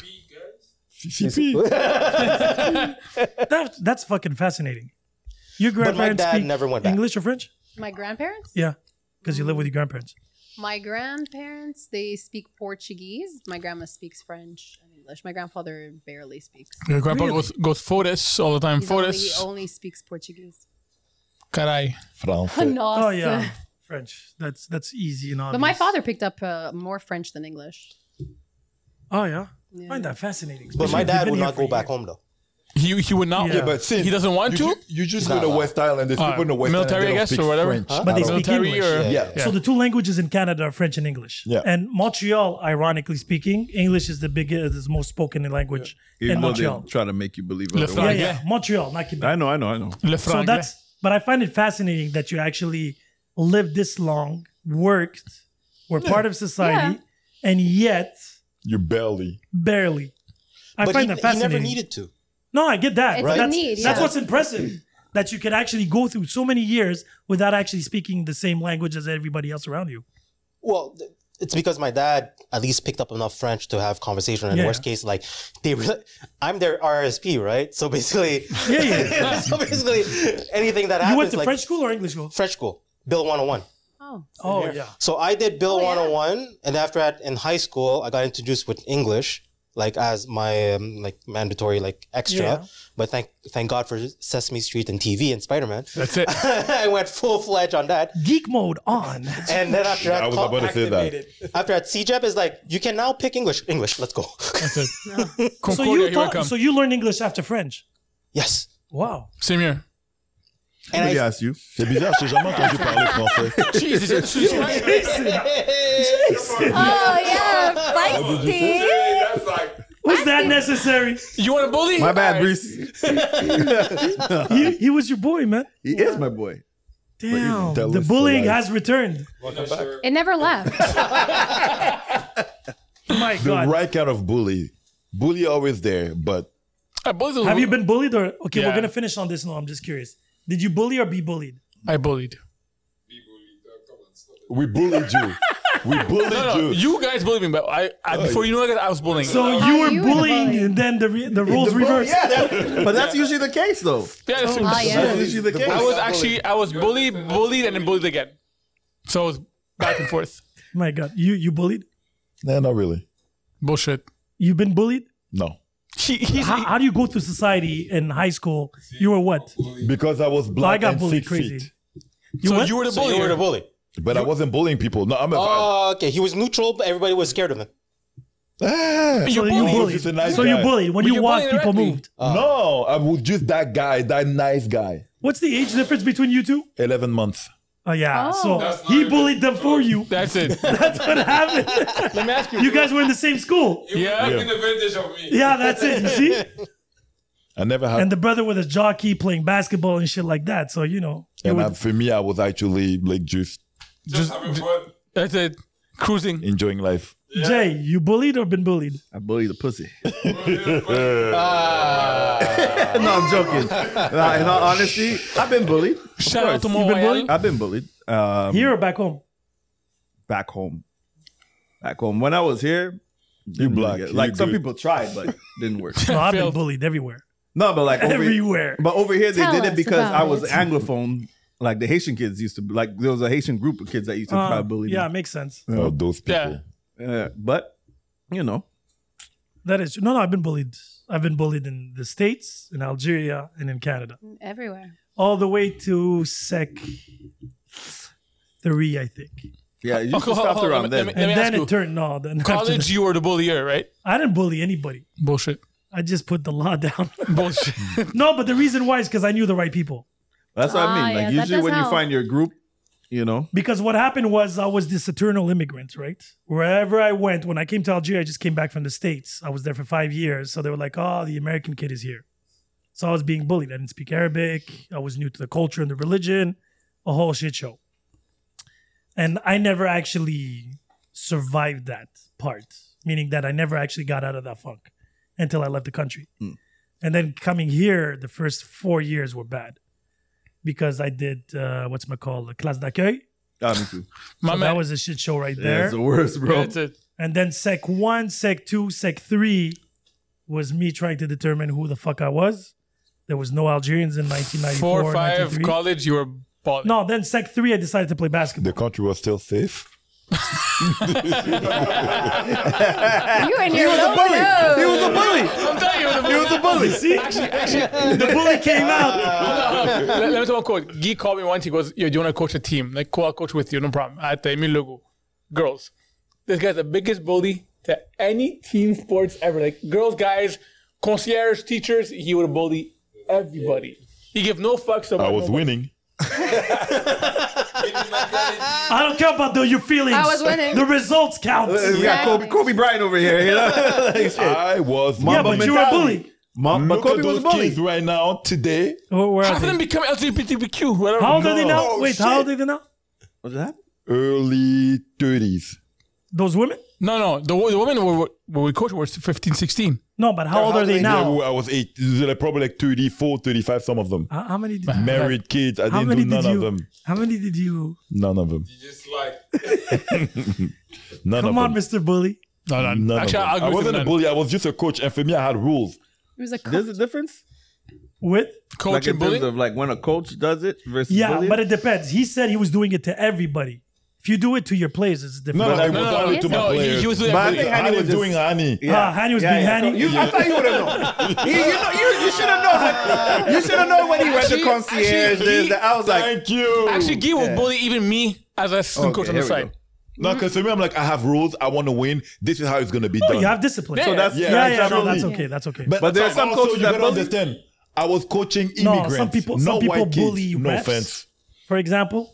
That, that's fucking fascinating. Your my grandparents dad speak never went back. English or French? My grandparents? Yeah, because you live with your grandparents. My grandparents, they speak Portuguese. My grandma speaks French and English. My grandfather barely speaks. Your grandpa Really? goes goes fotis all the time. He's only, he Fotis. only speaks Portuguese. Caray. Français. Nossa. Oh yeah, French. That's that's easy and obvious. uh, But my father picked up uh, more French than English. Oh yeah. Yeah. Find that fascinating. But especially my if you've dad been would here not for go back years. home though. He he would not. Yeah. Yeah, But since he doesn't want you to. ju- you just Nah, go to nah. West Island. There's Uh, people in the West military, I Island. guess, They or whatever. French. But they at all. speak Military English. or Yeah. So the two languages in Canada are French and English. Yeah. And Montreal, ironically speaking, English is the biggest, is the most spoken language in Even though Montreal. they try to make you believe. Le Yeah, otherwise. Franglais. yeah, Montreal, not Quebec. I know, I know, I know. Le So franglais. that's, but I find it fascinating that you actually lived this long, worked, were part of society, and yet You barely. barely. I But find he, that he fascinating. never needed to. No, I get that. It's That's, a need, that's yeah. what's impressive that you can actually go through so many years without actually speaking the same language as everybody else around you. Well, th- it's because my dad at least picked up enough French to have conversation. And Yeah. worst case, like they, really, I'm their RSP, right? So basically, Yeah, yeah. so basically, anything that happens, you went to like, French school or English school? French school, Bill 101. Oh. Oh yeah. So I did Bill 101, and after that, in high school, I got introduced with English, like as my um, like mandatory like extra. Yeah. But thank thank God for Sesame Street and TV and Spider Man. That's it. I went full fledged on that geek mode on. And then after Yeah, that, I was call- about to say that. activated. After that, CJEP is like, you can now pick English. English, let's go. so you taught, so you learned English after French. Yes. Wow. Same here. And I- Yes, you. C'est bizarre, j'ai jamais entendu parler français. Jesus, it's just like- Oh, yeah, That's like Was that necessary? You want to bully? My bad, All right. Brees. he, he was your boy, man. He is my boy. Damn. devil The is bullying alive. has returned. It never left. My the right kind of bully. Bully always there, but Have you been bullied or okay? We're Yeah. gonna finish on this. No, I'm just curious. Did you bully or be bullied? I bullied. we bullied you. We bullied no, no, you. you guys bullied me, but I, I Oh, before you know it, I was bullying. So Oh, you were bullying, and then the re- the roles bu- reversed. yeah, that- but that's usually the case, though. Yeah, that's, ah, Oh, yeah. That's usually the case. I was actually I was bullied, bullied, and then bullied again. So it was back and forth. My God, you you bullied? No, not really. Bullshit. You've been bullied? No. how, how do you go through society in high school? You were what? Because I was I black got and bullied six crazy. feet. You So what? you were the So you were the bully. But I wasn't bullying people. No, I'm a Oh, okay. He was neutral, but everybody was scared of him. Ah, So you He was bullied. just a nice so you guy. bullied. When you walked, people moved. no, I was just that guy, that nice guy. What's the age difference between you two? Eleven months. Oh yeah. That's So he bullied them for you. That's it. That's what happened. Let me ask you. You guys were in the same school. you yeah. taking advantage of me. Yeah, that's it. You see? I never had. And the brother was a jockey playing basketball and shit like that. So you know. And I, for me, I was actually like just Just, that's it. Cruising. enjoying life. Jay, you bullied or been bullied? I bully the pussy. no, I'm joking. Nah, in all honesty, I've been bullied. Of Shout out to course. You've been Montreal. bullied? I've been bullied. Um, Here or back home? back home. Back home. When I was here, you black, you Like some good. people tried, but didn't work. No, I've been bullied everywhere. No, but like over- Everywhere. But over here they Tell did us it because about I was it. anglophone. Like the Haitian kids used to like there was a Haitian group of kids that used to Uh, try to bully me. yeah, makes sense. Oh, those people. Yeah, but you know, That is no, no. I've been bullied. I've been bullied in the states, in Algeria, and in Canada, Everywhere. all the way to sec three, I think. yeah, you Okay, should hold- stop hold- around let then. me- let And me then ask it you. turned no. Then after College, you were the bullier, right? that- I didn't bully anybody. Bullshit. I just put the law down. Bullshit. no, but the reason why is because I knew the right people. That's what Ah, I mean. Like yeah, that usually does when you help. find your group, you know, Because what happened was I was this eternal immigrant, right? Wherever I went, when I came to Algeria, I just came back from the States. I was there for five years. So they were like, oh, the American kid is here. So I was being bullied. I didn't speak Arabic. I was new to the culture and the religion, a whole shit show. And I never actually survived that part, meaning that I never actually got out of that funk until I left the country. And then coming here, the first four years were bad because I did uh, what's my call, classe d'accueil. Ah, me too. so that was a shit show right Yeah, there. it's the worst, bro. Yeah, it's a- And then sec one, sec two, sec three was me trying to determine who the fuck I was. There was no Algerians in 1994. Four, five, 93. college, you were balling. No, then sec three, I decided to play basketball. The country was still safe. You and He your was a low bully. blow. He was a bully. I'm telling you, He was a bully. See? Actually, actually, the bully came Hold on, hold on. out. let, let me tell one quote. Guy called me once. He goes, "Yo, do you want to coach a team? Like, cool, I'll coach with you. No problem." At the Emil Lugu, girls. This guy's the biggest bully to any team sports ever. Like girls, guys, concierge, teachers. He would bully everybody. He give no fucks about. I was nobody. winning. I don't care about the, your feelings. I was winning. The results count. Uh, we got Kobe, Kobe Bryant over here. You know? Like, shit. I was. Yeah, but you were a bully. Mom, but Look Kobe at was those a bully. kids right now today. Where, where are Half of they? them become LGBTQ. Whatever. How old are they No. now? Oh, Wait, how old are they now? What's that? Early thirties. Those women? No, no. The, wo- the women were, were, were we coached were 15, 16. No, but how old are they now? I was eight. They're probably like 34, 35, Some of them How, how many did you married kids. I How didn't many do did none you? of them. How many did you? None of them. Just like None Come of on, them. Mr. Bully. No, None of Actually, them. I agree I with wasn't him, a man. bully. I was just a coach, and for me, I had rules. It was a There's a difference. With coach like in and terms bullying? of like when a coach does it versus Yeah, bullying? but it depends. He said he was doing it to everybody. If you do it to your players, it's different. No, no, I was no, only no, to my no, he- players. he was doing But I bullying. think Hani Hani was was just- doing Hani. Ah, Hani was being Hani. You, I thought you would have known. You, you know, you, you should have known. When, you should have known when he went to Actually- concierge. actually, this, he- that. I was like, Thank you. Actually, Guy will Yeah. bully even me as an assistant Okay, coach on the here we side. go. No, because for me, I'm like, I have rules. I want to win. This is how it's going to be Oh, done. you have discipline. So that's- yeah, yeah, yeah, that's no, that's really- okay. That's okay. But, But there are sometimes some also, coaches you that gotta bully. understand. I was coaching No, immigrants. some people- not some people white kids. bully No refs. offense. For example,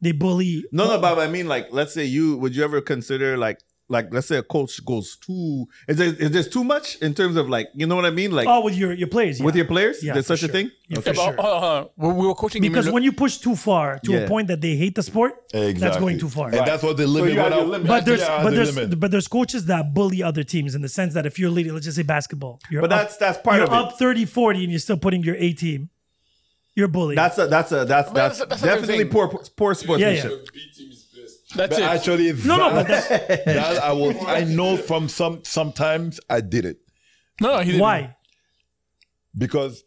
they bully. no, no, but I mean, like, let's say you would you ever consider like, like, let's say a coach goes too is there is this too much in terms of like, you know what I mean, like Oh, with your your players. with yeah. your players? Yeah, There's for such a sure. thing. Yeah, Yeah, for but uh, sure. hold on, hold on. We we were coaching him. Because when you push too far to a Yeah. point that they hate the sport, Exactly. that's going too far. And that's what the limit. you have what I- your limit. But there's Yeah, but the there's limit. but there's coaches that bully other teams in the sense that if you're leading, let's just say basketball, you're But up- that's- that's part you're of it. up 30, 40 and you're still putting your A team. You're bullying. That's a that's a that's that's, that's- that's a definitely different poor poor sportsmanship. Yeah. The B team is best. that's But it. actually, no, no, that, but that's that I was. I know from some. Sometimes I did it no, no, he didn't. why. because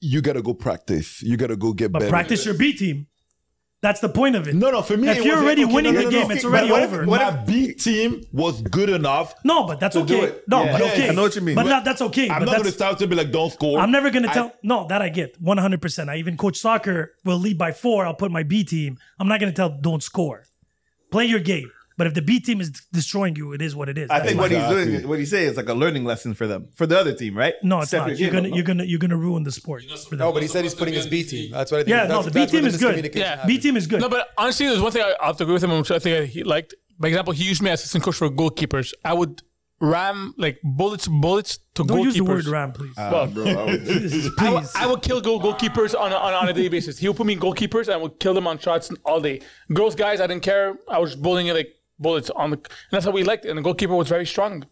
you gotta go practice. You gotta go get But better. practice your B team. That's the point of it. No, no. For me, If it you're was- already okay, winning no, the no, no, game, no. it's already But what if- over. What if B team was good enough? No, but that's do okay. it. No, but Yeah. okay. I know what you mean. But But not that's okay. I'm but not that's, gonna start to be like, don't score. I'm never gonna tell. no, that I get 100. percent I even coach soccer. Will lead by four. I'll put my B team. I'm not gonna tell. Don't score. Play your game. But if the B team is destroying you, it is what it is. I That's think fine. what he's Exactly. doing, what he's saying, is like a learning lesson for them, for the other team, right? no, it's Step your not. You're game gonna up, no? you're gonna you're gonna ruin the sport for them. No, but he said he's putting his B team. That's what I think. yeah, no, that's, the B that's where team is good. miscommunication Yeah. happened. B team is good. No, but honestly, there's one thing I, I have to agree with him. on, Which I think he liked. For example, he used me as assistant coach for goalkeepers. I would ram like bullets, bullets to Don't goalkeepers. use the word ram, please. Uh, bro, I was- I will, please. I will kill goal goalkeepers on a, on, a, on a daily basis. He will put me in goalkeepers and I will kill them on shots all day. Girls, guys, I didn't care. I was bowling it like bullets on the. And that's how we liked it. And the goalkeeper was very strong.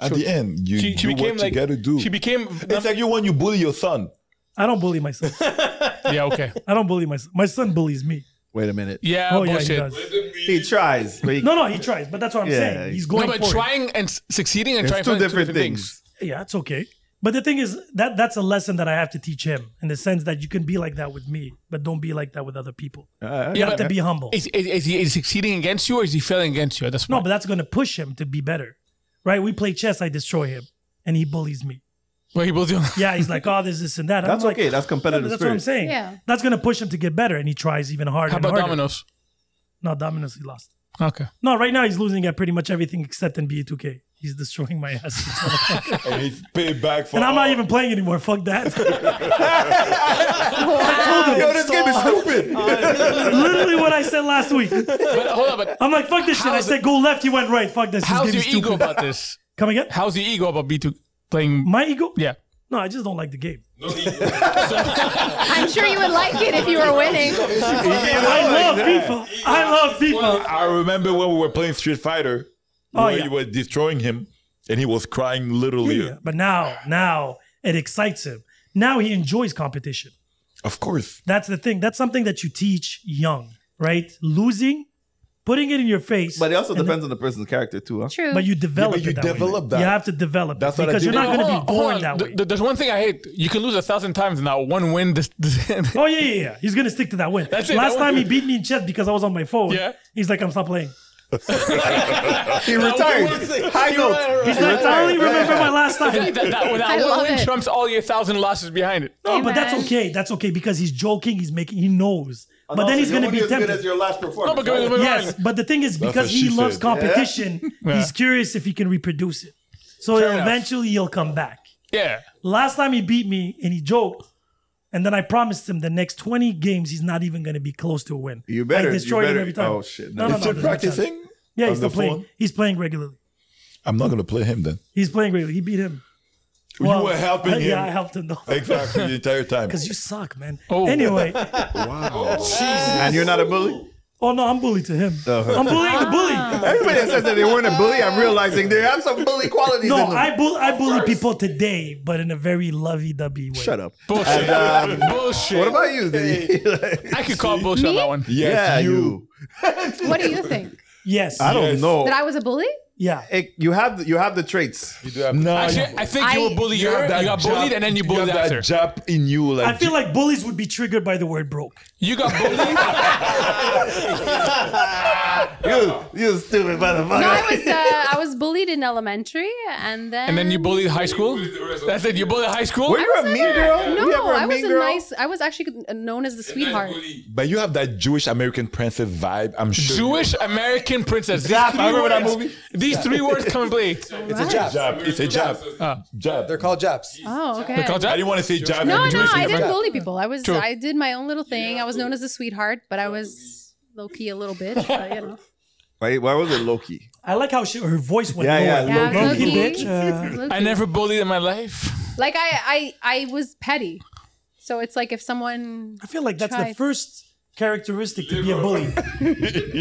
At the end, you She, she do became what like. you gotta do. She became. it's like you when you bully your son. I don't bully myself. yeah, okay. I don't bully myself. My son bullies me. Wait a minute. Yeah, Oh yeah, Ah, bullshit. he does. He tries. But he, No, no, he tries, but that's what I'm Yeah, saying. He's No, going but for it. trying and s- succeeding and it's trying two to different things. Yeah, it's okay. But the thing is that that's a lesson that I have to teach him in the sense that you can be like that with me, but don't be like that with other people. Uh, You have to be humble. Is, is, is he is he succeeding against you or is he failing against you? That's No, but that's going to push him to be better, right? We play chess. I destroy him, and he bullies me. Well, he will do. Yeah, he's like, oh, this, this, and that. I'm That's like, okay. That's competitive That's what I'm spirit. saying. Yeah. that's going to push him to get better, and he tries even harder. How and about harder. dominoes? No, Domino's he lost. Okay. No, right now he's losing at pretty much everything except NBA 2K. He's destroying my ass, and he's paid back for. and I'm not all- even playing anymore. Fuck that. Yo, this game is stupid. Literally what I said last week. But hold on, but I'm like, fuck this shit. I How's said go left, he went right. Fuck this. this how's game your is ego stupid. about this? Come again? How's your ego about B2 playing? My ego? yeah. No, I just don't like the game. I'm sure you would like it if you were winning. I love FIFA. I love FIFA. I remember when we were playing Street Fighter, Oh, where yeah. you were destroying him, and he was crying literally. Yeah, But now, now it excites him. Now he enjoys competition. Of course, That's the thing. That's something that you teach young, right? Losing, putting it in your face. But it also and depends on the person's character too, huh? True. But you develop you it that way. develop that. You have to develop That's it what I because you're did. not going Hold to on, be hold born on. that Th- way. th- There's one thing I hate. You can lose a thousand times and not one win. This, this- Oh yeah, yeah, yeah. He's gonna stick to that win. That's it, Last that time one- he beat me in chess because I was on my phone. Yeah. He's like, I'm stop playing. He retired. High notes. He's like, I only remember my last time. that, that, that I one love win it. trumps all your thousand losses behind it. No, but that's Amen. okay. That's okay because he's joking. He's making. He knows. Oh, But then he's gonna be tempted. your last No, performance. but go- go- go- Yes, but the thing is, because what he she loves said. competition, he's curious if he can reproduce it. So enough. eventually he'll come back. Yeah. Last time he beat me and he joked, and then I promised him the next 20 games he's not even going to be close to a win. You better- I you destroyed him better- every time. oh, shit. No, Is no, no, he there's no chance. practicing. Yeah, on he's still the playing. phone? He's playing regularly. I'm not gonna play him then. He's playing regularly. He beat him. you were helping I- him Yeah, I helped him though. exactly the entire time. Because you suck, man. Oh. Anyway, And you're not a bully. Oh no, I'm bully to him. I'm bullying the bully. Everybody that says that they weren't a bully, I'm realizing they have some bully qualities. No, in them. I bull I bully people today, but in a very lovey dovey way. Shut up. Bullshit. And, um, Bullshit. What about you? Did you- I could call bullshit on that one. Yes, Yeah, you. What do you think? Yes. I don't know. That I was a bully? yeah. you have you have the traits. You do have no. Actually, I think you I- were bullied. You You, have that got bullied jab- and then you you bullied have that after. jab in you, like I feel like bullies would be triggered by the word broke. You got bullied. you, you stupid Oh. No, I motherfucker. was uh, I was bullied in elementary, and then and then you bullied high school. That's it. You bullied high school. Were you a mean girl? No, Were you ever I was mean a girl? nice. I was actually known as the sweetheart. But you have that Jewish American princess vibe. I'm sure. Jewish American princess. These Zap, three I remember that words- movie. These three words come in play. It's a jab. It's a jab. Ah. Jab. They're called jabs. Oh, okay. They're called jab. I didn't want to say No, jab. and no, Jewish I and didn't jab. bully people. I was True. I did my own little thing. I was known as the sweetheart, but I was low key a little bitch. But you know, Wait, why was it Loki? I like how she, her voice went Yeah, lower. yeah, Yeah, Low-key low-key. bitch. Low-key. I never bullied in my life. like I, I, I was petty. So it's like if someone I feel like that's the Tried. first characteristic to be a bully.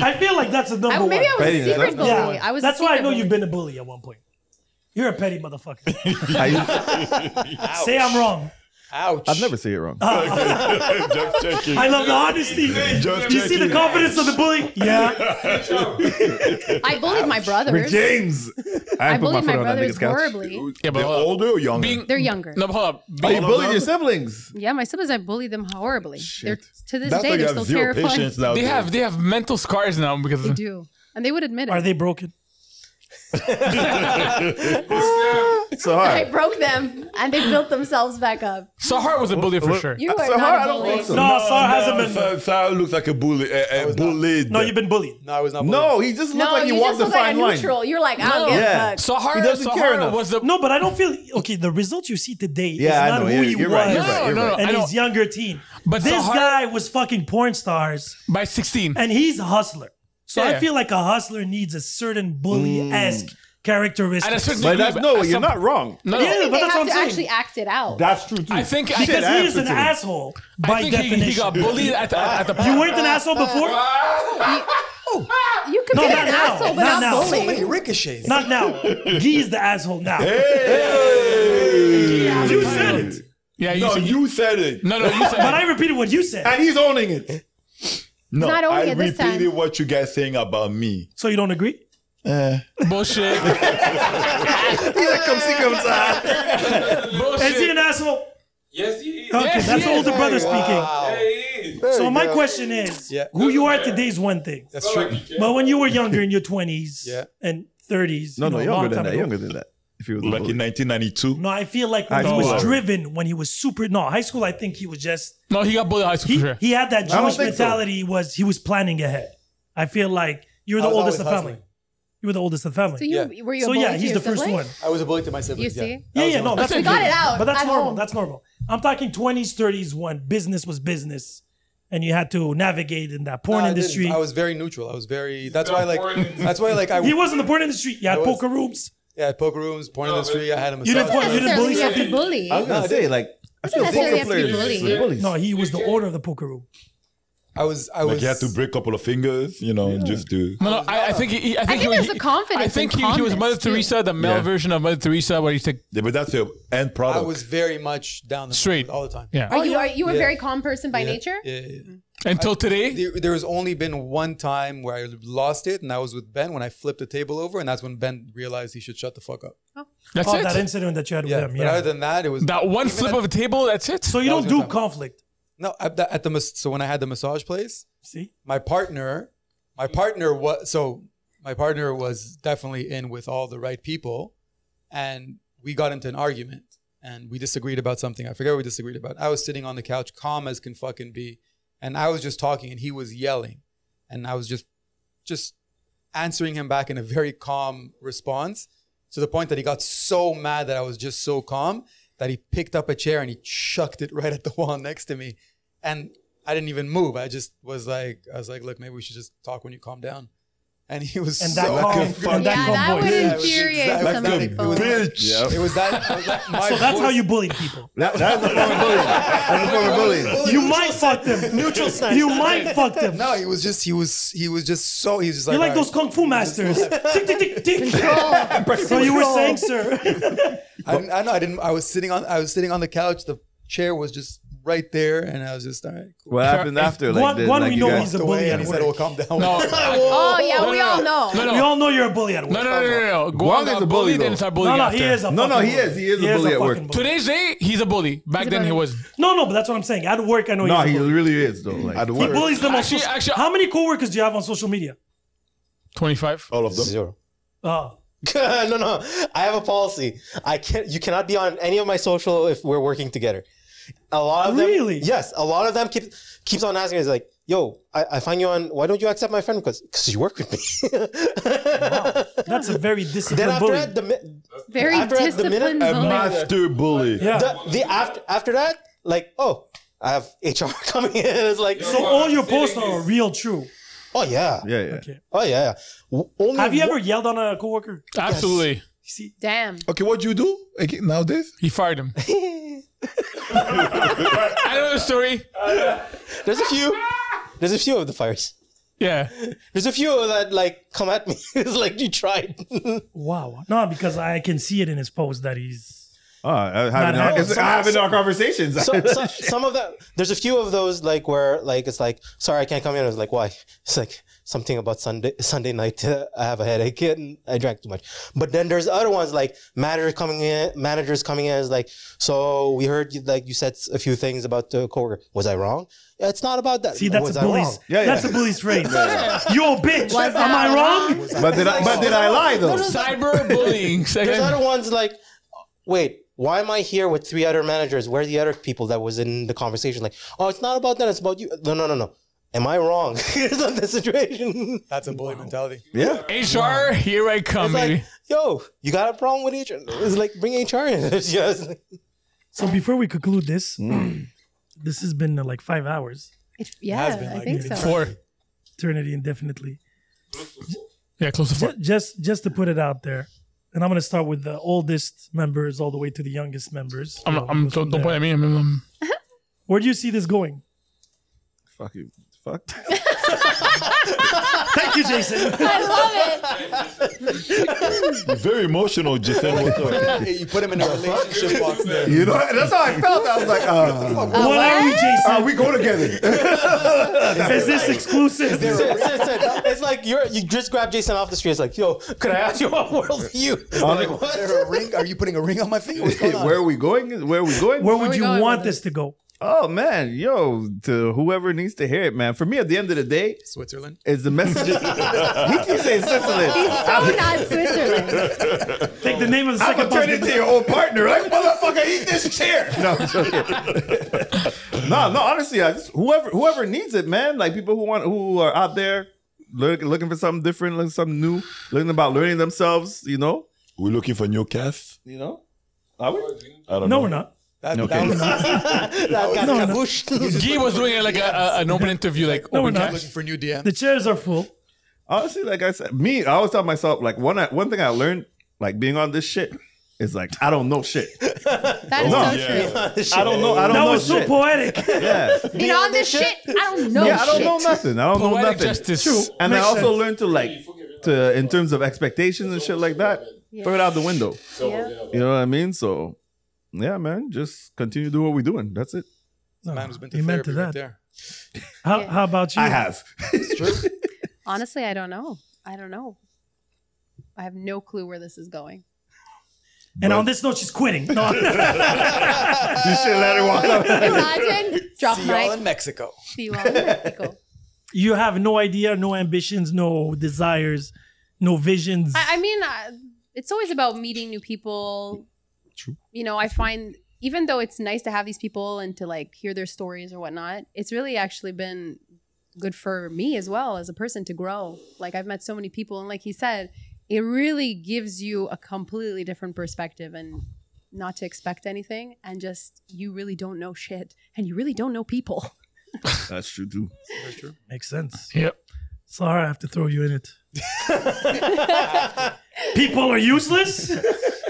I feel like that's the number I- maybe I one. was a secret bully. I was. a that's why I secret know bully. you've been a bully at one point. You're a petty motherfucker. I, Say I'm wrong. Ouch. I've never said it wrong. Just checking. I love the honesty. Just you see the checking. confidence of the bully? Yeah. I bullied my With brothers. James, I, I put my foot bullied my on that brothers nigga's couch. horribly. Yeah, but They're hold older or on. younger? being They're younger. no, but hold up. Oh, Being- you bullied your siblings. Yeah, my siblings, I bullied them horribly. They're, to this That's day, why you they're have still zero terrified. patience now. they have they have mental scars now because They do, and they would admit it. Are they broken? It's so hard. I broke them, and they built themselves back up. Sahar was a bully for Well, sure. You are So hard, I not a don't bully. think so. No, Sar hasn't been. Sarah, Sarah looks like a bully. A, a bullied. No, you've been bullied. No, I was not. bullied. No, he just looked like he you walked just the look like fine a line. neutral. You're like, I don't No. give Yeah. a fuck. He Sahara, doesn't care Sahara enough. was the No, but I don't feel okay. The results you see today Yeah, I is not know. who You're- he you're was right, you're right, you're No, no, right. no, I and know. his younger teen. But this Sahar- guy was fucking porn stars, by 16. and he's a hustler. So Yeah. Mm. I feel like a hustler needs a certain bully esque characteristic. At a certain But that's degree, no, at you're some- not wrong. No, I no. Yeah, but think they that's have what I'm to saying. actually act it out. That's true too. I think I because think, he is an Attitude. asshole by I think he, definition. he got bullied at, at, at the You weren't an asshole before. you could No, be not an now. asshole, but Not not, now. So bully. many ricochets. Not now. He's the asshole now. You said it, Yeah, you No, said- you said it. no, no, you said but I repeated what you said, and he's owning it. No, not only I it this time. repeated what you guys saying about me. so you don't agree. bullshit. He's like, come see, come side. Is he bullshit. an asshole? Yes, he is. Okay, Yes, that's he is. older brother speaking. Yeah, he is. So my question is, Yeah. who you are today is one thing, That's true. but when you were younger in your twenties Yeah. and thirties, No, you know, no, a long younger than time that. ago, Younger than that. If he was Like Mm-hmm. in 1992. No, I feel like when High he was school. driven, when he was super. No, high school, I think he was just No, he got bullied at high school he, for sure. he had that don't Jewish think so. mentality. Was he was planning ahead? I feel like you were I the was oldest always of the family. hustling. You were the oldest of the So family. you Yeah. were you? a So bully yeah, to he's the your first sibling? one. I was a bully to my You siblings. see, Yeah. Yeah, yeah, no, that's We got it out But that's at normal. home. That's normal. I'm talking 20s, 30s when business was business, and you had to navigate in that porn No, I didn't. industry. I, was very neutral. I was very. That's why, like, that's why, like, I he was in the porn industry. You had I was. poker rooms. yeah, poker rooms, porn industry. I had a You didn't massage. point- you Doesn't didn't bully necessarily have to something. bully. I was gonna say like. I feel Doesn't necessarily poker have to be players bullied. were bullies. No, he was the owner of the poker room. I was. I was. Like you had to break a couple of fingers, you know, just to. No, no, I, I think he, I think think, he, there's he- a confidence I think and he, he was calmness, Mother too. Teresa, the male Yeah. version of Mother Teresa, where he said, Yeah, but that's the end I product. was very much down the Straight. all the time. yeah. Are you are you a Yeah. very calm person by nature? Yeah, yeah, yeah. "Oh, Until today, There, there was only been one time where I lost it, and that was with Ben when I flipped the table over, and that's when Ben realized he should shut the fuck up. that's Oh, it. that incident that you had Yeah. with him. But Yeah. other than that, it was that one even flip at- of a table, that's it. So you That don't was your do time. conflict. No, at the, at the mas- so when I had the massage place, See? my partner, my partner was so my partner was definitely in with all the right people, and we got into an argument and we disagreed about something. I forget what we disagreed about. I was sitting on the couch, calm as can fucking be, and I was just talking, and he was yelling, and I was just just answering him back in a very calm response to the point that he got so mad that I was just so calm that he picked up a chair and he chucked it right at the wall next to me. And I didn't even move. I just was like, I was like, look, maybe we should just talk when you calm down. and he was And so that calm- and that Yeah, calm that voice. would Yeah, it was infuriate exactly- some Like a people. bitch. It was that. it was that- my so that's voice- how you bullied people. that's a form of bullying. That's a form of bullying. You might fuck them. Neutral stance. You might fuck them. No, he was just he was he was just so he was just You're like like "All those kung fu masters. tick, tick, tick, tick. Control. so you were Control. saying, sir. I, didn't, I know I didn't. I was sitting on. I was sitting on the couch. The chair was just right there, and I was just all right. Cool. What happened after? Like, the- like you guys- Walked away, and he said, "Oh, calm down." No. Oh, yeah, we all know. No, no. We all know you're a bully at work. No, no, no, no, no. no. Guang Guang is got a bully, bullied though. and started No, bullying no, after. he is a No, no, fucking he is. bully. He is a He is bully a at work. fucking bully. Today's day, he's a bully. Back then, he was. No, no, but that's what I'm saying. At work, I know No, he's a he bully. really is though. Like He bullies them on Actually- social- actually- How many coworkers do you have on social media? 25. All of them. Zero. Oh. no, no. I have a policy. I can't. You cannot be on any of my social if we're working together. A lot of them. Really? Yes. A lot of them keep keeps on asking. Is like, yo, I, I find you on. Why don't you accept my friend request? Because you work with me. That's a very then disciplined after bully. that, the mi- Very after that, the minute- disciplined bully. bully. The, the after after that, like, oh, I have HR coming in. It's like, So all your posts are real true. oh yeah, yeah, yeah. oh yeah. yeah. W- Only Have you one- ever yelled on a coworker? Absolutely. Damn. Okay, what do you do again, nowadays? He fired him. I know the story. There's a few. There's a few of the fires. Yeah. There's a few that like come at me. it's like you tried. Wow. No, because I can see it in his post that he's. Ah, Oh, I Not having our, having- it's- I having our conversations. So, so, some of that. There's a few of those like where like it's like sorry I can't come in. I was like why? It's like something about Sunday Sunday night. uh, I have a headache and I drank too much. But then there's other ones like manager coming in. Managers coming in is like so we heard you, like you said a few things about the coworker. Was I wrong? Yeah, It's not about that. See, that's was a I bully's. wrong? That's a bully's phrase. Yo, bitch. Was am I I wrong? but did I? But did I lie though? Cyberbullying. There's Second. other ones like, wait, why am I here with three other managers? Where are the other people that was in the conversation? Like, oh, it's not about that. It's about you. No, no, no, no. Am I wrong? Here's not the situation. That's a bully mentality. Yeah. HR, here I come, It's like, baby. yo, you got a problem with HR? It's like, bring HR in. It's just like- So before we conclude this, this has been uh, like five hours. It, yeah, been I like think that. so. Four. Eternity indefinitely. Yeah, close to four. Ju- Just just to put it out there, and I'm gonna start with the oldest members all the way to the youngest members. I'm, You know, I'm, goes don't, from don't there. point at me. I'm, I'm, Where do you see this going? Fuck you. Fuck. Thank you, Jason. I love it. You're very emotional, Jason. You put him in a relationship box there. You know, that's how I felt. I was like, uh, what are you, Jason? uh, we go together. Is this exclusive? it's, it's- it's- it's like you're you just grab Jason off the street. It's like, yo, could I ask you what world you? Like, Is what? there a ring? Are you putting a ring on my finger? What's going on? Where are we going? Where are we going? Where would we you going want with this to go? Oh man, yo, to whoever needs to hear it, man. For me, at the end of the day, Switzerland. is the message. he keeps saying Switzerland. So not Switzerland. Take the name of the I'm second gonna turn possible- into your old partner, like motherfucker. Eat this chair. No, I'm joking. no, no. Honestly, I just whoever whoever needs it, man. Like people who want who are out there look, looking for something different, looking for something new, looking about learning themselves. You know, We're looking for new cast. you know. Are we? I don't No, know. we're not. That, Okay. that was That got kaboosh. Guy was doing it like a, a, an open interview, like oh, No, we're open not. cast. looking for new DM. The chairs are full. Honestly, like I said, me, I always tell myself, like one one thing I learned, like being on this shit, is like I don't know shit. That is No. so true. I don't know. I That don't know was so shit. poetic. yeah. Being on this shit, I don't know yeah, I don't shit. know nothing. I don't know Poetic nothing. justice. And I Makes also sense. learned to like to in terms of expectations and shit like that, throw it out the window. Yeah. You know what I mean? So yeah, man, just continue to do what we're doing. That's it. No, Man who's been to amen therapy right there. How, Yeah. how about you? I have. Honestly, I don't know. I don't know. I have no clue where this is going. And on this note, she's quitting. No, You should let her walk up. Imagine drop See y'all mic. in Mexico. See you all in Mexico. you have no idea, no ambitions, no desires, no visions. I, I mean, I, it's always about meeting new people. True. You know, I find even though it's nice to have these people and to like hear their stories or whatnot, it's really actually been good for me as well as a person to grow. Like I've met so many people, and like he said, it really gives you a completely different perspective and not to expect anything and just you really don't know shit and you really don't know people. That's true too. Makes sense. Yep. Sorry, I have to throw you in it. People are useless.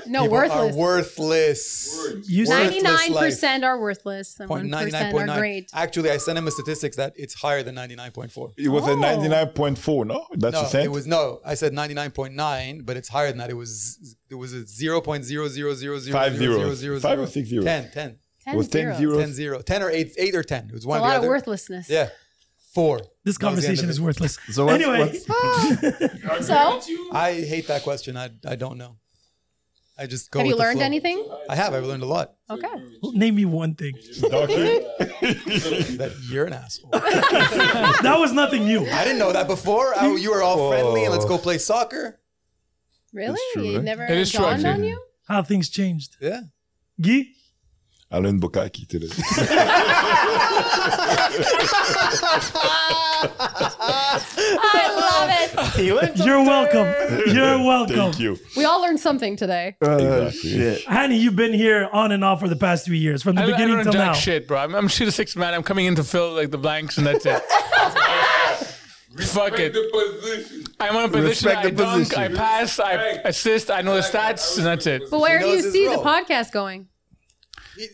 No, worthless. worthless. Ninety-nine percent are worthless, and one percent are 99.9. great. Actually, I sent him a statistics that it's higher than 99.4. It was a 99.4, no? That's no, the same. it was no. I said 99.9, but it's higher than that. It was it was a 0.0000000 Five zeros. Five or six zeros. 10, 10. Ten Was 10 zeros. zeros. 10 zero. 10 or 8 8 or 10. It was It's one a or the lot of other. worthlessness. Yeah. 4. This That was the end conversation of is it. worthless. So what's- anyway, Ah. So, I hate that question. I I don't know. I just go have with you the learned flow. anything? I have. I've learned a lot. Okay. name me one thing. that you're an asshole. that was nothing new. I didn't know that before. I, you were all friendly and let's go play soccer. Really? true, It right? never It is true, dawned on actually. you? How things changed. Yeah. Guy? I learned Bukaki today. I love it. You're welcome. You're welcome. Thank you. We all learned something today. Uh, exactly. Hanny, you've been here on and off for the past three years, from the I, don't- I beginning don't know till jack now. shit, bro. I'm, I'm shit a six man. I'm coming in to fill like the blanks and that's it. Fuck it. I'm on a position. Respect I the dunk. I position. pass. I assist. I know the stats, and that's it. But where He do you knows his see the role. podcast going?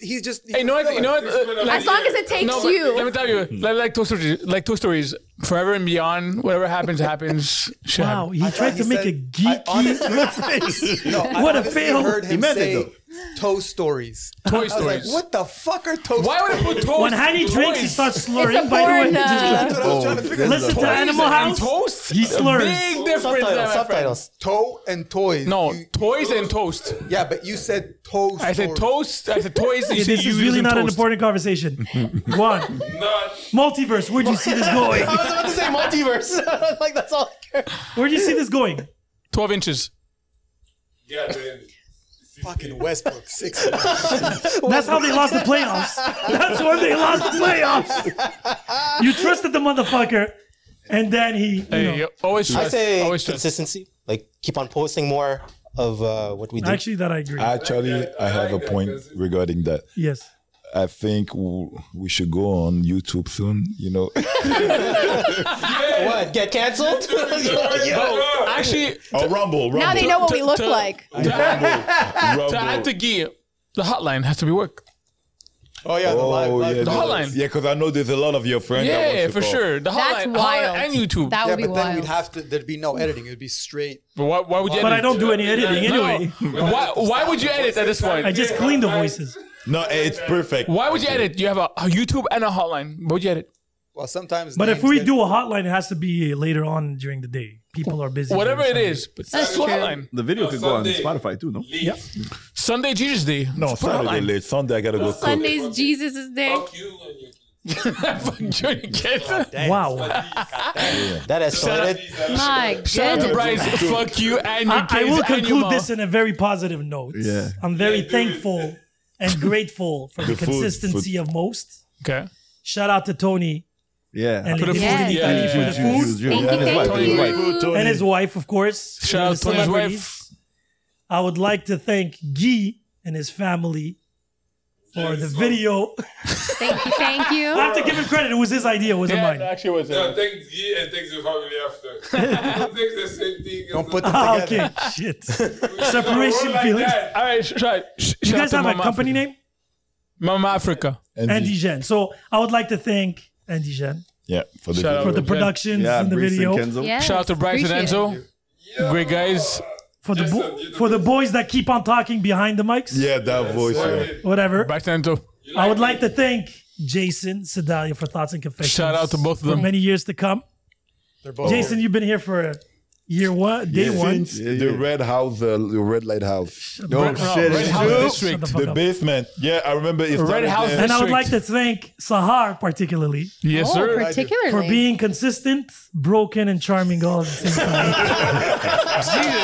He's just. Hey, you know what? You know what? uh, like- As long as it takes No, but you. Let me tell you, like, like Toy Stories, like Toy Stories, forever and beyond. Whatever happens, happens. Shit Wow, happens. he thought tried he to make said- a I geeky honestly- reference. No, I what a honestly fail. Heard him meant it, say toe stories. Toy I was like, Stories. what the fuck are toe Why would I stories? put toast? When Hanny drinks, he toys? starts slurring. It's a by the way, porn, just- uh, That's what I was trying to figure out. listen to Toe- Animal and House. toast? He slurs. Big difference. there, my Subtitles, friend. subtitles. Toe and toys. No, You- toys and toast. Yeah, but you said toe. I said stories. toast. I said toys. You Yeah, this said you is use really in not an toast. important conversation. One, Not multiverse. Where'd you see this going? I was about to say multiverse. like that's all. I care. Where'd you see this going? Twelve inches. yeah, man. fucking Westbrook six. That's how they lost the playoffs. That's where they lost the playoffs. You trusted the motherfucker, and then he. You know, Hey, you always I trust. say always trust. consistency. Like keep on posting more of uh, what we do. Actually, that I agree. Actually, I have a point regarding that. yes. I think w- we should go on YouTube soon. You know, what get canceled? Oh, actually, oh, Rumble, Rumble. Now they know what we look to- like. Rumble. to add to Guy, the hotline has to be work. Oh yeah, the live. Oh live yeah, The no, hotline. Yeah, because I know there's a lot of your friends. that Yeah, wants for to call. sure. The That's hotline, wild. hotline and YouTube. That Yeah, would be but then we'd wild. have to. There'd be no editing. It'd be straight. but why, why would you? But I edit? don't do any editing No. anyway. Why, why would you edit at this I point? just clean the voices. No, eh, it's perfect. Why would you edit? You have a, a YouTube and a hotline. Why would you edit? Well, sometimes. But if names we get- do a hotline, it has to be later on during the day. People are busy. Whatever during it Sunday. is, but that's true. hotline. The video No, could go on Sunday. Spotify too, no? Yep. Sunday Jesus Day. No, Just put Saturday hotline. late. Sunday I gotta go. cook. Sundays, Jesus is there. Fuck you and your kids. Fuck you, you kids. Wow. that escalated. My Shout out to goodness. Bryce. Fuck you and your I, kids. I will and your conclude mom. this in a very positive note. Yeah. I'm very thankful and grateful for the, The food, consistency of most. Okay. Shout out to Tony Yeah. and For the Lady food, Felipe yeah, Italy yeah, for yeah. the food. Thank you, thank Tony's you. wife. Tony. and his wife, of course. Shout and out the to his wife. celebrities. I would like to thank Guy and his family for the video. Thank you. Thank I you. have to give him credit. It was his idea. It wasn't mine. actually was. Yeah, thanks you and thanks your family after. Thanks the same thing. Don't put them Ah, together. okay. Shit. Separation feelings. All right, sh- sh- sh- You shout out guys to have a Mama company Africa. name? Mama Africa. Andy Jen. So I would like to thank Andy Jen Yeah, for the Shout video. out. for the Jen. productions Yeah, in the Breeze video, and Kenzo. Yes, Shout out to Bryce and appreciate it. Enzo. Great guys. for the bo- Jason, you for do the boys that keep on talking behind the mics. Yeah, that voice. Yeah. Whatever. Bryce and Enzo. I would like to thank Jason Sedalia for thoughts and confessions. Shout out to both of for them. many years to come. They're both. Jason, you've been here for year one, day one. Since the red house, uh, the red light house, No shit. Red it's House true. District. Shut the fuck the up. basement. Yeah, I remember. It started house there. And I would District. like to thank Sahar particularly Yes, Oh, sir. particularly. for being consistent, broken, and charming all at the same time.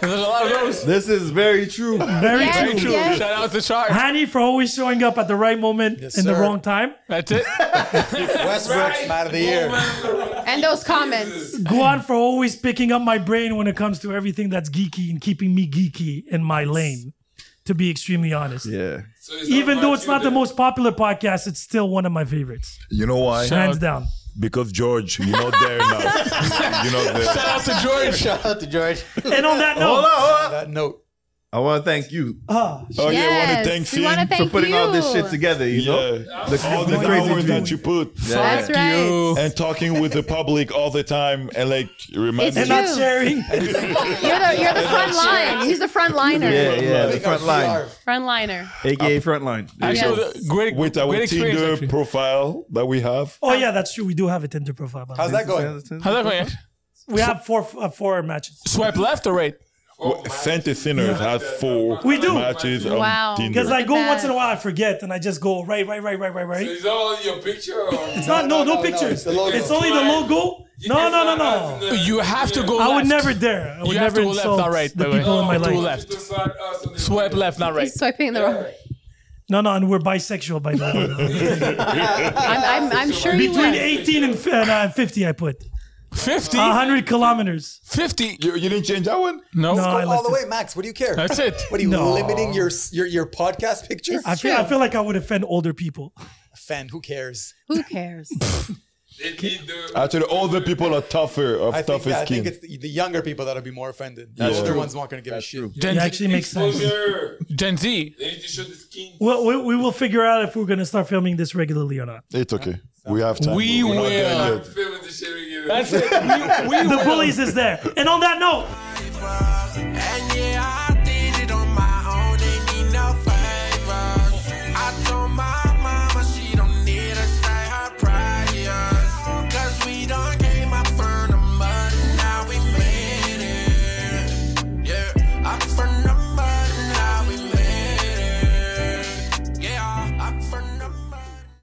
There's a lot of those. This is very true. Very Yes, true. Thank you. yes. Shout out to Shark. Hani for always showing up at the right moment in the sir. wrong time. That's it. Westbrook's man of the year. And those comments. Guan for always picking up my brain when it comes to everything that's geeky and keeping me geeky in my lane, to be extremely honest. Yeah. So it's Even about though it's you not the then. most popular podcast, it's still one of my favorites, You know why? Shout hands out- down. Because George, you're not there now. you're not there. Shout out to George. Shout out to George. And on that Hold note, on, hold on. That note. I want to thank you. Oh, yeah, I want Yes, to thank we wanna Finn for thank putting all this you. shit together. You know, Yeah. all the hours that you put. Yeah. That's Fuck right. you. And talking with the public all the time and like reminding It's And not true. sharing. You're the, you're the And front not sharing. line. He's the front liner. Yeah, yeah, the front line, Front liner. aka frontline. Actually, the great, With our great experience. Tinder actually. profile that we have. oh yeah, that's true. We do have a Tinder profile. by the way. How's that going? We have four uh, four matches. Swipe left or right? Santa Sinners has four We do. matches on Tinder. Because I go once in a while, I forget, and I just go right, right, right, right, right, right. Is that all your picture? Or It's not no no, pictures. it's, only the logo. No no no no. You have to go I would left. never dare. I would you have never to go left, insult not right. the by the way. people in my To life. left. Swipe left, not right. He's swiping in the wrong. No no, and we're bisexual by the way. I'm, I'm, I'm sure you Between will. 18 and, f- and uh, 50, I put 50? 100 kilometers. 50. You, you didn't change that one? No. No, Go I all left the it. way, Max. What do you care? That's it. What are you No. limiting your your your podcast picture? I feel, I feel like I would offend older people. Fan, who cares? Who cares? Uh, Actually, older people are tougher, of I think, tougher yeah, I skin. think it's the, the younger people that'll be more offended. The That's older true. ones not going to give a shit. Gen Z. actually makes sense. Exposure. Gen Z. They need to show the skin. Well, we, we will figure out if we're going to start filming this regularly or not. It's okay. We have time. We We're not there will. yet. Feeling the shit again. That's it. We, we the will. bullies is there. And on that note,